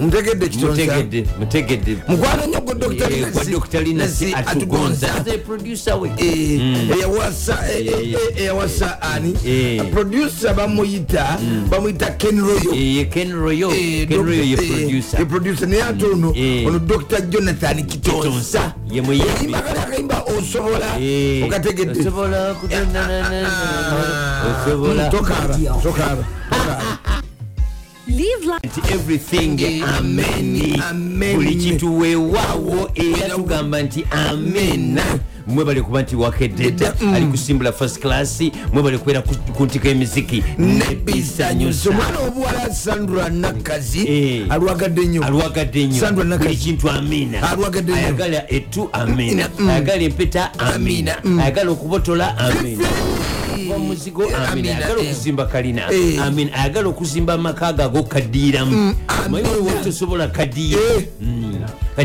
[SPEAKER 2] ntegedde kitonsa
[SPEAKER 1] mutegedde mutegedde
[SPEAKER 2] mukwano nnyo gwe Dr.
[SPEAKER 1] Eh,
[SPEAKER 2] Linus
[SPEAKER 1] gwa Dr. Linus
[SPEAKER 2] Linus
[SPEAKER 1] atugonza Mm.
[SPEAKER 2] atugonza.
[SPEAKER 1] Ze producer we
[SPEAKER 2] Eh, eyawasa eh, eh, eh, eyawasa ani
[SPEAKER 1] Eh.
[SPEAKER 2] producer bamuyita bamuyita ken royo
[SPEAKER 1] Eh, ken royo
[SPEAKER 2] Eh,
[SPEAKER 1] ken royo ye
[SPEAKER 2] Dr. eh, ye
[SPEAKER 1] producer
[SPEAKER 2] producer naye ate ono
[SPEAKER 1] Eh.
[SPEAKER 2] ono dr jonathan kitonsa
[SPEAKER 1] Ye muyimbi.
[SPEAKER 2] Yayimba kali akayimba osobola
[SPEAKER 1] Eh,
[SPEAKER 2] okategedde Ah,
[SPEAKER 1] osobola kutanda- na- na- na-
[SPEAKER 2] mm,
[SPEAKER 1] osobola
[SPEAKER 2] tokaaba tokaaba
[SPEAKER 7] Live life.
[SPEAKER 1] Nti everything
[SPEAKER 2] Eh, amen,
[SPEAKER 1] ameni
[SPEAKER 2] amen.
[SPEAKER 1] buli kitu weewaawo era tugamba nti amena
[SPEAKER 2] Mm.
[SPEAKER 1] mwebale kuba nti wakeddedda ali kusimbula first class mwebale kubeera ku- ku ntika emiziki
[SPEAKER 2] nebisanyusa omwana obuwala sandra nakazi
[SPEAKER 1] Eh.
[SPEAKER 2] alwagadde nnyo
[SPEAKER 1] alwagadde
[SPEAKER 2] Sandra
[SPEAKER 1] nnyo
[SPEAKER 2] Nakazi.
[SPEAKER 1] buli kintu amina
[SPEAKER 2] Alwagadde nnyo.
[SPEAKER 1] ayagala ettu amina
[SPEAKER 2] Mm.
[SPEAKER 1] ayagala empeta amina
[SPEAKER 2] Amina, mm.
[SPEAKER 1] ayagala okubotola amina
[SPEAKER 2] Eh,
[SPEAKER 1] omuzigo amina
[SPEAKER 2] Amina,
[SPEAKER 1] ayagala
[SPEAKER 2] eh.
[SPEAKER 1] okuzimba kalina
[SPEAKER 2] Eh.
[SPEAKER 1] amina ayagala okuzimba amaka gago
[SPEAKER 2] Mm.
[SPEAKER 1] kadiiramu maye oliwo tosobola Mm. kadiira
[SPEAKER 2] Eh.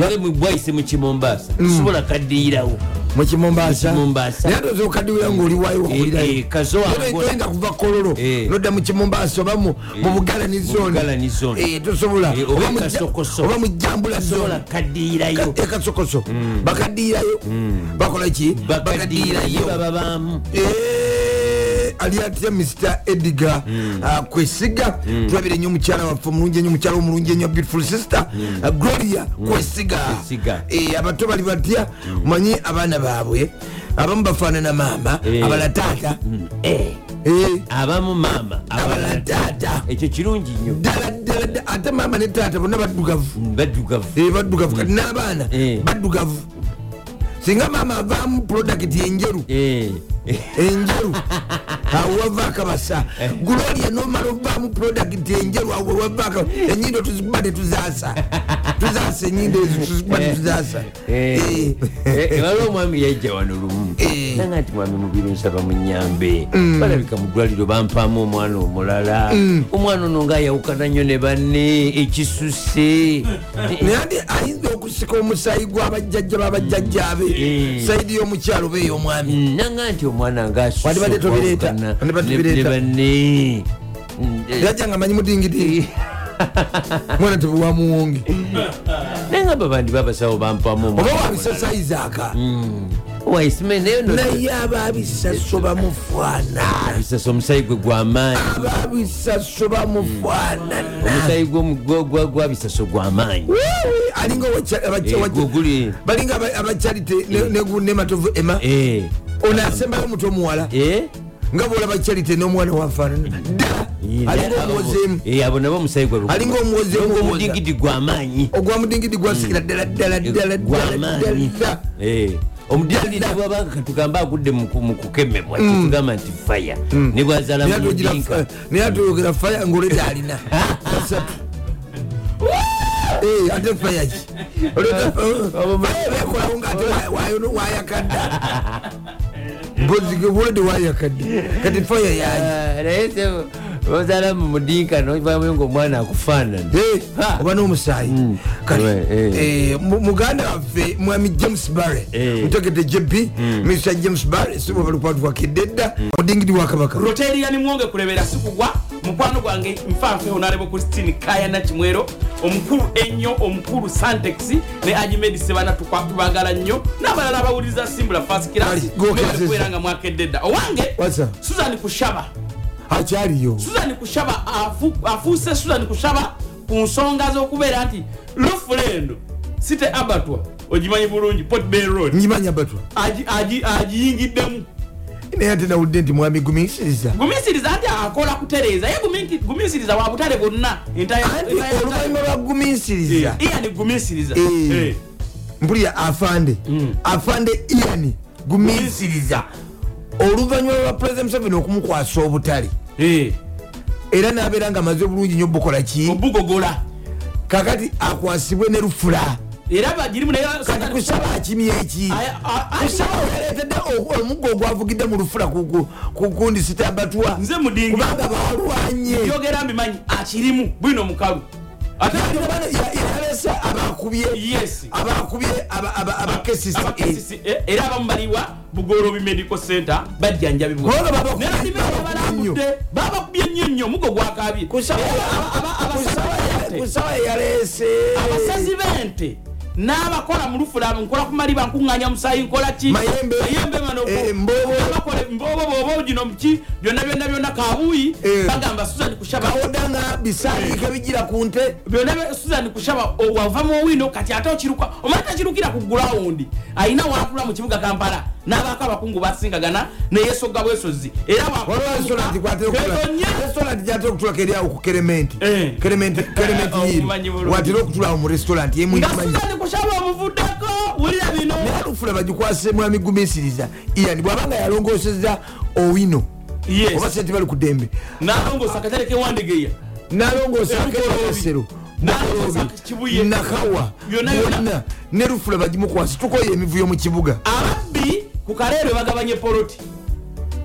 [SPEAKER 1] kati mubwaise mukimombasa
[SPEAKER 2] Mm.
[SPEAKER 1] tosobola kadiirawo
[SPEAKER 2] mukimombasa
[SPEAKER 1] Mukimombasa.
[SPEAKER 2] naye ate oza okadiwira ngaoliwayo
[SPEAKER 1] Eh, eh, kazo angola.
[SPEAKER 2] okuwulirayoyinga kuva kololo
[SPEAKER 1] Eh.
[SPEAKER 2] nodda mukimombasa oba mu bugalani
[SPEAKER 1] Mu Bugalani zone.
[SPEAKER 2] zoni tosobola
[SPEAKER 1] Eh, oba
[SPEAKER 2] Oba mu
[SPEAKER 1] Kasokoso.
[SPEAKER 2] ja- oba mu jambula
[SPEAKER 1] tosobola
[SPEAKER 2] zoni
[SPEAKER 1] kadiirayo
[SPEAKER 2] ekasokoso
[SPEAKER 1] Hmm.
[SPEAKER 2] bakadirayo bakola ki
[SPEAKER 1] bakadiirayo
[SPEAKER 2] bakadirayo
[SPEAKER 1] baba bamu
[SPEAKER 2] Eh, aliatya mr ediga
[SPEAKER 1] Hmm.
[SPEAKER 2] ah, kwesiga tulabire nnyo omukyala waffe omulungi enyo omukyala omulungi enyo beautiful sister ah, gloria kwesiga
[SPEAKER 1] Hmm. Kwesiga. Hmm.
[SPEAKER 2] Eh, abato bali batya manyi abaana baabwe abamu bafaanana maama
[SPEAKER 1] Eh.
[SPEAKER 2] abala taata
[SPEAKER 1] Eh,
[SPEAKER 2] Eh,
[SPEAKER 1] abamu maama
[SPEAKER 2] abala
[SPEAKER 1] abalala
[SPEAKER 2] taata
[SPEAKER 1] ekyo kirungi nnyo Mm,
[SPEAKER 2] ddala ddala dda- ate maama ne taata bonna baddugavu
[SPEAKER 1] baddugavu
[SPEAKER 2] Eh, baddugavu kati n'abaana
[SPEAKER 1] Hmm. Eh.
[SPEAKER 2] baddugavu singa maama avaamu product enjeru
[SPEAKER 1] Eh,
[SPEAKER 2] enjeru awava akabasa gulolia nomala ovamu product enjeru awo wavaka enyindo tuzikuba tetuzasa tuzasa enyindo ezo tuzikuba tetuzasa
[SPEAKER 1] Eh. Eh, waliwo omwami yajja wano lumu
[SPEAKER 2] Eh. Mm.
[SPEAKER 1] nanga nti mwami mubiri nsaba munyambe balabika mu ddwaliro bampamu omwana omulala omwana ono ngaayawukana nnyo ne banne
[SPEAKER 2] Eh.
[SPEAKER 1] ekisuse
[SPEAKER 2] naye andi ayinza okusika omusayi gw'abajjajja babajjajja be
[SPEAKER 1] Eh.
[SPEAKER 2] sayidi y'omukyalo oba ey'omwami
[SPEAKER 1] Mm, nanga nti omwana
[SPEAKER 2] Wandibadde tobireeta, wandibadde tobireeta.
[SPEAKER 1] banne Mm, eh,
[SPEAKER 2] yajja nga manyi mudingidi mwana tebuwamuwonge
[SPEAKER 1] Eh. naye nga babandi babasawo bampamu
[SPEAKER 2] oba
[SPEAKER 1] omwana
[SPEAKER 2] wabisasayizaaka
[SPEAKER 1] Mm. waisime naye no-
[SPEAKER 2] naye ababisaso bamufaanana
[SPEAKER 1] bisasa omusayi gwe gwamaanyi
[SPEAKER 2] ababisaso bamufaanana
[SPEAKER 1] omusayi gw'omu- gwa- gwa- gwa bisaso gwamaanyi
[SPEAKER 2] Wee, alinga owa- abacha-
[SPEAKER 1] Eh, gwe
[SPEAKER 2] abacha-
[SPEAKER 1] guli
[SPEAKER 2] balinga aba- abacharite ne- ne- nematovu ema
[SPEAKER 1] eh,
[SPEAKER 2] ono asembayo omuto omuwala
[SPEAKER 1] eh,
[SPEAKER 2] nga bolaba charite n'omwana wafaanana dda alinga omuwozeemu
[SPEAKER 1] Eh, abo nabo omusayi gwe lugu-
[SPEAKER 2] alinga omuwozeemu
[SPEAKER 1] Lugu-
[SPEAKER 2] omuwoza.
[SPEAKER 1] omudigidi gwamaanyi
[SPEAKER 2] ogwa mudigidi gwasikira ddala ddala ddala ddala
[SPEAKER 1] gwamaanyi
[SPEAKER 2] ddala
[SPEAKER 1] Eh, omudigidi bwabanga tugambe agudde mu ku- mu kukemebwa tetugamba nti faya ne bwazaala
[SPEAKER 2] Naye ate ogira
[SPEAKER 1] mudinka.
[SPEAKER 2] fa- naye atuyogera faya ngaoleta alina basatu Eh, ate fayaki Oh, bekolawo ngaate oh, wayakadde oh. mpozigebolede wayakadde kati faya yaki
[SPEAKER 1] Ah, naye se ozaala mu mudinka novamu ngaomwana akufaanana
[SPEAKER 2] Eh,
[SPEAKER 1] Ha.
[SPEAKER 2] oba n'omusaayi kati
[SPEAKER 1] Eh, eh.
[SPEAKER 2] eh, mu- muganda waffe mwami james barre
[SPEAKER 1] Eh.
[SPEAKER 2] mutegete jebi mr james barre sibabalukwatukwakedde edda mudingidi wakabaka
[SPEAKER 5] roteriya nimwonge kulebera sikugwa mukwano gwange nfanfe honarebo christine kayana kimwero omukulu ennyo omukulu santex ne agimed sebana tubagala nnyo n'abalala abawuliriza simbula fast
[SPEAKER 2] Kale, go kezeza.
[SPEAKER 5] kilasikubeera nga mwakedde dda owange
[SPEAKER 2] What's up?
[SPEAKER 5] susan kushaba
[SPEAKER 2] akyaliyo
[SPEAKER 5] susan kushaba afu- afuuse susan kushaba ku nsonga z'okubeera nti lofula eno site abatwa ogimanyi bulungi port bay road
[SPEAKER 2] nyimanya batwa
[SPEAKER 5] agi- agi- agiyingiddemu
[SPEAKER 2] naye ate nawulidde nti mwami gumiisiriza
[SPEAKER 5] gumisiriza nti akola kutereeza ye guminki- gumisiriza wa butale bwonna
[SPEAKER 2] anti oluvannyuma lwa gumiisiriza
[SPEAKER 5] iyani gumisiriza
[SPEAKER 2] Eh.
[SPEAKER 5] Eh.
[SPEAKER 2] mpulira afande afande ian gumiisiriza oluvannyuma lwa pulezida museveni okumukwasa obutale
[SPEAKER 5] Eh.
[SPEAKER 2] era n'abeera nga amaze obulungi nnyo bukola ki
[SPEAKER 5] ee, obugogola
[SPEAKER 2] kakati akwasibwe ne lufula
[SPEAKER 5] era bagirimu naye
[SPEAKER 2] kati kusaba akimya eki
[SPEAKER 5] Aya- a- a-
[SPEAKER 2] kusaba oleetedde o- omuggo ogwavugidde mu lufula ku- ku- ku gundi sitabatwa
[SPEAKER 5] nze mudingi
[SPEAKER 2] kubanga baalwanye
[SPEAKER 5] byogera mbimanyi akirimu bwino mukalu ate
[SPEAKER 2] yalesa abakubye
[SPEAKER 5] yes
[SPEAKER 2] abakubye aba- aba-
[SPEAKER 5] Aba-
[SPEAKER 2] abakesisi
[SPEAKER 5] KCCA, era abamu baliwa bugorobi medical center bajjanja
[SPEAKER 2] Kubanga babakubye-
[SPEAKER 5] bibwabalambudde babakubye nnyo nnyo mugo gwakabye
[SPEAKER 2] Eh, kusawa yalese
[SPEAKER 5] abasazi b'ente n'abakola mu lufulamu nkola kumaliba nkuŋŋanya musayi nkola ki
[SPEAKER 2] Mayembe.
[SPEAKER 5] mano
[SPEAKER 2] Eh, Mbobo.
[SPEAKER 5] mbobo booba gino muki byonna byonna byonna kabuuyi
[SPEAKER 2] Eh.
[SPEAKER 5] bagamba susan kushaba
[SPEAKER 2] kawoda nga
[SPEAKER 5] Eh.
[SPEAKER 2] bisaaliika bijira ku nte
[SPEAKER 5] byonna bya- susan kushaba wavamu owino kati ate okiruka omanyi takirukira ku gulawundi alina waatula mu kibuga kampala n'abaako abakungu basingagana neyesoga bwesozi era
[SPEAKER 2] restaurant gyatera okutulako eryawo ku kerementi
[SPEAKER 5] Eh.
[SPEAKER 2] kerementi kerementi
[SPEAKER 5] Eh,
[SPEAKER 2] yiru
[SPEAKER 5] omumanyi bulungi.
[SPEAKER 2] watera okutulawo mu restaurant
[SPEAKER 5] nga
[SPEAKER 2] yemuimanyi
[SPEAKER 5] susan kushaba omuvuddeko wulira bino
[SPEAKER 2] naye lufula bagikwase mwami gumisiriza ian bwabanga yalongoseza owino
[SPEAKER 5] Yes.
[SPEAKER 2] oba sente bali ku ddembe
[SPEAKER 5] n'alongosa akatale kewandegeya
[SPEAKER 2] nalongosakesero
[SPEAKER 5] Nalongosa Kibuye.
[SPEAKER 2] nakawa
[SPEAKER 5] Byonna, byonna.
[SPEAKER 2] byonna ne lufula bagimukwasa tukoye emivuyo mu kibuga
[SPEAKER 5] ababbi ku kaleero bagabanye poloti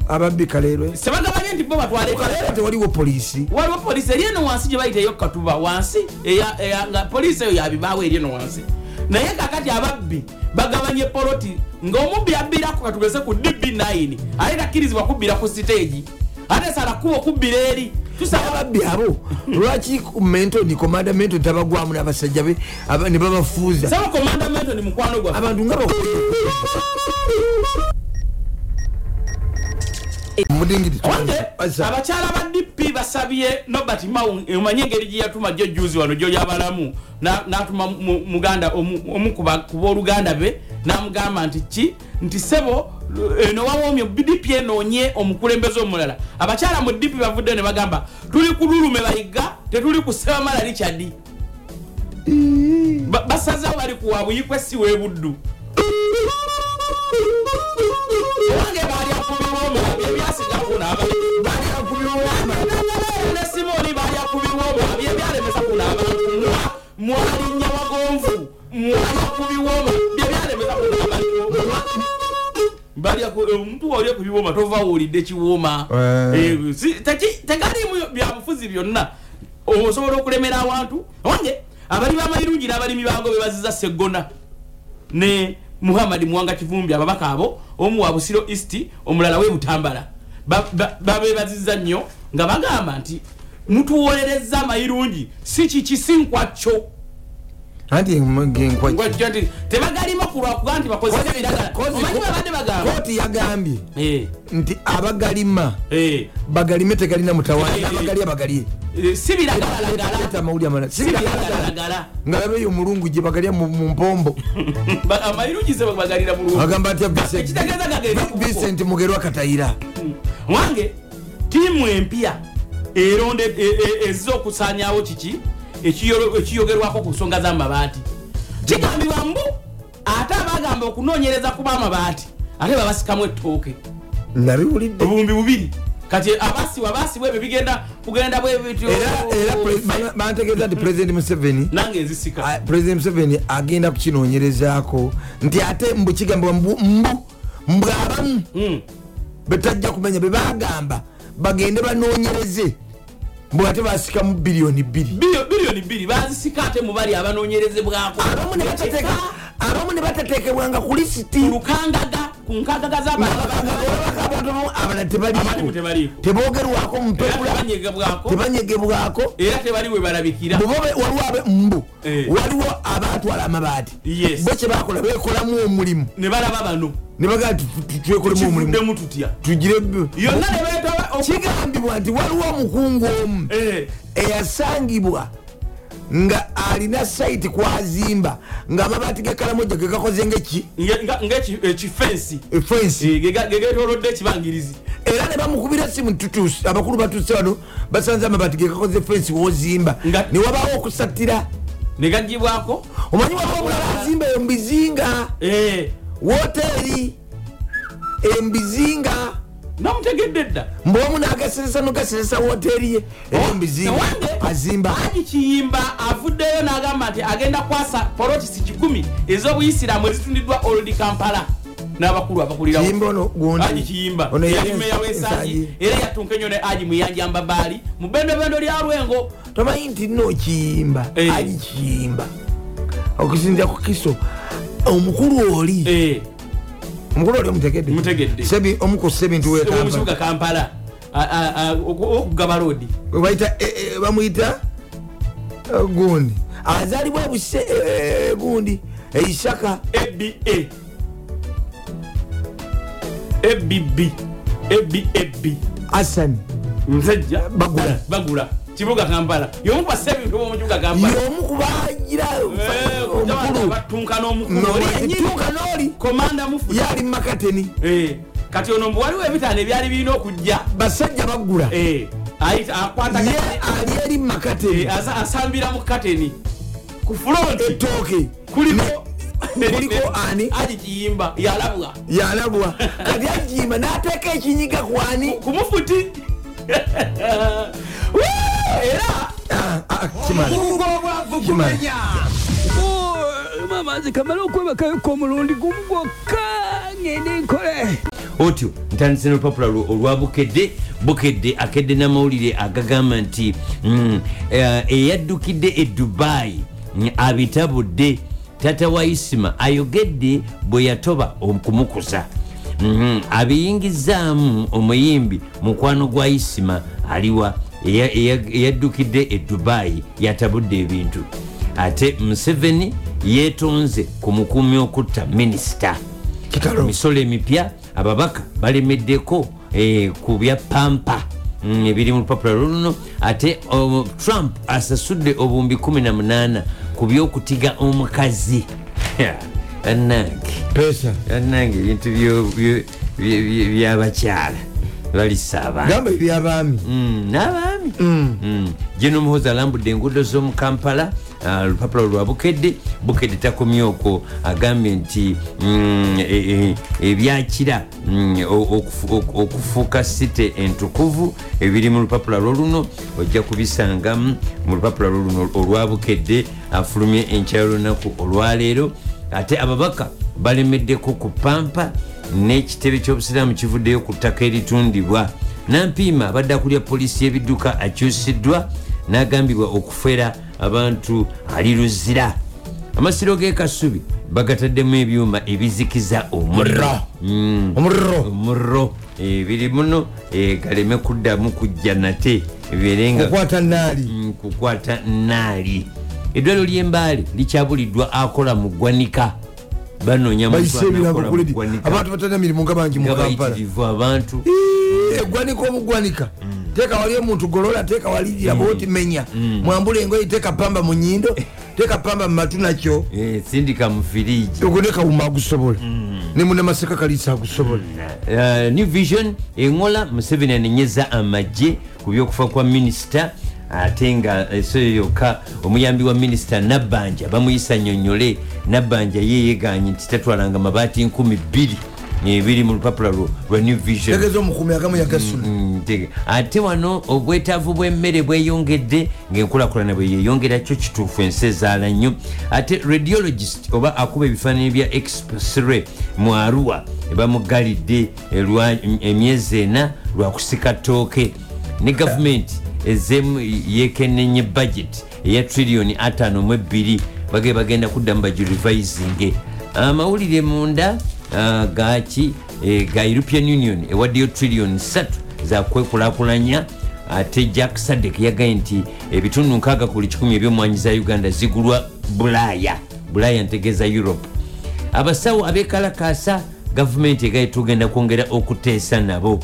[SPEAKER 2] ababbi kaleero
[SPEAKER 5] sebagabanye nti bo batwale
[SPEAKER 2] kaleero tewaliwo poliisi
[SPEAKER 5] waliwo polisi eri eno wansi gye bayitayo katuba wansi eya- eya- nga polisi eyo yabibaawo eri eno wansi naye kakati ababbi bagabanye poloti ng'omubbi abbirako katugeze ku db9 ate takkirizibwa kubbira ku siteegi ate sala kuba okubbira eri tusaba
[SPEAKER 2] ababbi abo lwaki mentoni komanda mentoni tabagwamu n'abasajja be aba- ne babafuuza
[SPEAKER 5] saba komandamento ni mukwano gwaffe
[SPEAKER 2] abantu nga bak mudingidi
[SPEAKER 5] wange
[SPEAKER 2] Asa.
[SPEAKER 5] abakyala ba dp basabye nobert mawu omanye engeri gye yatuma gyo juzi wano gyo yabalamu na- n'atuma mu- muganda omu omu ku ba- ku booluganda be n'amugamba nti ki nti sebo lu- eno wawoomye dp enoonye omukulembeze omulala abakyala mu dp bavudde ne bagamba tuli ku lulume bayiga tetuli ku sebamala richard Ba- basazewo bali ku wabuyikwe si webuddu wange baali akululuma ebyasigakuna kuwona ne simoni balyakubiwa omwo byebyalemesa kuno abantu mwalinnya wagonvu mwalyakubiwoma byebyalemesa kuno abantu omuntu waolya ku biwoma tova wulidde kiwooma
[SPEAKER 2] Eh.
[SPEAKER 5] Eh, si- teki- tekaliimu byabufuzi byonna osobola okulemera awantu owange abalimi amayirungi n'abalimi bango bebaziza seggona ne muhammadi muwanga kivumbi ababaka abo omu wa busiro east omulala we butambala Ba- ba- babebazizza nnyo nga bagamba nti mutuwolerezza amayirungi si kiki si nkwakyo
[SPEAKER 2] anti nkwaki
[SPEAKER 5] Nkwakyo nti tebagalima ku lwakuga nti bakozesa biragala omanyi babadde bagamba
[SPEAKER 2] kooti yagambye
[SPEAKER 5] Eh,
[SPEAKER 2] nti abagalima
[SPEAKER 5] eh.
[SPEAKER 2] bagalime tegalina mutawaana
[SPEAKER 5] Eh, eh.
[SPEAKER 2] abagalye bagalye
[SPEAKER 5] Eh, si
[SPEAKER 2] aleeta
[SPEAKER 5] biragalalagala
[SPEAKER 2] amawuli amala
[SPEAKER 5] si biragalalagala
[SPEAKER 2] nga laba eyo omulungu gye bagalya mu mu mpombo
[SPEAKER 5] amayirungi se bagagalira bulungi
[SPEAKER 2] agamba atya Vincent-
[SPEAKER 5] Ekitegeeza nga ge-
[SPEAKER 2] vincent mugerwa katayira
[SPEAKER 5] wange tiimu empya eronde e- e- ezze okusaanyawo kiki ekiyolo- ekiyogerwako ku nsonga z'amabaati kigambibwa mbu ate abagamba okunoonyereza kuba amabaati ate babasikamu ettooke
[SPEAKER 2] nabiwulidde
[SPEAKER 5] obuwumbi bubiri kati abasibwa basibwa ebyo bigenda kugenda bwe bityo
[SPEAKER 2] era era pre- ba- bantegeeza nti president museveni
[SPEAKER 5] nange nzisika
[SPEAKER 2] ah, president museveni agenda kukinoonyerezaako nti ate mbu kigambibwa mbu mbu mbu abamu
[SPEAKER 5] Mm.
[SPEAKER 2] betajja kumenya be bagamba bagende banoonyereze mbwe ate basikamu biliyoni bbiri
[SPEAKER 5] Biliyo- biliyoni bbiri bazisika ate mubali abanoonyerezebwako
[SPEAKER 2] abamu ne batateeka- abamu ne batateekebwanga ku lisiti
[SPEAKER 5] ku lukangaga ku nkagaga z'abantu
[SPEAKER 2] abala
[SPEAKER 5] abalimu
[SPEAKER 2] tebaliiko
[SPEAKER 5] tebaliiko
[SPEAKER 2] teboogerwako
[SPEAKER 5] era
[SPEAKER 2] mupebula
[SPEAKER 5] tebanyegabwako
[SPEAKER 2] tebanyegebwako
[SPEAKER 5] era tebali we balabikira
[SPEAKER 2] Bo be- waliwo abe- mbu
[SPEAKER 5] Eh.
[SPEAKER 2] waliwo abatwala amabaati
[SPEAKER 5] Yes.
[SPEAKER 2] bo kyebakola bekolamu omulimu
[SPEAKER 5] ne balaba bano
[SPEAKER 2] nebagaa twekolemu omulimu
[SPEAKER 5] kivuddemu tutya
[SPEAKER 2] tugire
[SPEAKER 5] yonna ne beetoba oku-
[SPEAKER 2] kigambibwa nti waliwo omukungu omu
[SPEAKER 5] Eh,
[SPEAKER 2] eyasangibwa nga alina saiti kwazimba nga amabaati gakalamoja gegakoze ngaeki
[SPEAKER 5] nge- nga- ng'eki- ekifensi
[SPEAKER 2] efensi
[SPEAKER 5] Eh, gega- gegetolodde ekibangirizi
[SPEAKER 2] era ne bamukubira simu tutuuse abakulu batuse wano basanze amabaati gegakoze efensi wozimba
[SPEAKER 5] Nga-
[SPEAKER 2] newabawo okusatira
[SPEAKER 5] ne gaggyibwako
[SPEAKER 2] omanyi waliwo omulala azimba eyo mubizinga
[SPEAKER 5] Eh,
[SPEAKER 2] woteri embizinga
[SPEAKER 5] namutegedde dda
[SPEAKER 2] mbwomu nagaseresa nogaseresa woteri ye era
[SPEAKER 5] Oh,
[SPEAKER 2] embizinga
[SPEAKER 5] Ewange,
[SPEAKER 2] azimba
[SPEAKER 5] Haji kiyimba avuddeyo n'agamba nti agenda kwasa polotisi 1 ez'obuyisiraamu ezitundiddwa oldi kampala n'abakulu abakulirawo
[SPEAKER 2] kiyimba ono
[SPEAKER 5] aji
[SPEAKER 2] gundi
[SPEAKER 5] kiyimba
[SPEAKER 2] Ono yali
[SPEAKER 5] yali meya wesangi
[SPEAKER 2] Ensangi.
[SPEAKER 5] era yatunka ennyo ne aji muyanja mbabaali mu bendobendo lya lwengo
[SPEAKER 2] tomanyi nti no kiyimba
[SPEAKER 5] Eh.
[SPEAKER 2] ali kiyimba okusinzira ku kiso omukulu
[SPEAKER 5] Eh.
[SPEAKER 2] oli omukulu oli
[SPEAKER 5] Mutegedde.
[SPEAKER 2] omutegedde omukosa ebintu
[SPEAKER 5] omukibuga
[SPEAKER 2] wekampala
[SPEAKER 5] kampala a- a- a- oku- okugaba loodi
[SPEAKER 2] webayita eh, eh, bamuyita eh, gundi e azalibwa ebuse eh, eh, gundi eisaka
[SPEAKER 5] E aba E ebb E ebb
[SPEAKER 2] asani
[SPEAKER 5] nsajja
[SPEAKER 2] Bagula.
[SPEAKER 5] bagula kibuga kampala yomu kwassa ebintu b'omukibuga kampala
[SPEAKER 2] yomu kubagira
[SPEAKER 5] Eh,
[SPEAKER 2] omukulu
[SPEAKER 5] batunka n'omukulu oli yennyini
[SPEAKER 2] tuka noli
[SPEAKER 5] komanda mufu
[SPEAKER 2] yali mumakateni
[SPEAKER 5] Eh, kati ono mbu waliwo ebitaano ebyali birina okujja
[SPEAKER 2] basajja baggula ye
[SPEAKER 5] Eh, ayita- akwata
[SPEAKER 2] ali eri mumakateni
[SPEAKER 5] Eh, asa- asambira mu kateni ku fulonti
[SPEAKER 2] etooke
[SPEAKER 5] kuliko
[SPEAKER 2] Eh, kuliko ani?
[SPEAKER 5] ali kiyimba yalabwa
[SPEAKER 2] yalabwa kati ajima n'ateeka ekinyiga kwani
[SPEAKER 5] ku mufuti Wee, era
[SPEAKER 2] Ah, ah, kimala
[SPEAKER 4] mungu obwavu gumenya
[SPEAKER 3] oluma amazzi kamale okwebakayo k'omulundi gumu gwokka ngende nkole
[SPEAKER 1] otyo ntandise n'olupapula lwo olwa bukedde bukedde akedde n'amawulire agagamba nti mm, eh, eyaddukidde e dubayi mm, abitabudde tata wa isima ayogedde bwe yatoba okumukuza Mm, abiyingizaamu omuyimbi mukwano gwa isima aliwa eya- eya- eyaddukidde e dubayi yatabudde ebintu ate museveni yeetonze ku mukuumi okutta minisita
[SPEAKER 2] kitalo
[SPEAKER 1] emisolo emipya ababaka balemeddeko eh, ku bya pampa mm, ebiri mu lupapula luluno ate oh, trump asasudde obuwumbi 18 ku byokutiga omukazi anange
[SPEAKER 2] pesa
[SPEAKER 1] anange ebintu byo- byo- bye- bye- byabakyala balisa abantu
[SPEAKER 2] gamba ebyabaami
[SPEAKER 1] Mm, n'abaami Mm. geno muhozi alambudde enguudo z'omu kampala ah, olupapula lwa bukedde bukedde takomye okwo agambye nti mm, e- e- ebyakira mm, o- okufu- oku- okufuuka site entukuvu ebiri mu lupapula lwoluno ojja kubisangamu mu lupapula lwoluno olwa bukedde afulumye enkyalo lunaku olwaleero ate ababaka balemeddeko ku pampa n'ekitebe ky'obusiraamu kivuddeyo ku ttaka eritundibwa nampiima abadde akulya poliisi y'ebidduka akyusiddwa n'agambibwa okufera abantu ali luzira amasiro g'e kasubi bagataddemu ebyuma ebizikiza omuliro Mm,
[SPEAKER 2] omuliro
[SPEAKER 1] omuliro Eh, biri muno eh, galeme kuddamu kujja nate biberenga
[SPEAKER 2] okwata naali
[SPEAKER 1] Mm, kukwata naali eddwaliro ly'embaale likyabuliddwa akola mu ggwanika banoonya muntu
[SPEAKER 2] bayise ebirango
[SPEAKER 1] anaakola mu
[SPEAKER 2] kuledi
[SPEAKER 1] ggwanika
[SPEAKER 2] abantu batalina mirimu nga bangi mu
[SPEAKER 1] nga
[SPEAKER 2] kampala
[SPEAKER 1] bayitirivu abantu
[SPEAKER 2] eggwanika obugwanika teeka wali omuntu golola teeka wali yabaoti menya mwambula engoyi teeka pamba mu nyindo teeka pamba mu matu nakyo
[SPEAKER 1] Eh, sindika mu firiji
[SPEAKER 2] ogwo nekawuma agusobola ne munamaseka kaliisa agusobola
[SPEAKER 1] Eh, new vision engola museveni anenyeza amagye ku byokufa kwa minisita ate nga esoyo yokka omuyambi wa minisita nabbanja bamuyisa nyonyole nabbanja yeyeeganye nti tatwalanga mabaati 12 ebiri mu lupapula lwo- lwa new vision
[SPEAKER 2] tegeza omukumi agamu yagasuna
[SPEAKER 1] Mm, tege- ate wano obwetaavu bw'emmere bweyongedde ngaenkulakulana bwe yeyongera kyo kituufu ensi ezaala nnyo ate radiologist oba akuba ebifaananyi bya expressre mu arua bamugalidde elwa- mm, emyezi ena lwakusika ttooke ne gavumenti ezemu yekenenye budget eya triliyoni 52 bage bagenda kuddamu bagirivisinge amawulire Ah, munda ah, gaki eh, ga european union ewaddeyo triliyoni 3 zakwekulakulanya ate jack sadek yagaye nti ebitundu 6 ku buli 1 ebyomwanyi za uganda zigulwa bulaaya bulaaya ntegeeza europe abasawo abekalakasa gavumenti egaye tugenda kwongera okuteesa nabo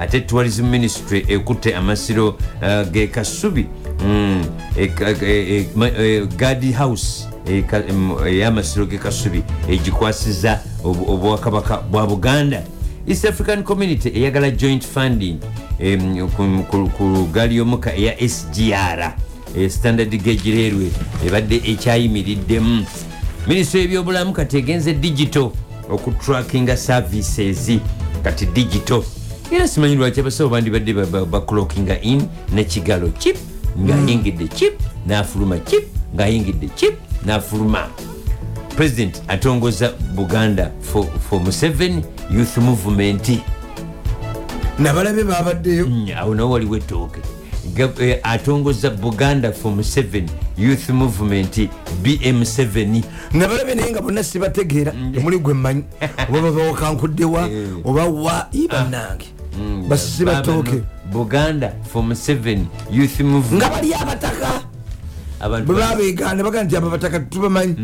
[SPEAKER 1] ate tourism ministry ekutte amasiro uh, ge kasubi mm, e, e, e, ma- e, guard house e, ka- em, ey'amasiro ge kasubi egikwasiza obu- obwakabaka bwa buganda east african community eyagala joint funding em, ku- ku- ku gaali yomuka eya sgr eh, standard gauge railway ebadde ekyayimiriddemu minisitule y'ebyobulamu kati egenze digital okutrackinga services kati digital era simanyi lwaki abasawo bandibadde ba- ba- baclockinga in nekigalo chip ngaayingidde chip n'afuluma chip ngaayingidde chip n'afuluma president atongoza buganda for, for museven youth movement
[SPEAKER 2] nabalabe babaddeyo
[SPEAKER 1] Mm, awo nawo waliwo ettooke Ga- eh, atongoza buganda for museven youth movement bm7
[SPEAKER 2] nabalabe naye nga bonna sibategeera
[SPEAKER 1] Mm.
[SPEAKER 2] temuli gwe mmanyi oba babawakankudewa
[SPEAKER 1] Eh.
[SPEAKER 2] oba wa ibanange
[SPEAKER 1] Ah. Mm,
[SPEAKER 2] basibatooke
[SPEAKER 1] buganda for museven youth
[SPEAKER 2] nga
[SPEAKER 1] movement
[SPEAKER 2] bali abataka
[SPEAKER 1] abantu
[SPEAKER 2] bwe babegaana bagaa nti ababataka
[SPEAKER 1] Mm.
[SPEAKER 2] tubamanyi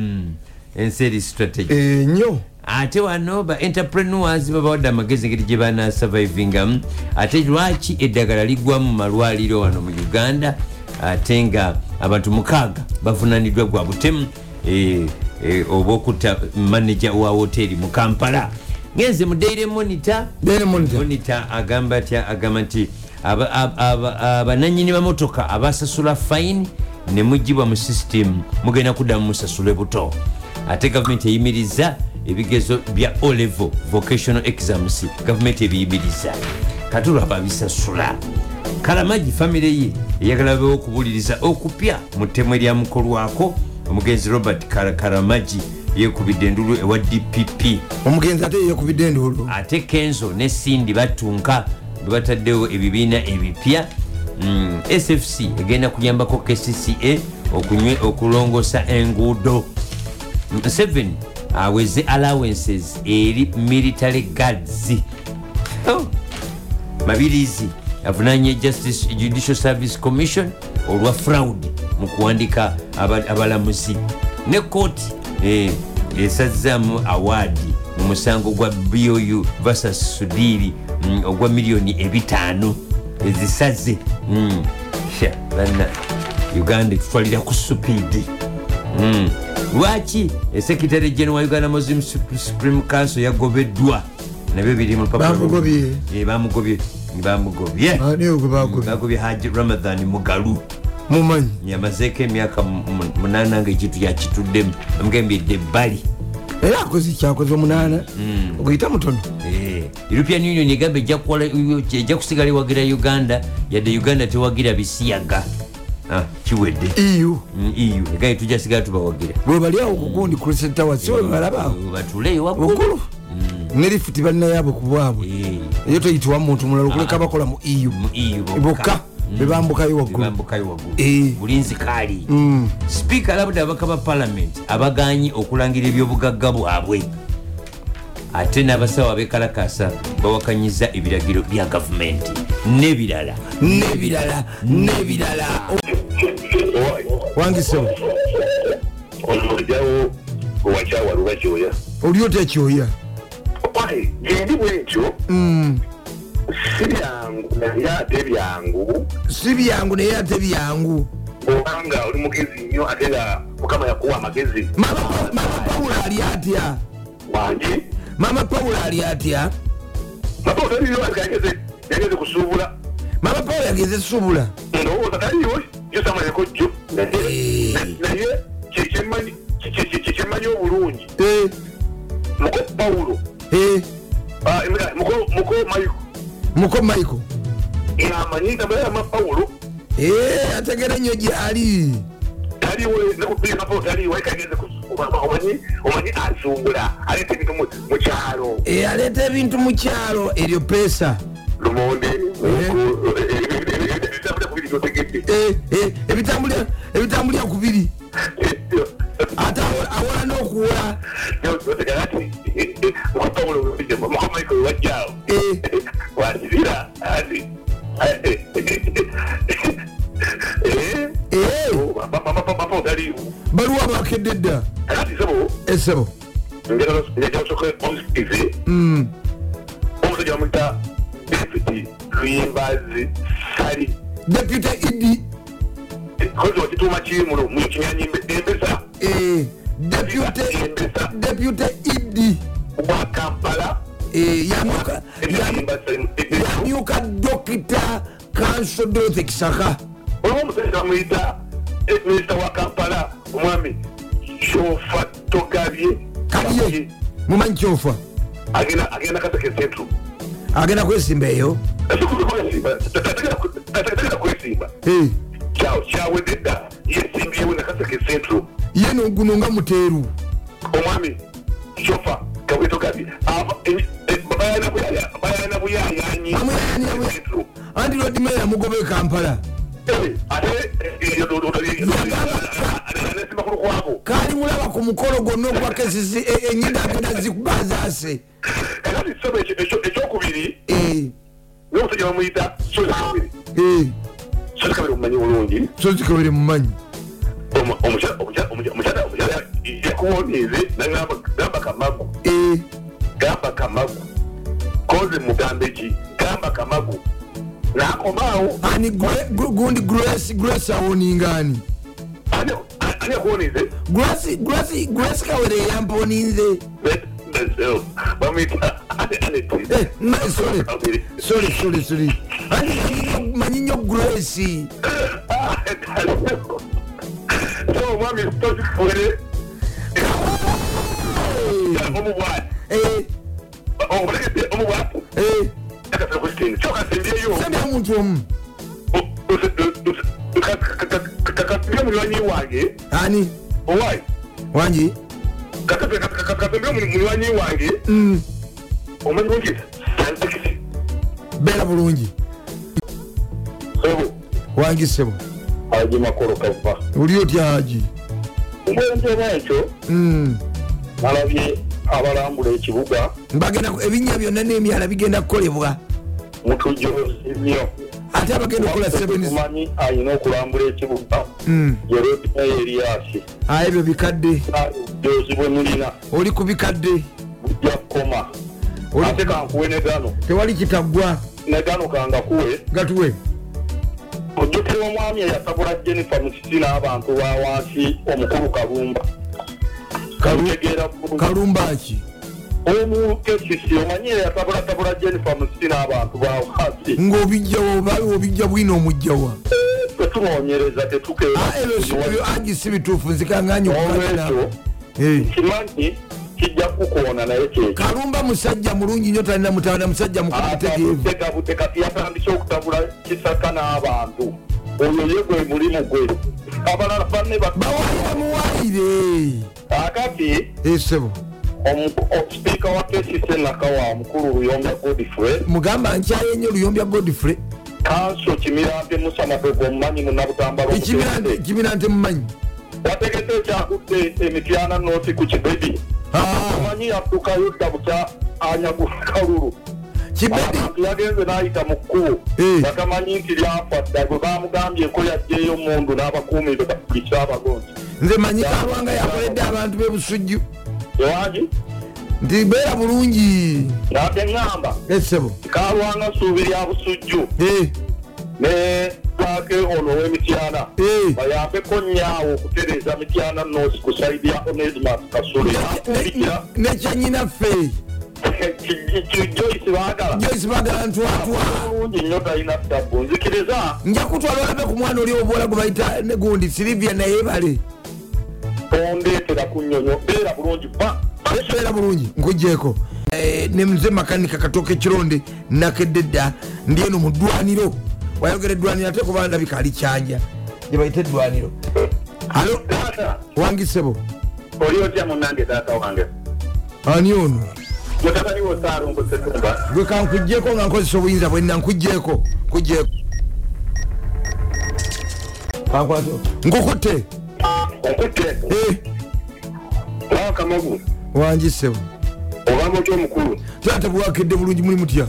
[SPEAKER 1] ensi eri strategy
[SPEAKER 2] Eh, nnyo
[SPEAKER 1] ate wano ba entrepreneurs babawadde amagezi engeri gye banasurvivingamu ate lwaki eddagala liggwa mu malwaliro wano mu uganda ate nga abantu mukaaga bavunaniddwa gwa butemu eh, eh, oba okutta manaja wa hoteri mu kampala ngenze mu daily monitor
[SPEAKER 2] Daily Monitor.
[SPEAKER 1] monitor agamba atya agamba nti aba- ab- aba- abananyini bamotoka abasasula fine ne mugibwa mu system mugenda kuddamu musasule buto ate gavumenti eyimiriza ebigezo bya olevo vocational exams gavumenti ebiyimiriza kati olwaba bisasula kalamagi famire ye eyagala bewo okubuliriza okupya mu ttemu eryamukolwako omugenzi robert Kara- karamagi yekubidde endulu ewa dpp
[SPEAKER 2] omugenzi ate yeyakubidde enduulu
[SPEAKER 1] ate kenzo ne sindi batunka bebataddewo ebibiina ebipya Mm, sfc egenda kuyambako kcca okunywe okulongosa enguudo Mm, 7 aweze allowances eri military guards Oh, mabirizi avunanye justice judicial service commission olwa fraud mu kuwandika aba- abalamuzi ne kooti eh, esazzaamu awaadi mu musango gwa bou versus sudiiri mm, ogwa miliyoni ebitaano ezisaze Mm, sha, banna uganda etutwalira ku supiidi Mm. lwaki esekretary general wa uganda muslim Sup- supreme council yagobeddwa nabyo biri mu lupapula
[SPEAKER 2] Bamugobye.
[SPEAKER 1] Eh, bamugobye bamugobye
[SPEAKER 2] ani ogwe bagwe
[SPEAKER 1] bagobye haji ramadhan mugalu
[SPEAKER 2] mumanyi
[SPEAKER 1] yamazeeko emyaka mu- mu- munaana nga ekintu yakituddemu amugambidde ebbali
[SPEAKER 2] era akoze kyakoze omunaana
[SPEAKER 1] Mm.
[SPEAKER 2] oguyita mutono
[SPEAKER 1] Eh, european union egamba ejja kukola- ejja kusigala ewagira uganda yadde uganda tewagira bisiyaga Ah, kiwedde
[SPEAKER 2] eu
[SPEAKER 1] Mm, eu egaye tujja sigala tubawagira
[SPEAKER 2] bwebali awo kugundi crescent tower
[SPEAKER 1] Mm.
[SPEAKER 2] si webalabaawo
[SPEAKER 1] batuleyo
[SPEAKER 2] bukulu ne lifuti bannayaabwe ku bwabwe
[SPEAKER 1] Mm. Eh.
[SPEAKER 2] eyo teyitibwa muntu mulala okuleka bakola mu eu
[SPEAKER 1] mu E eu
[SPEAKER 2] bokka bebambukayo waggulu
[SPEAKER 1] bambukayo waggulu
[SPEAKER 2] Eh.
[SPEAKER 1] bulinzi kaali sipiika labudde ababaka ba palamenti abaganye okulangira ebyobugagga bwabwe ate n'abasawo abekalakasa bawakanyiza ebiragiro bya gavumenti n'ebirala
[SPEAKER 2] n'ebirala n'ebirala wangisewo
[SPEAKER 7] onojawo owakyawaluba kyoya
[SPEAKER 2] oli ota ekyoya
[SPEAKER 7] Why? gendi bwekyo si byangu naye ate byangu
[SPEAKER 2] si byangu naye ate byangu
[SPEAKER 7] obanga oli mugezi nnyo ate nga mukama yakuwa amagezi
[SPEAKER 2] mama Mama pawulo ali atya
[SPEAKER 7] wangi
[SPEAKER 2] mama pawulo ali atya
[SPEAKER 7] mapa otaliyo yageze yageze kusuubula
[SPEAKER 2] mama pawulo yageze subula
[SPEAKER 7] ndowooza taliyo yosamaleko jjo
[SPEAKER 2] Eh.
[SPEAKER 7] naye naye kye- kyemanyi- kye- kye- kye- kyemanyi obulungi
[SPEAKER 2] Eh,
[SPEAKER 7] muko pawulo
[SPEAKER 2] eh,
[SPEAKER 7] ah, emika- muko muko maiko
[SPEAKER 2] muko michael
[SPEAKER 7] yamanyi ntabalala mapawulo
[SPEAKER 2] Eh, ategere nnyo gyali
[SPEAKER 7] taliwe nekupiira mapo taliwe kageze omanyi omanyi asungula aleeta ebintu mu- mu kyalo
[SPEAKER 2] Eh, aleeta ebintu mu kyalo eryo peesa
[SPEAKER 7] lumonde
[SPEAKER 2] Eh, eh, ebitambulira ebitambulira kubiri ate awola- awola n'okuwola
[SPEAKER 7] mukomaiko wewajjaawo
[SPEAKER 2] Eh.
[SPEAKER 7] wasibira
[SPEAKER 2] Eh,
[SPEAKER 7] mapo taliwo
[SPEAKER 2] baluwa bakedde dda Eh,
[SPEAKER 7] kati sebo
[SPEAKER 2] esebo
[SPEAKER 7] njagala njagala osooke onzikirize omusajja bamuyita david luyimbazi sali
[SPEAKER 2] deputy idi
[SPEAKER 7] kozi wakituuma kimuno mukinyanyimbe empesa
[SPEAKER 2] Eh, deputy deputy idi
[SPEAKER 7] wa kampala
[SPEAKER 2] Eh, yamyuka yam- yamyuka dokita kanso dorothy kisaka
[SPEAKER 7] olwo omusajja bamuyita minisita wa kampala omwami shofa togabye
[SPEAKER 2] kabiye mumanyi kyofa
[SPEAKER 7] agenda kaseke centro
[SPEAKER 2] agenda kwesimba eyo
[SPEAKER 7] tagenda kwesimba
[SPEAKER 2] Eh,
[SPEAKER 7] kyawedde dda yesimbyewo nakaseke centro
[SPEAKER 2] ye noguno nga muteeru
[SPEAKER 7] omwami shofa kabweto gabi bayana buyayanyi
[SPEAKER 2] anti lodimeya yamugoba e kampala
[SPEAKER 7] ate makulukwako
[SPEAKER 2] kalimulaba ku mukolo gwonna ogwa kesisi e- enyinda agenda zikubazaase
[SPEAKER 7] kakati sebo ekyokubiri
[SPEAKER 2] E,
[SPEAKER 7] nomusajja bamuyita sozikabiri sozikabiri omumanyi bulungi
[SPEAKER 2] sozikabere mumanyi
[SPEAKER 7] omukyala yakuwonize nagamba kamagu
[SPEAKER 2] E.
[SPEAKER 7] gamba kamagu koze mugambe ki gamba kamagu nakomaawo
[SPEAKER 2] ani Gre- Gr- gundi grace grace awoningaani
[SPEAKER 7] ani akuwonize
[SPEAKER 2] grace grace grace kawere eyamponinze
[SPEAKER 7] bamwita
[SPEAKER 2] Eh, na- sorry. sorry sorry sorry anti manyi- manyi nnyo grace
[SPEAKER 7] omwami tozikubere omubwati
[SPEAKER 2] Eh,
[SPEAKER 7] omulegedde omubwati
[SPEAKER 2] eh,
[SPEAKER 7] akasakusitini kyokasimbyeyo
[SPEAKER 2] sembya omuntu omu
[SPEAKER 7] kakasimbye munywanyi wange
[SPEAKER 2] ani
[SPEAKER 7] owaye
[SPEAKER 2] wangi
[SPEAKER 7] kakasimbye munywanyi wange
[SPEAKER 2] Mm.
[SPEAKER 7] omanyi bulungi santikisi
[SPEAKER 2] beera bulungi
[SPEAKER 7] sebo
[SPEAKER 2] wangi sebo
[SPEAKER 7] agimakolo kava
[SPEAKER 2] oli otya haji
[SPEAKER 7] olwensoma ekyo
[SPEAKER 2] Mm.
[SPEAKER 7] nalabye abalambula ekibuga
[SPEAKER 2] bagenda ku- ebinnya byonna n'emyala bigenda kukolebwa
[SPEAKER 7] mutujjozi nnyo
[SPEAKER 2] ate abagenda okukola seven Hmm.
[SPEAKER 7] omanyi alina okulambula ekibuga yerobina yeriyasi
[SPEAKER 2] aye Ah, ebyo bikadde
[SPEAKER 7] Ah, jozi bwe mulina
[SPEAKER 2] oli ku bikadde
[SPEAKER 7] bujja kukoma
[SPEAKER 2] Oli-
[SPEAKER 7] ate kankuwe ne gano
[SPEAKER 2] tewali kitaggwa
[SPEAKER 7] ne gano kangakuwe
[SPEAKER 2] gatuwe
[SPEAKER 7] ojjukira omwami eyasabula jennifer musisi n'abantu ba wansi omukulu kalumba
[SPEAKER 2] Kalu-
[SPEAKER 7] otegeera bulungi
[SPEAKER 2] kalumbaki
[SPEAKER 7] omu kesisi omanyi yatabulatabula jenifam si n'abantu bawasi
[SPEAKER 2] ng'obijjawa oba obijja bwina omujjawa
[SPEAKER 7] tetunoonyereza
[SPEAKER 2] Ah, ebyo si- ebyo
[SPEAKER 7] tetukeera
[SPEAKER 2] agi si bituufu nzikanganye
[SPEAKER 7] olwekyo kimanyi kijja kukoona naye kyekyo
[SPEAKER 2] Eh. kalumba musajja mulungi nnyo talina mutanda musajja
[SPEAKER 7] Ah,
[SPEAKER 2] mukulu mutegeevu
[SPEAKER 7] tegabute kati yatandise okutabula kisaka n'abantu oyo ye gwe mulimu gwe abalala banne
[SPEAKER 2] bawaayire muwaayire
[SPEAKER 7] akati
[SPEAKER 2] esebo
[SPEAKER 7] omusipiika wa kesisi nakawa mukulu luyomba godfrey
[SPEAKER 2] mugamba nkyaye nnyo luyombya godfrey
[SPEAKER 7] kanso kimirambe musa madogo omumanyi munabutambala
[SPEAKER 2] Ekibira- ekibira nte mumanyi
[SPEAKER 7] wategese ekyagudde emityana eh, noti ku kibebi
[SPEAKER 2] Ah,
[SPEAKER 7] omanyi yaddukayo dda bukya anyagula kalulu
[SPEAKER 2] kibedi
[SPEAKER 7] abantu yagenze n'ayita mu kkubo
[SPEAKER 2] Eh.
[SPEAKER 7] batamanyi nti lyafa dda bwe bamugambyeeko yajjeyo mundu n'abakuumi be bakulisa abagonzi
[SPEAKER 2] nze manyi kalwanga yakoledde abantu b'ebusujju
[SPEAKER 7] ewangi
[SPEAKER 2] nti beera bulungi
[SPEAKER 7] nate ŋŋamba
[SPEAKER 2] esebo
[SPEAKER 7] kalwanga ssuubi lya busujju ne baake ono w'emityana bayambeko nyaawo okutereeza mityana nosi ku saidi ya onesimas kasule ebikira
[SPEAKER 2] nekyenyinaffe
[SPEAKER 7] joyce baagala
[SPEAKER 2] joyce bagala ntwatwa
[SPEAKER 7] bulungi nnyo talina tabu nzikiriza
[SPEAKER 2] nja kutwala olabe ku mwana oli obuwala gwe bayita ne gundi silivia nayebale
[SPEAKER 7] ondeetera ku nnyonyo beera bulungi ba
[SPEAKER 2] beera bulungi nkugyeko nemuze makanika katoke kironde nakedde dda ndi eno mu ddwaniro wayogera eddwaniro ate kuba ndabika ali kyanja gye bayita eddwaniro alo
[SPEAKER 7] taata
[SPEAKER 2] wangisebo
[SPEAKER 7] oli otya munange taata wange
[SPEAKER 2] ani ono
[SPEAKER 7] mutabani wo saalongosetumba
[SPEAKER 2] gwe kankugyeko nga nkozesa obuyinza bwenna nkugyeko nkugyeko kankwate nkukutte Eh,
[SPEAKER 7] onkutte nawe kamagu
[SPEAKER 2] wangisebo
[SPEAKER 7] ogambo ki omukulu
[SPEAKER 2] tata bwakidde bulungi muli mutya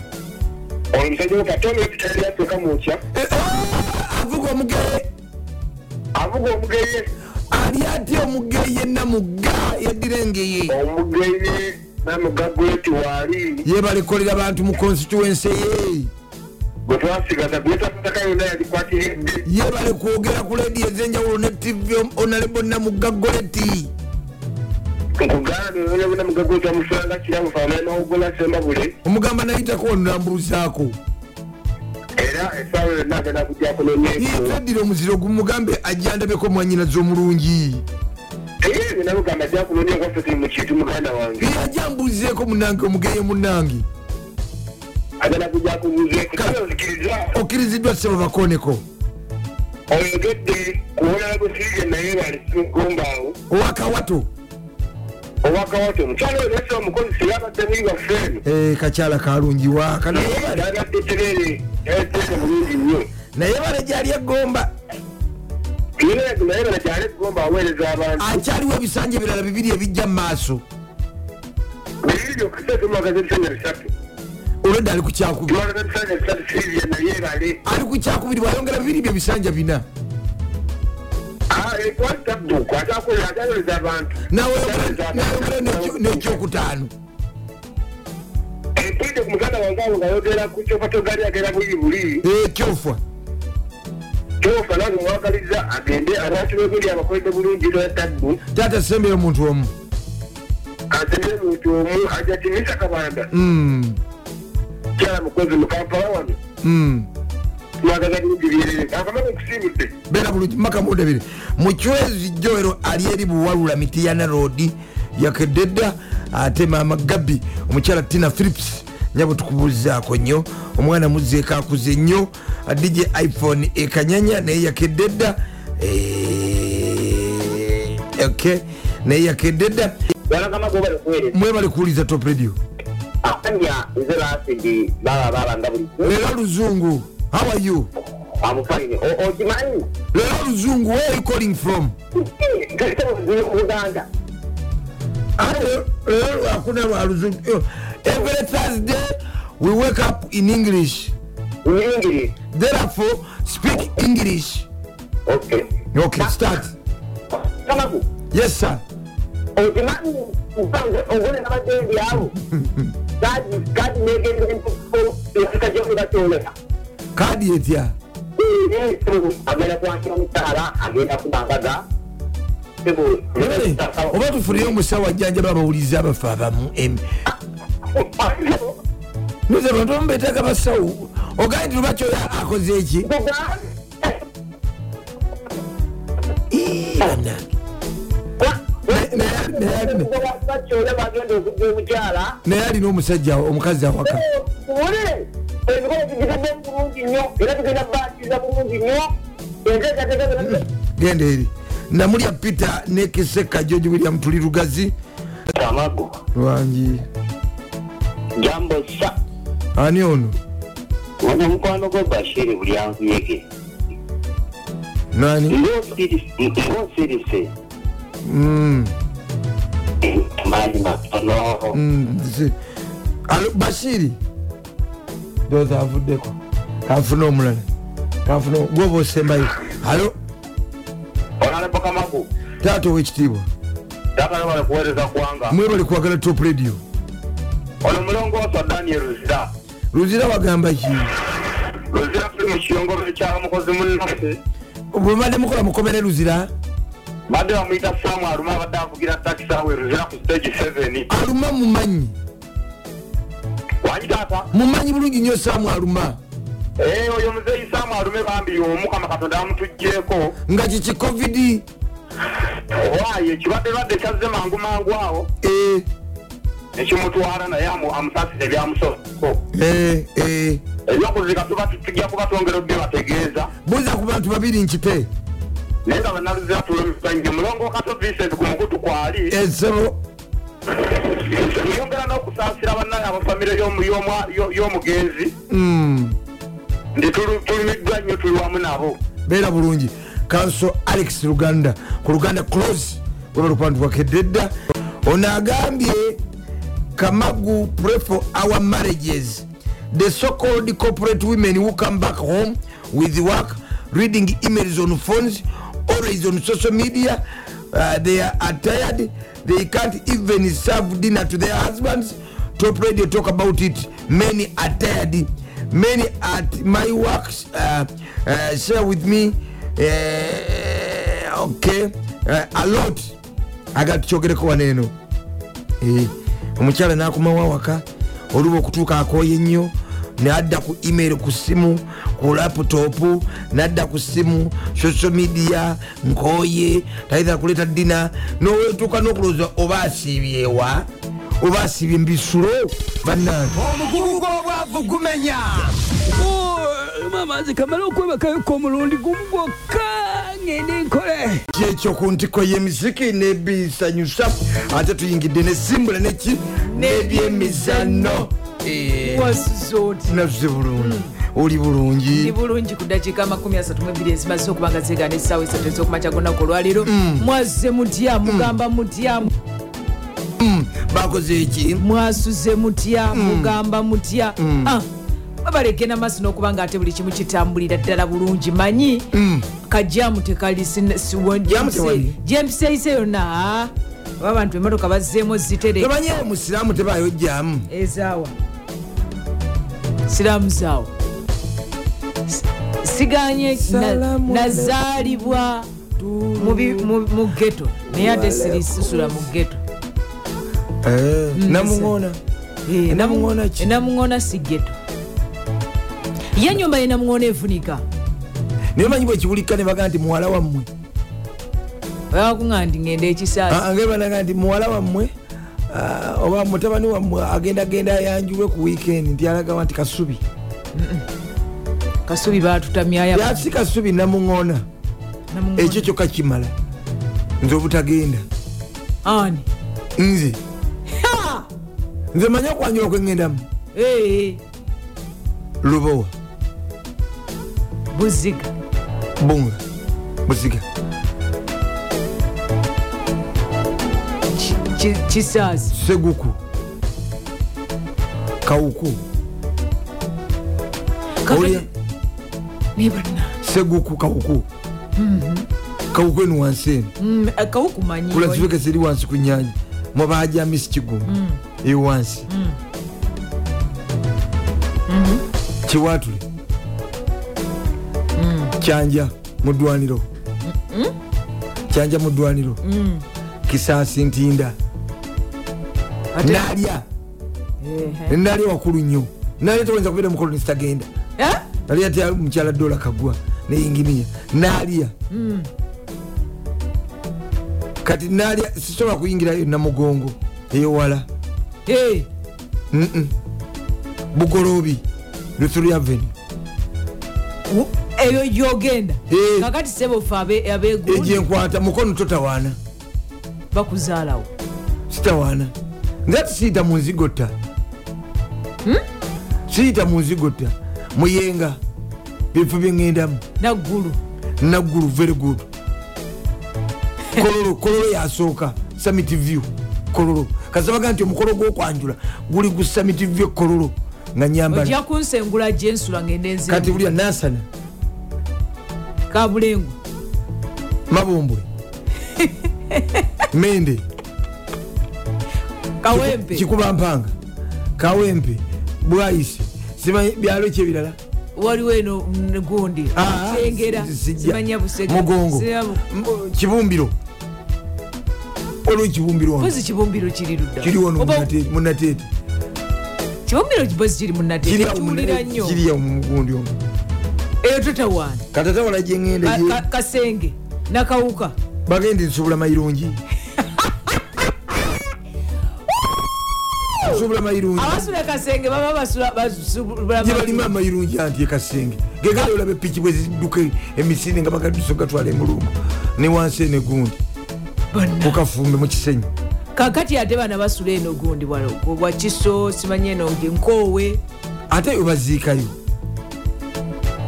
[SPEAKER 7] ono musajja wo katonda ekitalyatuuka mukya
[SPEAKER 2] Eh, avuga omugere
[SPEAKER 7] avuga omugeye
[SPEAKER 2] ali atya omugere yenna mugga yaddira engeye
[SPEAKER 7] omugeye namugagweti waali
[SPEAKER 2] yebalekolera bantu mu constituency ye
[SPEAKER 7] gwe twasigaza gwetataka yonna yalikwatiridde
[SPEAKER 2] yebale kwogera ku lediyo ez'enjawulo ne tv onalebo namugga goleti
[SPEAKER 7] nkugana yonabona mugagweti amufaanga kiramu faananawogola semba buli
[SPEAKER 2] omugamba nayitako wano nambuuzaako
[SPEAKER 7] era essaawa yonna agenda kugyako nemyeko
[SPEAKER 2] yeteddire omuziro gumugambe ajjandabeko mwanyinaza omulungi
[SPEAKER 7] era nabagamba jakunonya kwaffe tuli mu kintu muganda wange
[SPEAKER 2] yajja mbuuzireeko munange omugeye munange
[SPEAKER 7] agala kujja kubuzeeko
[SPEAKER 2] Kale.
[SPEAKER 7] nzikiriza
[SPEAKER 2] okkiriziddwa sebo bakoneko
[SPEAKER 7] oyogedde kuwolala gwefiire naye balisimugombaawo
[SPEAKER 2] owakawato
[SPEAKER 7] owakawato omukyalo oyo nasa omukozesa yabadde muli baffe eno
[SPEAKER 2] Eh, kakyala kalungi wakana
[SPEAKER 7] yabadde tereere yateeka bulungi nnyo
[SPEAKER 2] naye bale gyali eggomba
[SPEAKER 7] era naye bala gyale egomba aweereza abantu
[SPEAKER 2] akyaliwo ebisanja ebirala bibiri ebijja mu maaso
[SPEAKER 7] bibiri byokasa tomagaza ebisanja bisatu
[SPEAKER 2] olwedde ali kukyakubiri
[SPEAKER 7] tomagaza ebisanja bisatu fiire naye bale
[SPEAKER 2] ali kukyakubiri bwayongera bibiri bye bisanja bina
[SPEAKER 7] kwatadduuka atakola ataweereza abantu
[SPEAKER 2] N'aweyongera- n'ayongera n'ekyo- n'ekyokutaano
[SPEAKER 7] empidde ku muganda wange awo ngayogera ku kyopatogali agera buyi buli
[SPEAKER 2] ekyofa
[SPEAKER 7] kyofa nange mwagaliza agende abantu beguli abakoledde bulungi lwataddu
[SPEAKER 2] taata sembeyo omuntu omu
[SPEAKER 7] azire muntu omu ajja timisa kabanda
[SPEAKER 2] Mm,
[SPEAKER 7] kyala mukozi mu kampala wano
[SPEAKER 2] mm.
[SPEAKER 7] mwagaza bulungi byerere akamala okusiibudde
[SPEAKER 2] beera bulungi maka mundabire mucwezi joero ali eri buwalula mitiyana roodi yakedde dda ate maama gabbi omukyala tina philips nyabo tukubuuzaako nnyo omwana muzeeko akuze nnyo dj iphone ekanyanya naye yakedde dda Eh, okay naye yakedde dda
[SPEAKER 7] balagamagoba okuweereza
[SPEAKER 2] mwebale kuwuliza top radio
[SPEAKER 7] akanya nze basigi baba babanga buli
[SPEAKER 2] leero luzungu how are you
[SPEAKER 7] amufaine okimanyi
[SPEAKER 2] leero luzungu where are you calling from
[SPEAKER 7] buganda
[SPEAKER 2] Leero lwakuna lwa luzungu Eh, every thursday we wake up in english
[SPEAKER 7] nyingiri
[SPEAKER 2] therefore speak english
[SPEAKER 7] okay
[SPEAKER 2] okay start
[SPEAKER 7] kamagu
[SPEAKER 2] yes sir
[SPEAKER 7] okimanyi ogole n'abagenzi abo kadi negenze empufo ekika gyokubatolera
[SPEAKER 2] kadi etya
[SPEAKER 7] Eh, agenda kwankira mukyala agenda kubangaga Eh,
[SPEAKER 2] oba tufuneyo omusawo ajjanjaba abawulizi abafe abamu em- nize batomubeeteka basawo ogaye nti luba kyoyo akoze eki Ii, bannange. Ne- ne- ne- ne-
[SPEAKER 8] bakyola bagenda okujja omukyala
[SPEAKER 2] naye alina omusajja omukazi awaka
[SPEAKER 7] Eh,
[SPEAKER 8] ole emikolo tugiraba bulungi nnyo era tugenda baatiza bulungi nnyo enteekateeka zonna
[SPEAKER 2] genda eri namulya peter ne kiseka george william tuli lugazi
[SPEAKER 7] tamago
[SPEAKER 2] lwangi
[SPEAKER 7] jambo sa
[SPEAKER 2] ani ono
[SPEAKER 7] ono mukwano gwo bashiri buli ankuyege
[SPEAKER 2] nani
[SPEAKER 7] nsirise
[SPEAKER 2] Mm,
[SPEAKER 7] maanyi matono
[SPEAKER 2] mm, si- Alo, bashiri doza avuddeko kanfuna omulala kanfuna gwoba osembayo alo
[SPEAKER 7] olalabo kamagu
[SPEAKER 2] taata owekitiibwa
[SPEAKER 7] dagala bali kuweereza ggwanga
[SPEAKER 2] mwebali kwagala top radio
[SPEAKER 7] ono mulongoosa daniel ruzira
[SPEAKER 2] luzira bagamba ki
[SPEAKER 7] ruzira tuli mu kiyongobere ky'abamukozi munnaffe
[SPEAKER 2] bwebadde mukola mukomere luzira
[SPEAKER 7] badde bamuyita saamu aluma abadde avugira takisi awe ruzira ku stage 7
[SPEAKER 2] aluma mumanyi
[SPEAKER 7] wanyi taata
[SPEAKER 2] mumanyi bulungi nnyo saamu aluma
[SPEAKER 7] Eh, oyo muzeeyi saamu alume bambi y'omu kama katonda amutuggyeko
[SPEAKER 2] nga kiki covidi
[SPEAKER 7] waayo ekibadde badde kyazze mangu mangu awo
[SPEAKER 2] Eh,
[SPEAKER 7] nekimutwala naye amu- amusasire ebyamusoko
[SPEAKER 2] eh, eh.
[SPEAKER 7] ebyokuzika tuba tujja kuba twongera obbe bategeeza
[SPEAKER 2] buuza ku bantu babiri nkite
[SPEAKER 7] naye nga banaluzira tulonge mulongo kato vincent ku mukutu kwali
[SPEAKER 2] ensebo
[SPEAKER 7] yongera n'okusaasira bannaye abafamire y'omu- y'omwa- y'o- y'omugenzi
[SPEAKER 2] Mm,
[SPEAKER 7] nti tulu- tulumiddwa nnyo tuli wamu nabo
[SPEAKER 2] beera bulungi kanso alex luganda ku luganda close webalupandi wakedde dda ono agambye kamagu pray for our marriages the so-called corporate women who come back home with work reading emails on phones always on social media uh, they are tired they can't even serve dinner to their husbands top radio talk about it many are tired many at my works uh, uh, share with me uh, okay uh, a lot agatukyogereko waneeno Eh, omukyala nakomawo awaka oluba okutuuka akooye nnyo nadda ku email ku simu ku laputopu nadda ku simu social media nkooye tayinza kuleeta dina nowetuuka n'okulowooza oba asiibyewa oba asiibye mubisulo bannange
[SPEAKER 4] omukulu gw'obwavu gumenya
[SPEAKER 3] lumu amazzi kamale okwebakayoka omulundi gumu gwokka ngende nkole
[SPEAKER 2] kyekyo ku ntikko y'emisiki n'ebisanyusa ate tuyingidde nesimbula neki n'ebyemizano Eh,
[SPEAKER 9] wasuze oti
[SPEAKER 2] nazuze bulungi oli bulungi
[SPEAKER 9] ndi bulungi ku ddakiika 32 ezimaze okubanga zeegaana essaawa esatu ez'okumakya gonaku olwaleero mwazze mutya mugamba mutya
[SPEAKER 2] bakoze
[SPEAKER 3] Eh.
[SPEAKER 2] eki
[SPEAKER 9] mwasuze mutya mugamba mutya Ah, babalekena maaso n'okuba nga ate buli kimu kitambulira ddala bulungi manyi
[SPEAKER 2] Jaamu
[SPEAKER 9] kajamu
[SPEAKER 2] tewali.
[SPEAKER 9] tekalyempisa yonna ah, oba abantu emotoka bazzeemu zitere
[SPEAKER 2] temanyi omusiraamu tebaayo jjamu
[SPEAKER 9] ezaawa siraamu zaawa S- siganye na-
[SPEAKER 2] Salaamu
[SPEAKER 9] nazaalibwa mu bi- mu- mu geto naye ate sirisisula mu geto
[SPEAKER 2] namuŋona
[SPEAKER 9] Eh,
[SPEAKER 2] Enamuŋoona ki?
[SPEAKER 9] enamuŋoona si geto ye nyumba yenamuŋoona efunika
[SPEAKER 2] naye manyi bwekiwulika ne baga nti muwala wammwe
[SPEAKER 9] bakuŋa ndi ngenda ekisaasi
[SPEAKER 2] nga banaga nti muwala wammwe ah, oba mutabani wammwe agenda genda ayanjulwe ku wiikendi nti alagawa nti kasubi ah.
[SPEAKER 9] kasubi batutamyaya
[SPEAKER 2] yasi kasubi namuŋona ekyo kyokka kimala nze obutagenda
[SPEAKER 9] ani
[SPEAKER 2] nze nze manye okwanjula kwengendamu
[SPEAKER 9] Eh, eh,
[SPEAKER 2] lubowa
[SPEAKER 9] buziga
[SPEAKER 2] bunga buziga
[SPEAKER 9] ki- ki- kisaasi
[SPEAKER 2] seguku kawuku Olya.
[SPEAKER 9] nibalina
[SPEAKER 2] seguku kawuku kawuku enu wansi eno
[SPEAKER 9] Mm, kawukumanyi
[SPEAKER 2] kulaziveka ziri wansi ku nyanja mwabaja misi kiguma eri wansi kiwatule kyanja mudwaniro kyanja mudwaniro kisaasi ntinda nalya nali wakulu nnyo nali toyinza kubeera mukolonisi tagenda
[SPEAKER 9] Eh?
[SPEAKER 2] nali atya mukyala dola kagwa ne inginiya naalya kati naalya sisobola kuyingirayo namugongo eyowala
[SPEAKER 9] Eh,
[SPEAKER 2] Mm-mm. bugoloobi luthuli aveni
[SPEAKER 9] wu- eyo gyogenda
[SPEAKER 2] Eh.
[SPEAKER 9] kakati sebo fe abe- abeegundi
[SPEAKER 2] egyenkwata mukono tota totawaana
[SPEAKER 9] bakuzaalawo
[SPEAKER 2] sitawaana nze tisiyita mu nzigo tta siyita mu nzigo tta muyenga bifo byeŋŋendamu
[SPEAKER 9] naggulu
[SPEAKER 2] naggulu very good kololo kololo yasooka summit view kololo kasabaga nti omukolo gwokwanjula guli gu summit view kololo nga nyambala
[SPEAKER 9] ojja kunsengula gyensula ngende
[SPEAKER 2] kati
[SPEAKER 9] nze
[SPEAKER 2] bulya nasana
[SPEAKER 9] kabulengu
[SPEAKER 2] mabumbwe mende
[SPEAKER 9] kawempe
[SPEAKER 2] kikuba mpanga kawempe bwaisi simanyi byalo kyebirala
[SPEAKER 9] waliwo eno mm, gundi
[SPEAKER 2] Ah,
[SPEAKER 9] sengera
[SPEAKER 2] si- sijja.
[SPEAKER 9] simanya busega
[SPEAKER 2] mugongo
[SPEAKER 9] Simanya-
[SPEAKER 2] M- kibumbiro olwo kibumbiro ono
[SPEAKER 9] mpozi kibumbiro kiri ludda
[SPEAKER 2] kiri wano
[SPEAKER 9] Oba-
[SPEAKER 2] munateeti
[SPEAKER 9] kibumbiro kipozi kiri munatekiwulira nnyo
[SPEAKER 2] kiriawo mumugundi omu
[SPEAKER 9] eyo totawaana
[SPEAKER 2] katatawala
[SPEAKER 9] Ka-
[SPEAKER 2] gyeŋŋenda
[SPEAKER 9] ka- kasenge nakawuka
[SPEAKER 2] bagenda nsubula mayirungi nsubula mayirungi
[SPEAKER 9] abasula kasenge baba basula- basubula
[SPEAKER 2] gyebalimu amayirungi anti ekasenge gegali olaba epiki bwe zidduka emisinde nga bagadusa gatwala emulungu e ne wansi ene gundi
[SPEAKER 9] Bonna.
[SPEAKER 2] mukafumbe mukisenyi
[SPEAKER 9] kakati ate bana basula eno gundi walo- wakiso simanya eno nge nkoowe
[SPEAKER 2] ate eyo baziikayo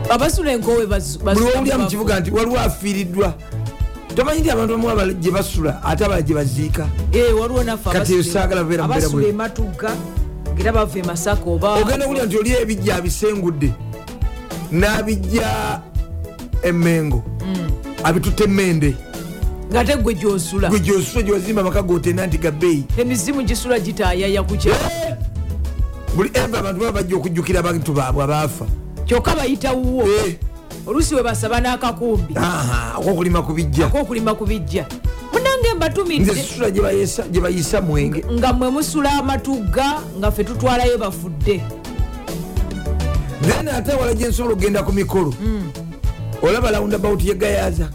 [SPEAKER 9] abasula enkoowe bas- basula
[SPEAKER 2] buli wawulira mu
[SPEAKER 9] mu bavu.
[SPEAKER 2] kibuga nti waliwo afiiriddwa tomanyi nti abantu bamu abala gye basula ate abala gye baziika
[SPEAKER 9] Eh, waliwo naffe
[SPEAKER 2] Kati
[SPEAKER 9] abasula-
[SPEAKER 2] saagala beera mu mbeera
[SPEAKER 9] abasula
[SPEAKER 2] bwe-
[SPEAKER 9] ematugga era bava emasaka oba
[SPEAKER 2] ogenda owulira nti oli ebijja abisengudde n'abijja emengo abitutta emende
[SPEAKER 9] nga te gwe gyosula
[SPEAKER 2] gwe gyosula gyozimba amaka gotenda nti gabeeyi
[SPEAKER 9] emizimu gisula gitayaya kuky
[SPEAKER 2] Eh! buli eva abantu baba bajja okujjukira abantu baabwe abaafa
[SPEAKER 9] kyokka bayita wuwo
[SPEAKER 2] Eh,
[SPEAKER 9] oluusi we basaba n'akakumbi
[SPEAKER 2] aha, okwokulima kubijja
[SPEAKER 9] kokulima kubijja munange
[SPEAKER 2] nze
[SPEAKER 9] mbatumidde
[SPEAKER 2] sisula gye bayesa- gye bayisa mwenge
[SPEAKER 9] nga mwe musula amatugga nga ffe tutwalayo bafudde
[SPEAKER 2] then ate wala gyensobola okgenda ku mikolo olaba roundabout yegayaza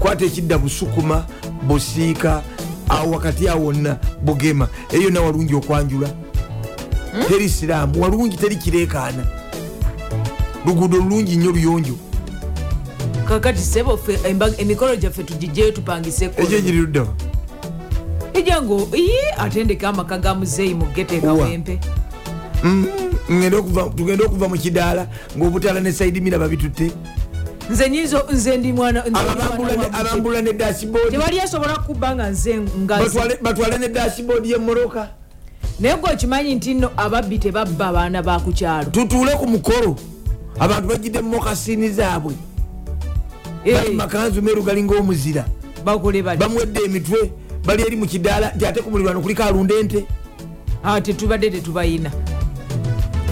[SPEAKER 2] kwata ekidda busukuma busiika awo wakati awo wonna bugema eyo yonna walungi okwanjula teri siraamu walungi teri kireekaana luguudo lulungi nnyo luyonjo
[SPEAKER 9] kakati sebo ffe emba- emikolo gyaffe tugijeyo tupangiseko
[SPEAKER 2] ekyo egiri luddawa
[SPEAKER 9] ejango iye atendeka amaka ga muzeeyi mu e geteeka
[SPEAKER 2] Wa.
[SPEAKER 9] wempe
[SPEAKER 2] Ngenda okuva- tugenda okuva mu kidaala ng'obutaala ne saidi miraba bitutte
[SPEAKER 9] nze nyinza nze ndi mwana nze ndi mwana
[SPEAKER 2] Abambula ne-
[SPEAKER 9] wa muzeeyi.
[SPEAKER 2] abambula ne dasiboodi
[SPEAKER 9] tewali asobola kuba nga nze nga nze-
[SPEAKER 2] batwale ne dasiboodi yemmoroka
[SPEAKER 9] naye gwe okimanyi nti nno ababbi tebabba abaana ba ku kyalo
[SPEAKER 2] tutuule ku mukolo abantu bajjidde mumokasini zaabwe
[SPEAKER 9] Eh,
[SPEAKER 2] bali makanzu meeru galinga omuzira
[SPEAKER 9] bakole bati
[SPEAKER 2] bamuwedde emitwe bali eri mu kidaala nti ate ku mulirwano kuliko alunda ente
[SPEAKER 9] Ah, tetubadde tetubayina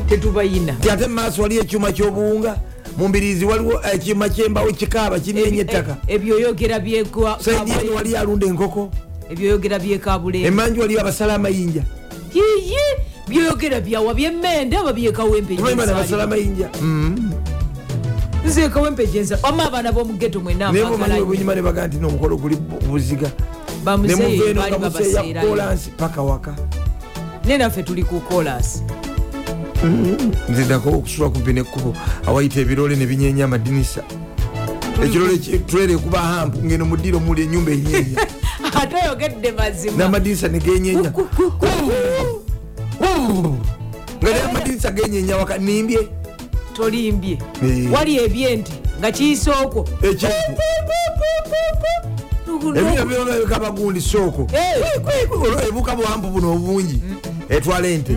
[SPEAKER 9] tetubayina
[SPEAKER 2] nti ate mu maaso waliyo ekyuma ky'obuwunga mu mbiriizi waliwo eh, ekyuma kyembawo kikaaba kinenye ettaka
[SPEAKER 9] Ebi- ebyo e- oyogera byekwa-
[SPEAKER 2] saidi eno waliyo alunda enkoko
[SPEAKER 9] ebyoyogera byekabule
[SPEAKER 2] emanju waliyo abasala amayinja
[SPEAKER 9] yiyi byoyogera byawa byemmende oba byekawempe
[SPEAKER 2] tumanyi bana
[SPEAKER 9] gyensaalira?
[SPEAKER 2] basala amayinja
[SPEAKER 9] nze kawempe gyenza omu abaana b'omugeto mwena
[SPEAKER 2] naye bomanyi obunyuma ne bagaa nti n'omukolo guli buziga
[SPEAKER 9] bamuzeeyo
[SPEAKER 2] nemuveeno
[SPEAKER 9] baali
[SPEAKER 2] nga museeya
[SPEAKER 9] babaseerayo
[SPEAKER 2] kolansi paka waka
[SPEAKER 9] naye naffe tuli ku kolasi
[SPEAKER 2] nzidako okusula kumpi nekkubo awayita ebirole nebinyenya amadinisa ekirole tulere kuba hampu ngeno mudiro muli enyumba enyenya
[SPEAKER 9] ate oyogedde mazima
[SPEAKER 2] namadinisa negenyenya
[SPEAKER 9] Ku- ku- ku-
[SPEAKER 2] nga naye amadinisa genyenya waka nimbye
[SPEAKER 9] tolimbye
[SPEAKER 2] Eh.
[SPEAKER 9] wali ebyente nga kiyisa okwo
[SPEAKER 2] ekyempu ebina byonabika abagundi sooko
[SPEAKER 9] Eh.
[SPEAKER 2] olwo ebuka buhampu buno obungi etwala ente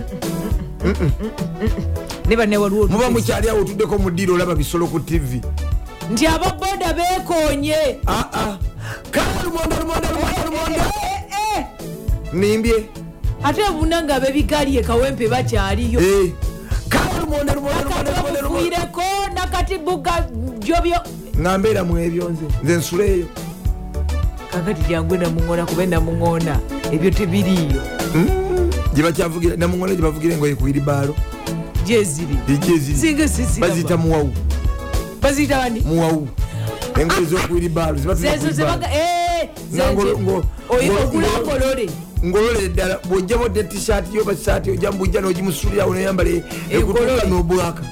[SPEAKER 9] ne banne waliwo
[SPEAKER 2] muba
[SPEAKER 9] otuteesi.
[SPEAKER 2] mukyali awo otuddeko mudiro olaba bisolo ku tivi
[SPEAKER 9] nti ababoda beekoonye
[SPEAKER 2] aa kama lumonda lumonda lumonda lumonda
[SPEAKER 9] Eh, eh.
[SPEAKER 2] nimbye
[SPEAKER 9] ate bunanga ab'ebigali ekawempe e bakyaliyo
[SPEAKER 2] Eh, kama lumonda lumonda lumonda lumonda lumonda
[SPEAKER 9] kabufuireko nakati buga jobyo
[SPEAKER 2] nga mbeera mu ebyo nze nze nsuleeyo Mm.
[SPEAKER 9] kakati jangu namuŋona kuba namuŋona ebyo tebiriiyo
[SPEAKER 2] gyebakyavugira namuŋona gyebavugira engoye ku iribaalo
[SPEAKER 9] gyeziri
[SPEAKER 2] gyeziri
[SPEAKER 9] singa sisira
[SPEAKER 2] baziyita muwawu
[SPEAKER 9] baziyita bani
[SPEAKER 2] muwawu engoye zokuribaalo
[SPEAKER 9] zezo ogulakolole
[SPEAKER 2] ngolole ddala bwojjabo dde tishaati yo basaati ojambujja nogimusulirawo noyambala e- ekutuka
[SPEAKER 9] Egolole.
[SPEAKER 2] nobwaka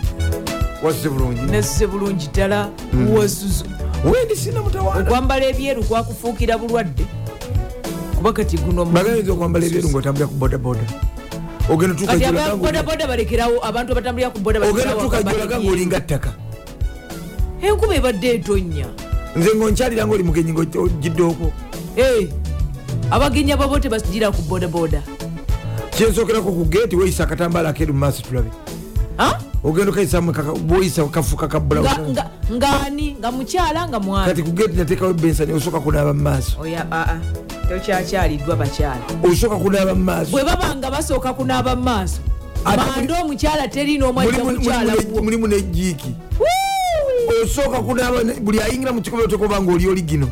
[SPEAKER 2] wasuse bulungi
[SPEAKER 9] nesuse bulungi ddala
[SPEAKER 2] Hmm.
[SPEAKER 9] wosuzo
[SPEAKER 2] wendi sina mutawaana
[SPEAKER 9] okwambala ebyeru kwakufuukira bulwadde kuba kati guno omu-
[SPEAKER 2] bagayinza okwambala ebyeru ngaotambulira ku bodaboda ogenda tuka
[SPEAKER 9] kati
[SPEAKER 2] gyolaga
[SPEAKER 9] aba boda
[SPEAKER 2] nga-
[SPEAKER 9] boda balekerawo abantu abatambulira ku boda
[SPEAKER 2] ogenda
[SPEAKER 9] balekerawo
[SPEAKER 2] tuka
[SPEAKER 9] bakambala
[SPEAKER 2] gyolaga
[SPEAKER 9] ebyeru.
[SPEAKER 2] ngaolinga ttaka
[SPEAKER 9] enkuba ebadde etonnya
[SPEAKER 2] nze ngaonkyalira ngaoli mugenyi ngaogiddeoko
[SPEAKER 9] Eh, abagenyi ababo tebagira ku boda boda
[SPEAKER 2] kyensookerako ku geeti weyisa akatambaala akeeru mumaaso tulabe
[SPEAKER 9] Ha?
[SPEAKER 2] ogenda okayisamu kaka- bwoyisa kafuka
[SPEAKER 9] Nga-
[SPEAKER 2] kabula
[SPEAKER 9] nga- ngaani nga mukyala nga mwana
[SPEAKER 2] kati ku geeti natekawo ebensani osooka kunaaba mu maaso
[SPEAKER 9] oya aa tokyakyaliddwa bakyala
[SPEAKER 2] osooka kunaaba mu maaso
[SPEAKER 9] bwe baba nga basooka kunaaba mu maaso
[SPEAKER 2] Ate
[SPEAKER 9] manda omukyala terina omwajja
[SPEAKER 2] Mulimu-
[SPEAKER 9] mukyala
[SPEAKER 2] mulimu ne-
[SPEAKER 9] wo
[SPEAKER 2] mulimu nejiiki osooka kunaaba ne- buli ayingira mu kikomero tokoba ngaoli oli gino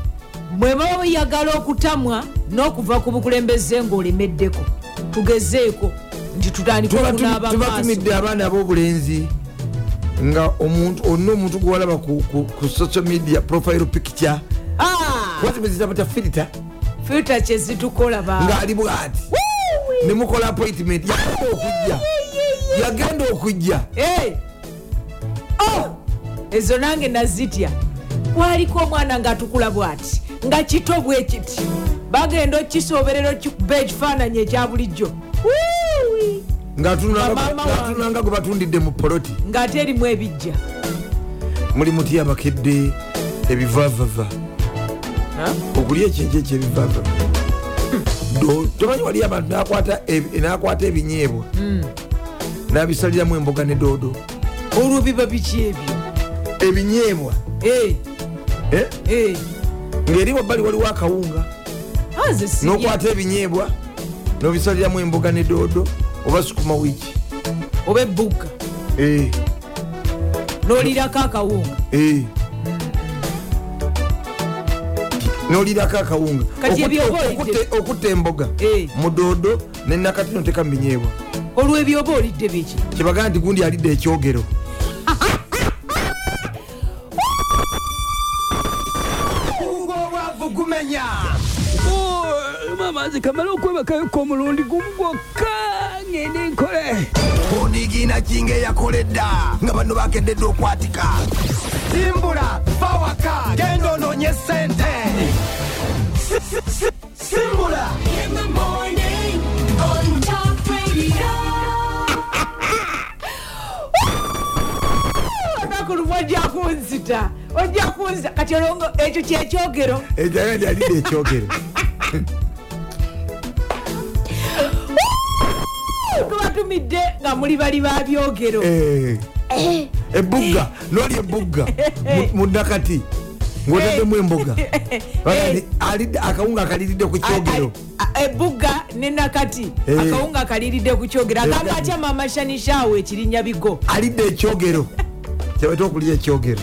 [SPEAKER 9] bwe baba beyagala okutamwa n'okuva ku bukulembeze ng'olemeddeko tugezeeko nti tutandika
[SPEAKER 2] Tuba tu-
[SPEAKER 9] okunaaba
[SPEAKER 2] tuba
[SPEAKER 9] maaso
[SPEAKER 2] tumidde abaana ab'obulenzi nga omuntu olina omuntu gwewalaba ku, ku, ku social media profile picture
[SPEAKER 9] Ah!
[SPEAKER 2] watimezizabata filita
[SPEAKER 9] fita kyezitukola ba
[SPEAKER 2] ng'ali bwati nemukola appointment yagenda okujja yagenda okujja
[SPEAKER 9] Eh! Oh! ezo nange nazitya waliko omwana ng'atukula bw'ati nga kito bwe kiti bagenda okisoberera okikuba ekifaananyi ekya bulijjo Wuuwi!
[SPEAKER 2] ng'atunula nga-
[SPEAKER 9] Bamaama wange.
[SPEAKER 2] ng'atunula nga gwe batundidde mu poloti
[SPEAKER 9] ng'ate erimu ebijja
[SPEAKER 2] muli muti abakedde ebivavava
[SPEAKER 9] Ha?
[SPEAKER 2] okulya ekyenje ekyebivava Do- tomanyi wali abantu nakwata ebi- nakwata ebinyeebwa nabisaliramu emboga ne doodo
[SPEAKER 9] olwo biba biki ebyo
[SPEAKER 2] ebinyeebwa
[SPEAKER 9] Eh,
[SPEAKER 2] eh,
[SPEAKER 9] eh.
[SPEAKER 2] ng'eri wabbali waliwo akawunga
[SPEAKER 9] Ah, nze sirya.
[SPEAKER 2] nokwata ebinyeebwa nobisaliramu emboga ne doodo oba sukuma wiiki
[SPEAKER 9] oba ebbuka
[SPEAKER 2] Eh,
[SPEAKER 9] n'olirako akawunga
[SPEAKER 2] eh. nolirako akawunga
[SPEAKER 9] Kati
[SPEAKER 2] Okut-
[SPEAKER 9] ebyoba
[SPEAKER 2] okut-
[SPEAKER 9] olidde.
[SPEAKER 2] okutta- okutta emboga
[SPEAKER 9] Eh.
[SPEAKER 2] mu doodo nenakati noteka mu binyeebwa
[SPEAKER 9] olwo ebyo oba olidde biki
[SPEAKER 2] kyebagaa nti gundi alidde ekyogero
[SPEAKER 4] obwavu gumenya
[SPEAKER 3] oluma amazzi kamale okwebakayoka omulundi gumu gwokka ngende nkole
[SPEAKER 4] onigina kinga eyakole dda nga bano bakededde okwatika simbula fawaka genda onoonye sente simbula
[SPEAKER 9] olunaku lumu ojja kunzita ojja kunzita kati olongo ekyo kyekyogero
[SPEAKER 2] ejaga nti alidde ekyogero
[SPEAKER 9] tubatumidde nga muli bali ba byogero
[SPEAKER 2] Eh. ebugga noli ebugga mu- mu nakati ngoteddemu emboga
[SPEAKER 9] Eh,
[SPEAKER 2] Bagaa nti alidde akawunga akaliridde ku kyogero
[SPEAKER 9] ebugga nenakati
[SPEAKER 2] Eh.
[SPEAKER 9] akawunga akaliridde ku kyogero agamba atya maama shanishawo ekirinya bigo
[SPEAKER 2] alidde ekyogero kyebata okulya ekyogero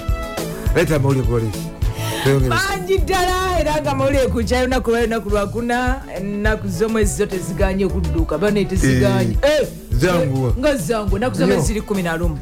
[SPEAKER 2] leeta amawulire golesi Tweyongere.
[SPEAKER 9] mangi ddala era nga mawulire kukyayunaku lwa lunaku lwakuna ennaku zomwezi zo teziganye okudduuka bane teziganye Eh,
[SPEAKER 2] zanguwa.
[SPEAKER 9] nga zangu ennaku zomwezi
[SPEAKER 2] Yo. Mm.
[SPEAKER 9] ziri 11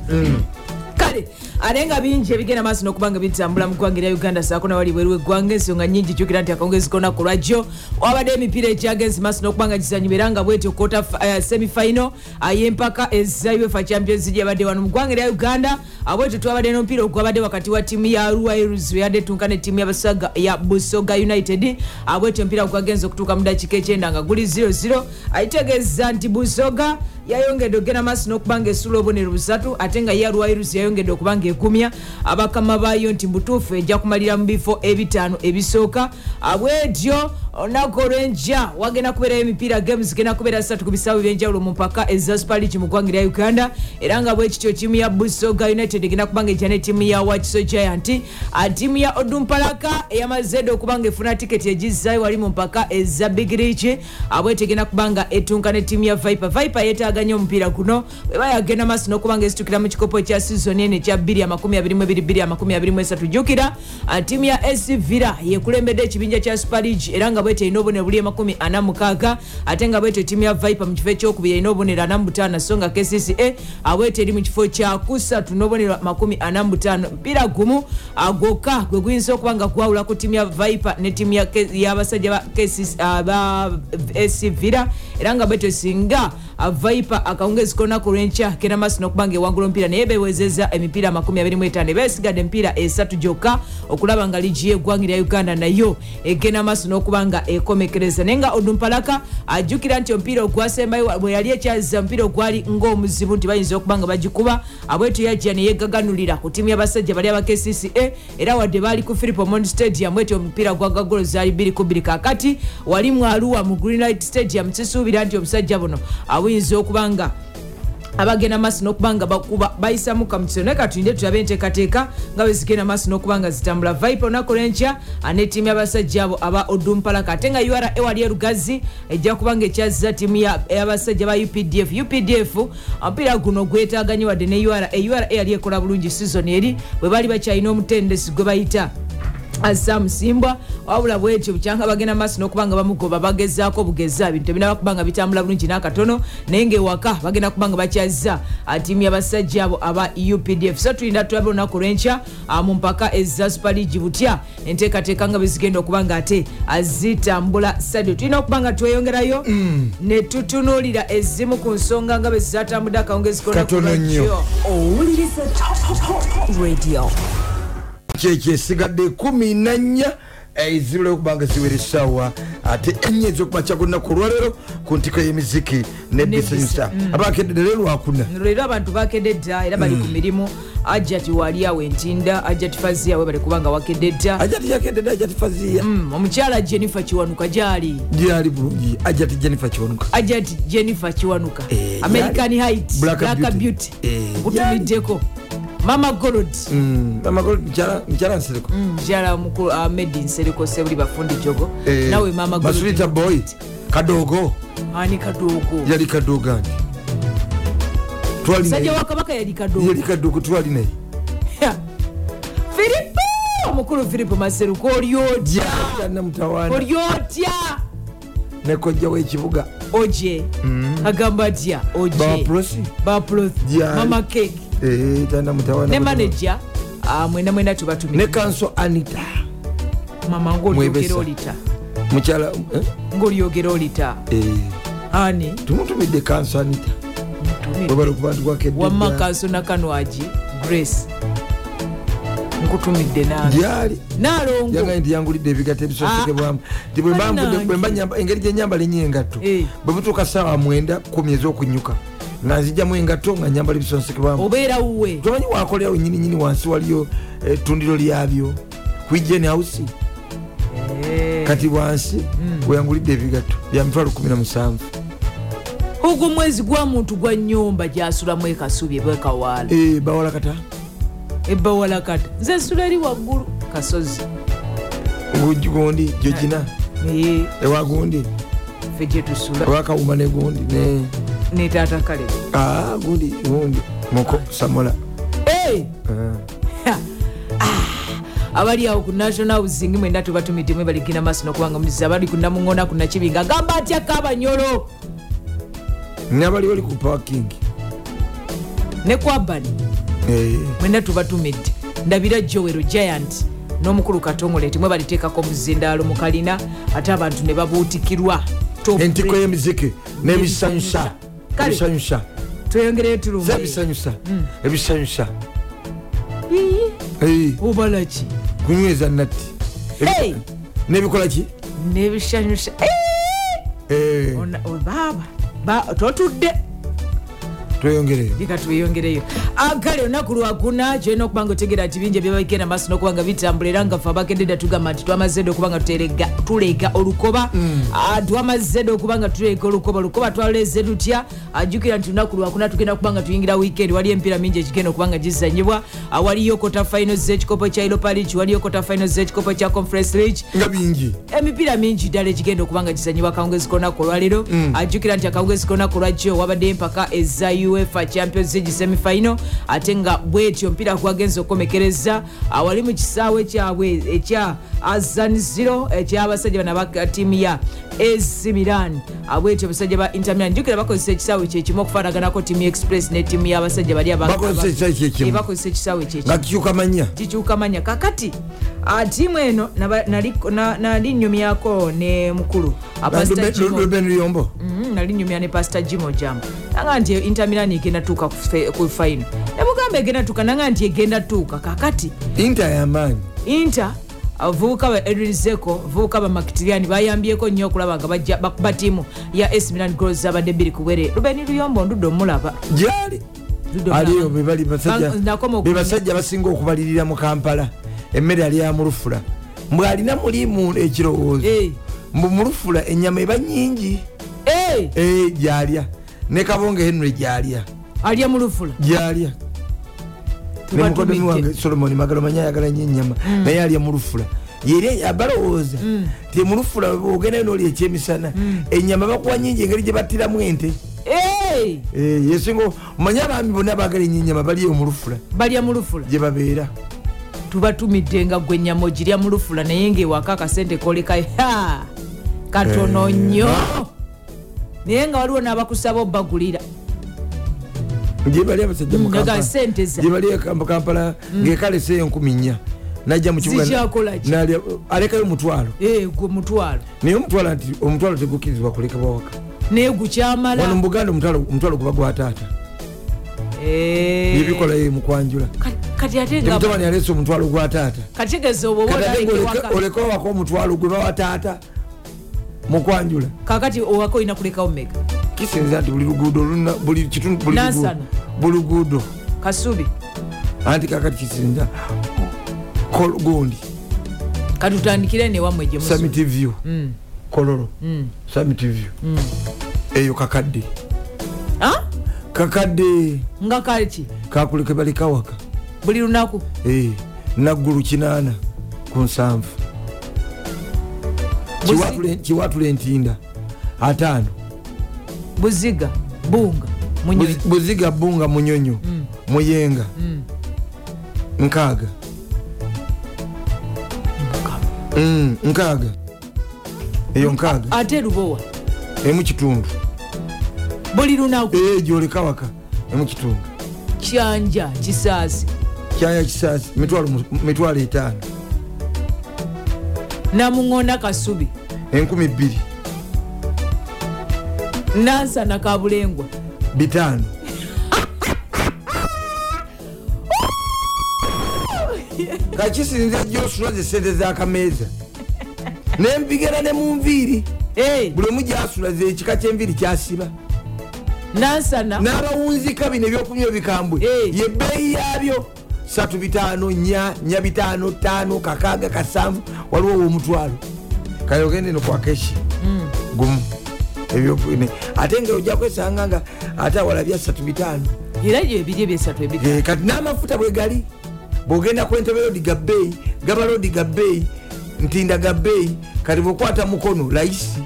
[SPEAKER 9] kale ate nga bingi ebigenda maaso n'okuba nga bitambula mu ggwanga erya uganda saako nawali bweru weggwanga ensonga nyingi kyukira nti akawungezi kolunaku lwajjo wabadde emipiira egyagenzi maaso n'okuba nga gizanyuma era nga bwetyo kota semifinal ah, yempaka eza uefa champions league yabadde wano mu ggwanga erya uganda abwetyo twabadde n'omupiira ogwabadde wakati wa ttiimu ya arua heroes eyadde etunka ne ttiimu y'abasaga ya busoga united abwetyo omupiira gwagenza okutuuka mu dakiika ekyenda nga guli 00 ayitegeeza nti busoga yayongedde ogenda maaso n'okuba nga esula obubonero busatu ate nga ye arwairus yayongedde okuba nga egumya abakama baayo nti mbutuufu ejja kumalira mu bifo ebitaano ebisooka Ah, abwetyo olunaku olwenja wagenda kubeerayo emipiira games zigenda kubeera satu ku bisaawe ebyenjawulo mu mpaka e eza supaligi mu ggwanga erya uganda era nga bwekityo tiimu ya busoga united egenda kuba nga ejja ne tiimu ya wakiso giant Ah, ttiimu ya odumpalaka eyamazedde okuba nga efuna tiketi egizzayo wali mu mpaka e eza big rich abwetegena kubanga etunka ne ttiimu ya viper viper yeetaaga nnyo omupiira guno eba yagenda maaso n'okubanga esitukira mu kikopo ekya sizoni eno ekya uh, 2223 jjukira ah, ttiimu ya esi vira yekulembedde ekibinja kya super league era nga bwetyo erina obubonero buli 46 ate nga bwetyo ttiimu ya viper mu kifo ekyokubiri erina obubonero 45 so nga kcca abwetyo uh, eri mu kifo kyakusatu n'obubonero 45 mpira gumu ah, gwokka gwe guyinza okuba nga gwawula ku ttiimu ya viper ne ttiimu ya K- y'abasajja ba KCC ah, ba ac vira era nga bwetyo singa uh, viper akawungezi konaku lwenkya kera maaso n'okubanga ewangula omupiira naye bewezezza emipiira 25 beesigadde emipiira esatu gyokka eh, okulaba nga liigi yeggwanga erya uganda Eh, nayo egenda maaso n'okuba nga ekomekereza naye nga odumpalaka ajjukira nti omupiira ogwasembayo bwe yali ekyazza omupiira ogwali ng'omuzibu nti bayinza okuba nga bagikuba abwetu yajja neyegaganulira ku ttiimu y'abasajja bali aba kcca era wadde baali ku philip omond stadium bwetyo omupiira gwaga golo zaali 22 kakati wali mu aluwa mu greenlight stadium kisuubira nti omusajja buno awinza okuba nga abagenda maaso n'okuba nga bakuba bayisamu kamukiso naye katunde tulabe enteekateeka nga bwezigenda maaso n'okuba nga zitambula vipe olunaku lwenkya ah, ne ttiimu y'abasajja abo aba odumpalaka ate nga ura ewali erugazi ejja kuba nga ekyazza ttiimu ya- y'abasajja ba updf updf omupiira guno gwetaaganye wadde ne ura ura yali ekola bulungi sizoni eri bwe baali bakyalina omutendesi gwe bayita asamusimbwa wabula bwetyo bukyanga bagenda maaso n'okuba nga bamugoba bagezaako bugeza ebintu ebinaba kuba nga bitambula bulungi n'akatono naye ngaewaka bagenda kuba nga bakyazza ah, ttiimu y'abasajja abo aba updf so tulinda tulabe olunaku lwenkya ah, mu mpaka eza super leagi butya enteekateeka nga bezigenda okuba nga ate ah, zitambula sadio tulina okuba nga tweyongerayo
[SPEAKER 2] Mm.
[SPEAKER 9] ne tutunuulira ezimu ku nsonga nga bezatambudde akawungezi konna ku
[SPEAKER 2] Katono nnyo.
[SPEAKER 9] radio.
[SPEAKER 10] owuliriza Top- Top- Top radio
[SPEAKER 2] kyekyesigadde 14 ezibula okubanga ziwera essaawa ate enye ez'okumakya kunaku olwaleero ku ntiko y'emiziki ne Mm. bisinsa abakedde leero lwakuna
[SPEAKER 9] leero abantu bakedde dda era bali ku
[SPEAKER 2] Mm.
[SPEAKER 9] mirimu ajati wali awo entinda ajati faziyawe bali kubanga wakedde dda
[SPEAKER 2] ajati yakedde dda ajati faziya
[SPEAKER 9] Mm, omukyala jennifer kiwanuka gyali
[SPEAKER 2] gyali bulungi ajati jennifer kiwanuka
[SPEAKER 9] ajati jennifer kiwanuka
[SPEAKER 2] Eh,
[SPEAKER 9] american
[SPEAKER 2] gyali.
[SPEAKER 9] height
[SPEAKER 2] Black
[SPEAKER 9] black
[SPEAKER 2] Beauty.
[SPEAKER 9] beauty
[SPEAKER 2] Eh,
[SPEAKER 9] kutumiddeko mama golod
[SPEAKER 2] amagolo mukyala nsereko
[SPEAKER 9] Mm. mukyala mukulu amedi nsereko sebuli bafundi jogo
[SPEAKER 2] Eh,
[SPEAKER 9] nawe mama
[SPEAKER 2] masulita boy kadoogo
[SPEAKER 9] ani kadogo
[SPEAKER 2] yali kadoogani
[SPEAKER 9] musajja wa kabaka yali kadogo
[SPEAKER 2] yali kadogo twali naye
[SPEAKER 9] filipo omukulu filipo maseruko olyotya
[SPEAKER 2] yanamutawaana
[SPEAKER 9] olyotya
[SPEAKER 2] nekojja wekibuga
[SPEAKER 9] oje
[SPEAKER 2] Hmm.
[SPEAKER 9] agamba atya oje
[SPEAKER 2] baprosi
[SPEAKER 9] baproth
[SPEAKER 2] Gyali.
[SPEAKER 9] mama cake ne
[SPEAKER 2] tanamutawaana
[SPEAKER 9] manaja ah, mwena mwena
[SPEAKER 2] Eh, ne
[SPEAKER 9] tubatumire
[SPEAKER 2] kanso anita
[SPEAKER 9] mama ngaolyogera
[SPEAKER 2] Mwebesa.
[SPEAKER 9] olita
[SPEAKER 2] mukyala eh,
[SPEAKER 9] ngaolyogera olita
[SPEAKER 2] eh,
[SPEAKER 9] ani
[SPEAKER 2] tumutumidde kanso anita obala
[SPEAKER 9] wamma
[SPEAKER 2] okubantuwakedde
[SPEAKER 9] kanso nakanwagi grace nkutumidde nange
[SPEAKER 2] gyali
[SPEAKER 9] nalongo
[SPEAKER 2] yagaye nti yangulidde ebigato ebisosegebwamu nti bwe mba nvudde-
[SPEAKER 9] Bannange.
[SPEAKER 2] bwe mba nyamba- engeri gyenyambala enyo engatto
[SPEAKER 9] Eh.
[SPEAKER 2] bwe butuuka saawa mwenda kumi ez'okunyuka nga nzijjamu engatto nga nyambala ebisonsekebwamu
[SPEAKER 9] obeera wuwe
[SPEAKER 2] tomanyi wakolerawo nyininyini wansi waliyo ettundiro lyabyo kuijen house
[SPEAKER 9] Eh,
[SPEAKER 2] kati wansi weyangulidde ebigatto bya mitwalo 17
[SPEAKER 9] ogwo mwezi gwa muntu gwa nyumba gyasulamu ekasubye bwekawaala
[SPEAKER 2] Eh, bawala kata E-
[SPEAKER 9] ebbawala kata nze nsula eri waggulu kasozi
[SPEAKER 2] obugi gundi gyogina
[SPEAKER 9] Eh. naye
[SPEAKER 2] ewa gundi
[SPEAKER 9] ffe gyetusula
[SPEAKER 2] ewakawuma ne gundi ne
[SPEAKER 9] ne taata kale
[SPEAKER 2] Ah, gundi gundi muko samola
[SPEAKER 9] Eh, Ah,
[SPEAKER 2] Ah.
[SPEAKER 9] abali awo ku national housing mwenda tubatumidde mwe baligenda maaso nokubanga muliza abali ku namuŋona ku nakibinga agamba atya kabanyolo
[SPEAKER 2] nabali bali ku parking
[SPEAKER 9] ne kwabani
[SPEAKER 2] Eh,
[SPEAKER 9] mwenda tubatumidde ndabira jowero giant n'omukulu katongole timwe baliteekako omuzindaalo mu kalina ate abantu ne babuutikirwa Top
[SPEAKER 2] entiko
[SPEAKER 9] grade.
[SPEAKER 2] y'emiziki n'ebisanyusa
[SPEAKER 9] Kale. Mm.
[SPEAKER 2] ebisanyusa
[SPEAKER 9] tweyongereyo
[SPEAKER 2] ze
[SPEAKER 9] tulumbe
[SPEAKER 2] ebisanyusa ebisanyusa
[SPEAKER 9] Ii,
[SPEAKER 2] Eh,
[SPEAKER 9] obalaki
[SPEAKER 2] kunyweza natti Ebi-
[SPEAKER 9] Hey!
[SPEAKER 2] n'ebikola ki
[SPEAKER 9] n'ebishanyusa Eh,
[SPEAKER 2] Eh,
[SPEAKER 9] ona- o- baaba Ba- totudde
[SPEAKER 2] tweyongereyo
[SPEAKER 9] leka tweyongereyo agale olunaku lwakuna kyolina okuba nga otegera nti bingi ebyabagenda maaso nokuba nga bitambula era nga ffe abakededa tugamba nti twamaze dda okuba nga tuterega- tulega olukoba Ah, twamaze dda okuba nga tulega olukoba olukoba twaleze tutya ajjukira nti lunaku lwakuna tugenda kuba nga tuyingira wiikendi wali empiira mingi egigenda okuba nga gizanyibwa Ah, waliyo kota finals zekikopo kya ilopalic waliyo kota finals zekikopo kya conference league
[SPEAKER 2] nga bingi
[SPEAKER 9] emipiira mingi ddala egigenda
[SPEAKER 2] Mm.
[SPEAKER 9] okuba nga gisanyibwa akawungezi konaku olwaleero ajjukira nti akawungezi konaku lwajjo wabadde empaka eza uefa champions league semifinal ate nga bwetyo omupiira gwagenza okukomekereza ah, wali mu kisaawe kyabwe ekya azan zero ekyabasajja bana ba tiimu ya ac milan Ah, bwetyo abasajja ba inter milan jukira bakozesa ekisaawe kyekimu okufaanaganako tiimu ya express ne tiimu y'abasajja bali aba-
[SPEAKER 2] Bakozesa ekisaawe kyekimu.
[SPEAKER 9] Eh, bakozesa ekisaawe kyekimu
[SPEAKER 2] nga kikyuka manya
[SPEAKER 9] kikyuka manya kakati ah, tiimu eno naba- nali- na- nali nnyumyako ne mukulu ah, Pastor Jimo.
[SPEAKER 2] ruben luyombo
[SPEAKER 9] Mhm, nali nyumya ne pasita jimo jam naga nti inter milan egenda tuuka ku fe- ku faino nemugamba egenda tuuka naga nti egenda tuuka kakati
[SPEAKER 2] inter yamaanyi
[SPEAKER 9] inter abavubuka ba edwin zeko abavubuka ba makitiriani bayambyeko nnyo okulaba nga bajja- bakuba tiimu ya s milan gros zabadde bbiri ku bwere lubeni luyombo ndudde omulaba
[SPEAKER 2] gyali
[SPEAKER 9] Ludde
[SPEAKER 2] aliyo
[SPEAKER 9] omulaba.
[SPEAKER 2] bebali basajja
[SPEAKER 9] Ba- nakoma
[SPEAKER 2] be
[SPEAKER 9] okumanya.
[SPEAKER 2] basajja abasinga okubalirira mu kampala emmere ali yamulufula mbwe alina mulimu ekirowoozo
[SPEAKER 9] Eh.
[SPEAKER 2] mbu mulufula enyama eba nyingi Eh, gyalya ne kabonga henry gyalya
[SPEAKER 9] alya mulufula
[SPEAKER 2] gyalya
[SPEAKER 9] Tuba Mm.
[SPEAKER 2] nemukodomi
[SPEAKER 9] tumidde.
[SPEAKER 2] wange solomoni magalo manyi ayagala nyo enyama naye alya mulufula yeri abalowooza
[SPEAKER 9] Mm.
[SPEAKER 2] temulufula ogendayo nolya ekyemisana enyama bakuwa nyingi engeri gye battiramu ente
[SPEAKER 9] Hey!
[SPEAKER 2] Eh, yesinga manye abaami bonna bagala enyenyama baliyo omulufula
[SPEAKER 9] balya mulufula
[SPEAKER 2] gye babeera
[SPEAKER 9] tuba tumidde nga gwe nyama ogirya mulufula naye ngaewaka akasente kolekayo Ha! katono
[SPEAKER 2] Eh.
[SPEAKER 9] nnyo naye nga waliwo n'abakusaba obbagulira
[SPEAKER 2] gye bali abasajja mu
[SPEAKER 9] Mm, nga
[SPEAKER 2] Kampala.
[SPEAKER 9] sente za-
[SPEAKER 2] gye bali e Kamp- kampala ngekale se enkumi nnya najja mukibuga
[SPEAKER 9] Zikyakolayo ki?
[SPEAKER 2] alekayo omutwalo
[SPEAKER 9] Eh, gwe mutwalo
[SPEAKER 2] naye omutwalo nti omutwalo tegukkirizibwa kuleka bawaka
[SPEAKER 9] naye
[SPEAKER 2] wano
[SPEAKER 9] gukyamala
[SPEAKER 2] mu buganda omutwalo omutwalo guba gwa taata
[SPEAKER 9] Eh,
[SPEAKER 2] yebikola ye mukwanjula
[SPEAKER 9] kati ate nga-
[SPEAKER 2] temutabani yaleese omutwalo gwa taata
[SPEAKER 9] kategeza obwo
[SPEAKER 2] Kati ate gwe oleke-
[SPEAKER 9] bwolalekewaka
[SPEAKER 2] oleke owaka omutwalo gwe bawa taata mukwanjula
[SPEAKER 9] kakati owaka olina kulekawo meka
[SPEAKER 2] kisinza nti buli luguudo lulina- buli kitundu buli luguudo-
[SPEAKER 9] Nansana.
[SPEAKER 2] buluguudo
[SPEAKER 9] kasubi
[SPEAKER 2] anti kakati kisinza Kol- gundi
[SPEAKER 9] katutandikire newammwe gye musu-
[SPEAKER 2] summit view
[SPEAKER 9] Mm,
[SPEAKER 2] kololo
[SPEAKER 9] mm,
[SPEAKER 2] summit view
[SPEAKER 9] mm.
[SPEAKER 2] eyo kakadde
[SPEAKER 9] Ah?
[SPEAKER 2] kakadde
[SPEAKER 9] nga kaleki
[SPEAKER 2] kakuleke balekawaka
[SPEAKER 9] buli lunaku
[SPEAKER 2] naggulu kinaana ku nsanvu Kiwatule- kiwatula entinda ataano
[SPEAKER 9] buziga bunga munyonyi
[SPEAKER 2] Buz- buziga bunga munyonyo
[SPEAKER 9] Mm.
[SPEAKER 2] muyenga
[SPEAKER 9] Mm.
[SPEAKER 2] nkaaga Mm, nkaaga eyo nkaaga
[SPEAKER 9] ate lubowa
[SPEAKER 2] emu kitundu
[SPEAKER 9] buli
[SPEAKER 2] Eh.
[SPEAKER 9] lunaku
[SPEAKER 2] gyolekawaka emu kitundu
[SPEAKER 9] kyanja kisaasi
[SPEAKER 2] kyaya kisaasi mitwalo mu- mitwalo etaano
[SPEAKER 9] namuŋona kasubi
[SPEAKER 2] enkumi bbiri
[SPEAKER 9] nansana kabulengwa
[SPEAKER 2] bitaano kakisinza gyosula zesente zakameeza nembigera ne mu nviiri buli omu gyasula zekika kyenviiri kyasiba
[SPEAKER 9] nansana
[SPEAKER 2] n'abawunzika bino ebyokunywa bikambwe yebeeyi yabyo satu bitaano nya nya bitaano taano kakaaga kasanvu waliwo womutwalo kale ogende eno kwakeshi
[SPEAKER 9] Mm.
[SPEAKER 2] gumu ebyokune ate nga ojja kwesanga nga ate awalabya satu bitaano
[SPEAKER 9] era gyebiri byesatu ebi
[SPEAKER 2] Eh, kati n'amafuta bwe gali bwogenda kwentebe lodi ga bbeeyi gaba lodi ga bbeeyi ntinda ga bbeeyi kati bwekwata mukono layisi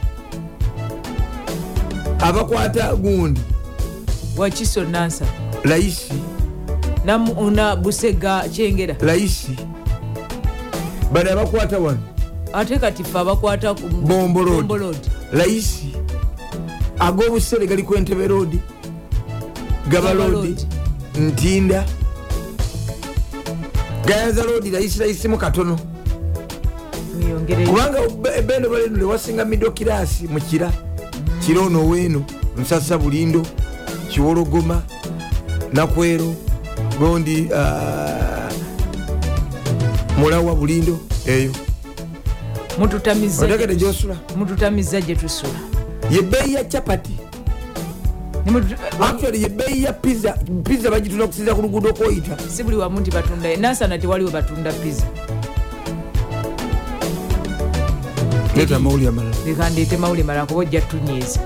[SPEAKER 2] abakwata gundi
[SPEAKER 9] wakiso nansana
[SPEAKER 2] layisi
[SPEAKER 9] namuna busega kyengera
[SPEAKER 2] layisi bano abakwata wano
[SPEAKER 9] ate kati fe abakwata ku-
[SPEAKER 2] Bombo Road.
[SPEAKER 9] Bombo Road.
[SPEAKER 2] layisi ag'obusere gali kwentebe lodi gaba
[SPEAKER 9] Gaba
[SPEAKER 2] lodi ntinda gayaza lodi layisi layisimu katono
[SPEAKER 9] Weyongereyo.
[SPEAKER 2] kubanga ebendo balenule wasinga mido kirasi mukira kirono weeno nsasa bulindo kiwologoma nakwero gondi ah, mulawa bulindo eyo
[SPEAKER 9] Mututamiza
[SPEAKER 2] otegede
[SPEAKER 9] gye-
[SPEAKER 2] gyosula
[SPEAKER 9] mututamiza gye tusula
[SPEAKER 2] yebeeyi ya capati actually yebeeyi ya pizza pizza bagitunda kusinza ku luguudo kwoyita
[SPEAKER 9] si buli wamu nti batunda nansana tewaliwo batunda piza
[SPEAKER 2] leta amawuli amalala
[SPEAKER 9] lekandeete mawule malala kuba ojja tunyiiza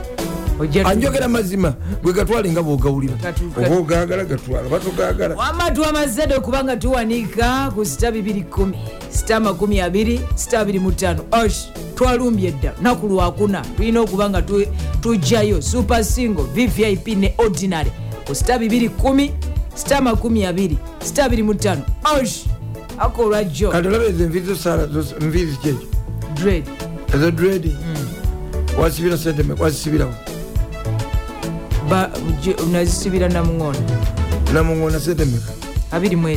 [SPEAKER 2] anjogera mazima gwe gatwale nga bwogawulira
[SPEAKER 9] Gatu-
[SPEAKER 2] oba ogagala gatwala oba togagala
[SPEAKER 9] amatu amazadde okubanga tuwanika ku sita 210 sita 20 sita 25 osh twalumbye edda naku lwakuna tulina okuba nga tu- tujjayo super single vvip ne ordinary ku sita 210 sita 20 sita 25 osh ako olwajjo
[SPEAKER 2] katolaba ezo envi zosala envi zikyejo
[SPEAKER 9] dred
[SPEAKER 2] ezo dredi wasibira senteme wasisibirawo
[SPEAKER 9] ba- je- nazisibira namuŋoona
[SPEAKER 2] namungona sentemeka
[SPEAKER 9] 25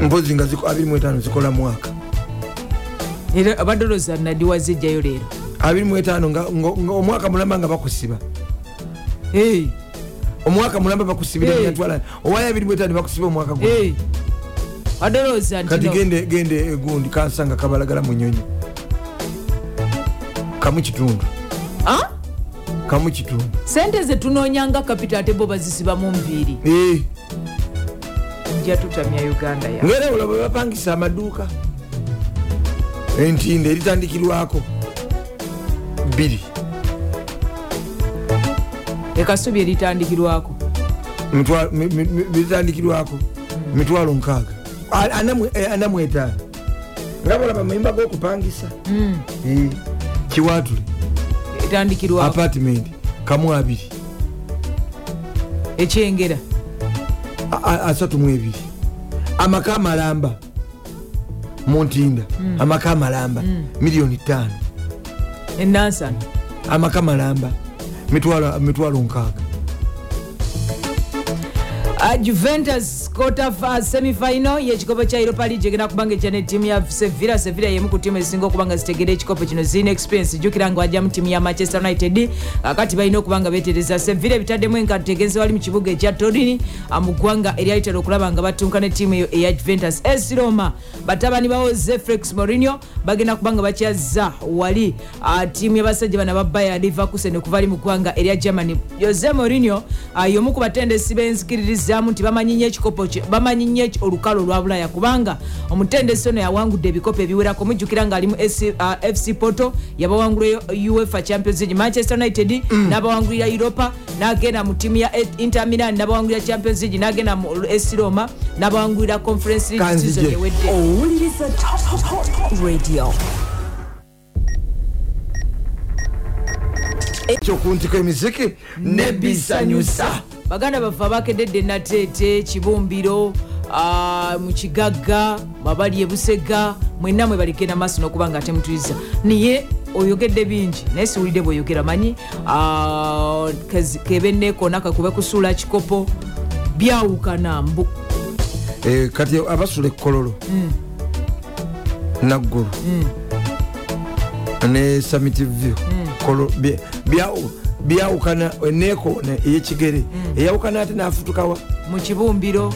[SPEAKER 2] mpozi nga 25 zikola mwaka
[SPEAKER 9] era abadde olowooza nadiwa zijjayo leero
[SPEAKER 2] 25 nga- nga- nga omwaka mulamba nga bakusiba omwaka mulamba bakusibira
[SPEAKER 9] Hey.
[SPEAKER 2] yatwala owayo 25 bakusiba omwaka guno.
[SPEAKER 9] abadde olowooza
[SPEAKER 2] kati
[SPEAKER 9] nti
[SPEAKER 2] gende gende egundi kansanga kabalagala mu nyonyi kamu kitundu
[SPEAKER 9] Ah?
[SPEAKER 2] kamu kitundu
[SPEAKER 9] sente zetunoonyanga kapita ate bo bazisiba mu nviiri
[SPEAKER 2] Eh,
[SPEAKER 9] jatutamya uganda ya
[SPEAKER 2] ngera bula bwe bapangisa amaduuka entindo eritandikirwako bbiri
[SPEAKER 9] ekasubi eritandikirwako
[SPEAKER 2] mitwalo- mi- mi- mi- biritandikirwako mitwalo nkaaga A- anamu- eh, anamu etaano nga bolaba mayimba g'okupangisa Eh, kiwaatule
[SPEAKER 9] etandikirwako
[SPEAKER 2] apartment kamu abiri
[SPEAKER 9] ekyengera
[SPEAKER 2] a- a- asatu mu ebiri amaka amalamba mu ntinda amaka amalamba miliyoni ttaano
[SPEAKER 9] enansana
[SPEAKER 2] amaka malamba mitwalo mitwalo nkaaga
[SPEAKER 9] Ah, juventus quarter fa- semifinal yekikopo kya europa league egenda kubanga ekyana ettiimu ya sevilla sevilla yemu ku ttiimu ezisinga okuba nga zitegera ekikopo kino zirina experience jjukira nga wajja mu ttiimu ya manchester united akati balina okuba nga betereza sevilla ebitaddemu enkategeze wali mu kibuga ekya torini ah, mu ggwanga eryayitera okulaba nga batunka nettiimu eyo eya juventus esi roma batabani bawo zeflex morinio bagenda kuba nga bakyazza wali ah, ttiimu y'abasajja bana babaya liverkusen okuva ali mu ggwanga erya germany jose morinio ah, y'omu ku batendesi benzikiririzaamu nti bamanyi nnyo ekikopo kye- bamanyi nnyo eki- olukalo olwa bulaya kubanga omutendesi ono yawangudde ebikopo ebiwerako mujjukira ng'ali mu SC ah, fc porto yabawangula uefa champions league manchester united n'abawangulira europa n'agenda mu ttiimu ya Et- inter milan n'abawangulira champions league n'agenda mu esi roma n'abawangulira conference league
[SPEAKER 2] Kanzige.
[SPEAKER 9] season ewedde
[SPEAKER 10] owuliriza Top- Top- Top radio
[SPEAKER 2] ekyokuntiko emiziki nebisanyusa
[SPEAKER 9] baganda baffe abakededde nateete kibumbiro ah, mu kigagga mabali ebusega mwenna mwe baleke namaaso n'okuba nga ate mutuliza niye oyogedde bingi naye siwulidde bweoyogera manyi ah, kezi- kebe neekona kakube kusuula kikopo byawukana mbu
[SPEAKER 2] Eh, kati abasula ekkololo naggulu ne samiti view Kolo- bye- byawu- eh, byawukana nekoona eyekigere eyawukana ate nafutukawa
[SPEAKER 9] mu kibumbiro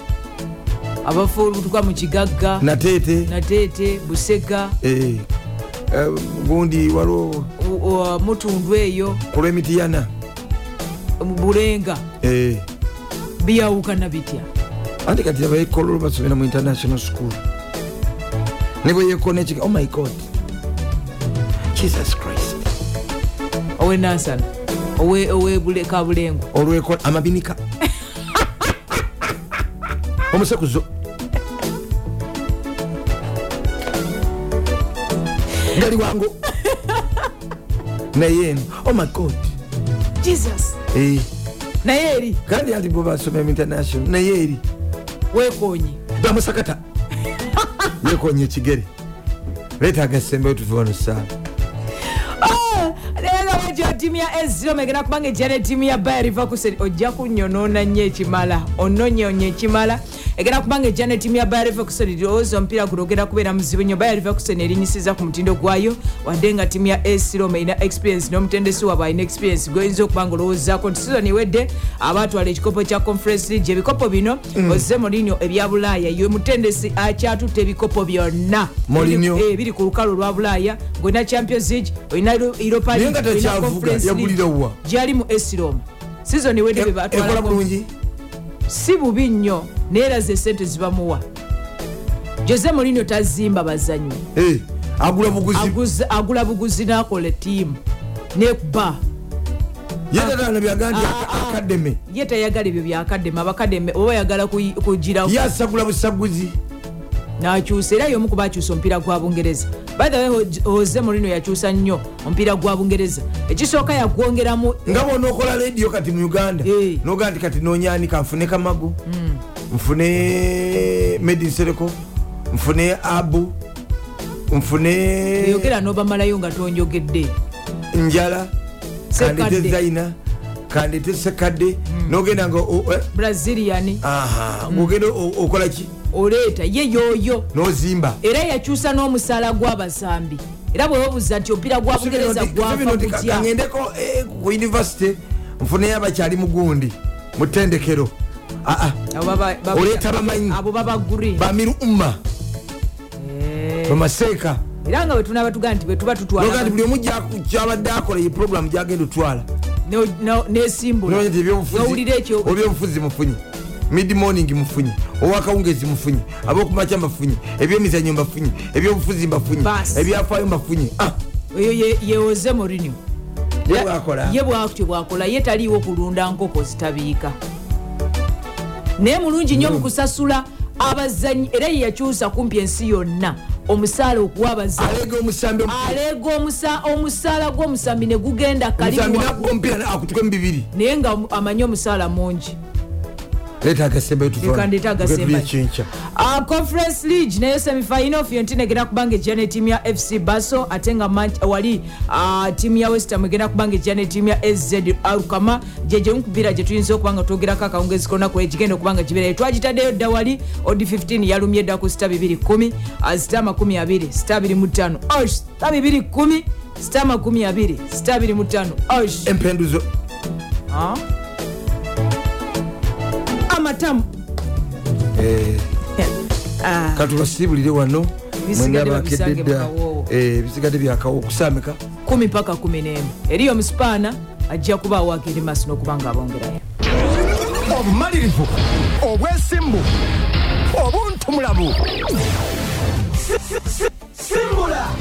[SPEAKER 9] abafuutuka mu kigagga
[SPEAKER 2] nateete
[SPEAKER 9] nateete busega
[SPEAKER 2] Eh, eh, gundi waliwo
[SPEAKER 9] u- u- mutundu eyo
[SPEAKER 2] kulwemitiyana
[SPEAKER 9] mu bulenga
[SPEAKER 2] Eh,
[SPEAKER 9] byawukana bitya
[SPEAKER 2] anti kati abaekololo basomera mu international school ne bweyekona ekig oh my god jesus christ
[SPEAKER 9] owenansana owekabulengo
[SPEAKER 2] olwekola amabinika omusekuzo gali wangu naye eno Oh omagod
[SPEAKER 9] jesus naye eri
[SPEAKER 2] Eh, kandi anti bwe basomera mu international naye eri
[SPEAKER 9] wekonye
[SPEAKER 2] bamusakata yekonya ekigere leeta agasembeyo tuve wano saala
[SPEAKER 9] Eh, leerawagyo ttiimu ya eziro megera kubanga ejjana ettiimu ya baya rivakusen ojja kunyonoona nnyo ekimala ononyonye ekimala egera kubanga ejjana ettiimu ya baya rivakusen lowooza omupiira guno ogenda kubeera muzibu nnyo baya rivakusen erinnyisiza ku mutindo gwayo wadde nga ttiimu ya esiroma erina experience n'omutendesi waabwe alina experience gwoyinza okuba nga olowoozaako nti sizoni ewedde abatwala ekikopo kya conference league ebikopo bino oze eh, molinio ebya bulaaya ye mutendesi akyatutta ebikopo byonna
[SPEAKER 2] Mourinho.
[SPEAKER 9] Eh, biri ku lukalu lwa bulaaya ng'olina champions league olina europa
[SPEAKER 2] naye nga takyavuga yagulira wa E-
[SPEAKER 9] gyali mu esiroma sizoni wedde
[SPEAKER 2] ekola
[SPEAKER 9] bebatwala
[SPEAKER 2] bulungi
[SPEAKER 9] si bubi nnyo naye era ze sente zibamuwa jose molino tazimba bazanyi
[SPEAKER 2] Eh, agula buguzi
[SPEAKER 9] Aguza- agula buguzi nakola ettiimu neba
[SPEAKER 2] yetatana byaga nti akademe
[SPEAKER 9] ye tayagala ebyo byakademe abakademe oba yagala kuyi- kugirako
[SPEAKER 2] yasagula busaguzi
[SPEAKER 9] n'akyusa era y'omu kuba akyusa omupiira gwa bungereza by the way Ho- jose morino yakyusa nnyo omupiira gwa bungereza ekisooka yagwongeramu
[SPEAKER 2] nga bwonookola lediyo kati mu uganda noga nti kati nonyanika nfune kamagu nfune medinsereko nfune abu nfune
[SPEAKER 9] oyogera n'obamalayo nga tonjogedde
[SPEAKER 2] njala
[SPEAKER 9] Sekadde.
[SPEAKER 2] kandete zaina kandete sekadde nogenda nga o- eh?
[SPEAKER 9] brazilian
[SPEAKER 2] Aha, ng'ogenda o- okola ki
[SPEAKER 9] oleeta ye yoyo
[SPEAKER 2] nozimba
[SPEAKER 9] era yakyusa n'omusaala gw'abasambi era bwebabuuza nti omupiira gwa bungereza gwafa gutya
[SPEAKER 2] kaŋendeko eh, ku univesity nfuneyo abakyali mugundi mutendekero aa
[SPEAKER 9] Abo baba- baba-
[SPEAKER 2] oleeta bamanyi
[SPEAKER 9] abo baba green
[SPEAKER 2] bamiru umma
[SPEAKER 9] Eh.
[SPEAKER 2] bamaseeka
[SPEAKER 9] era nga bwetunaba tugaa nti bwetuba
[SPEAKER 2] noga
[SPEAKER 9] tutwala
[SPEAKER 2] nti buli omu gya- gyabadde akola iyi puroguramu gyagenda otwala
[SPEAKER 9] no- no- n'esimbula
[SPEAKER 2] nonya nti
[SPEAKER 9] n'owulira ekyo
[SPEAKER 2] ebyobufuzi mufunye mid morning mufunye owakawungezi mufunye abokumaca mbafunye ebyemizanyo mbafunye ebyobufuzi mbafunye
[SPEAKER 9] Bas.
[SPEAKER 2] ebyafaayo mbafunye Ah,
[SPEAKER 9] eyo ye- ye jose morino
[SPEAKER 2] ye bwakola
[SPEAKER 9] ye bwakutyo bwakola ye taliiwo kulunda nkoko zitabiika naye mulungi nnyo
[SPEAKER 2] Mm.
[SPEAKER 9] mukusasula abazanyi era ye yakyusa kumpi ensi yonna omusaala okuwa abazanyi
[SPEAKER 2] alega omusambi
[SPEAKER 9] aleega omusa- omusaala gw'omusambi ne gugenda
[SPEAKER 2] omusambi
[SPEAKER 9] kalimu
[SPEAKER 2] nakuba omupiira akutuke mu bibiri
[SPEAKER 9] naye nga amanyi omusaala mungi
[SPEAKER 2] leeta agasembayo
[SPEAKER 9] Lekandeeta agasembayo.
[SPEAKER 2] tuekyenkya
[SPEAKER 9] Uh, conference league nayo semifinal fiorentina egenda kubanga ejja ne tiimu ya fc baso ate nga Man- wali uh, tiimu ya westam egenda kubanga ejja ne tiimu ya sz alkama gyegyemu kubiira gye tuyinza okubanga twogerako akawungezi konaku egigenda okubanga gibeerayo twagitaddeyo dda wali od 15 yalumye edda ku sita 210 uh, sita 20 sita 25 oh, sita 210 sita 20 sita 25 oh, sh-
[SPEAKER 2] empenduzo
[SPEAKER 9] Ah? amatamu
[SPEAKER 2] Eh,
[SPEAKER 9] Ah.
[SPEAKER 2] katubasibulire wano
[SPEAKER 9] Ebisigadde
[SPEAKER 2] Mwenna
[SPEAKER 9] babisange
[SPEAKER 2] bakedde dda.
[SPEAKER 9] mu kawoowo.
[SPEAKER 2] Eh, ebisigadde byakawo okusameka
[SPEAKER 9] kumi paka kumi nemu eri omusipaana ajja kuba awaaka eri maaso n'okubanga abongerayo
[SPEAKER 4] obumalirivu obwesimbu obuntumulamu simbula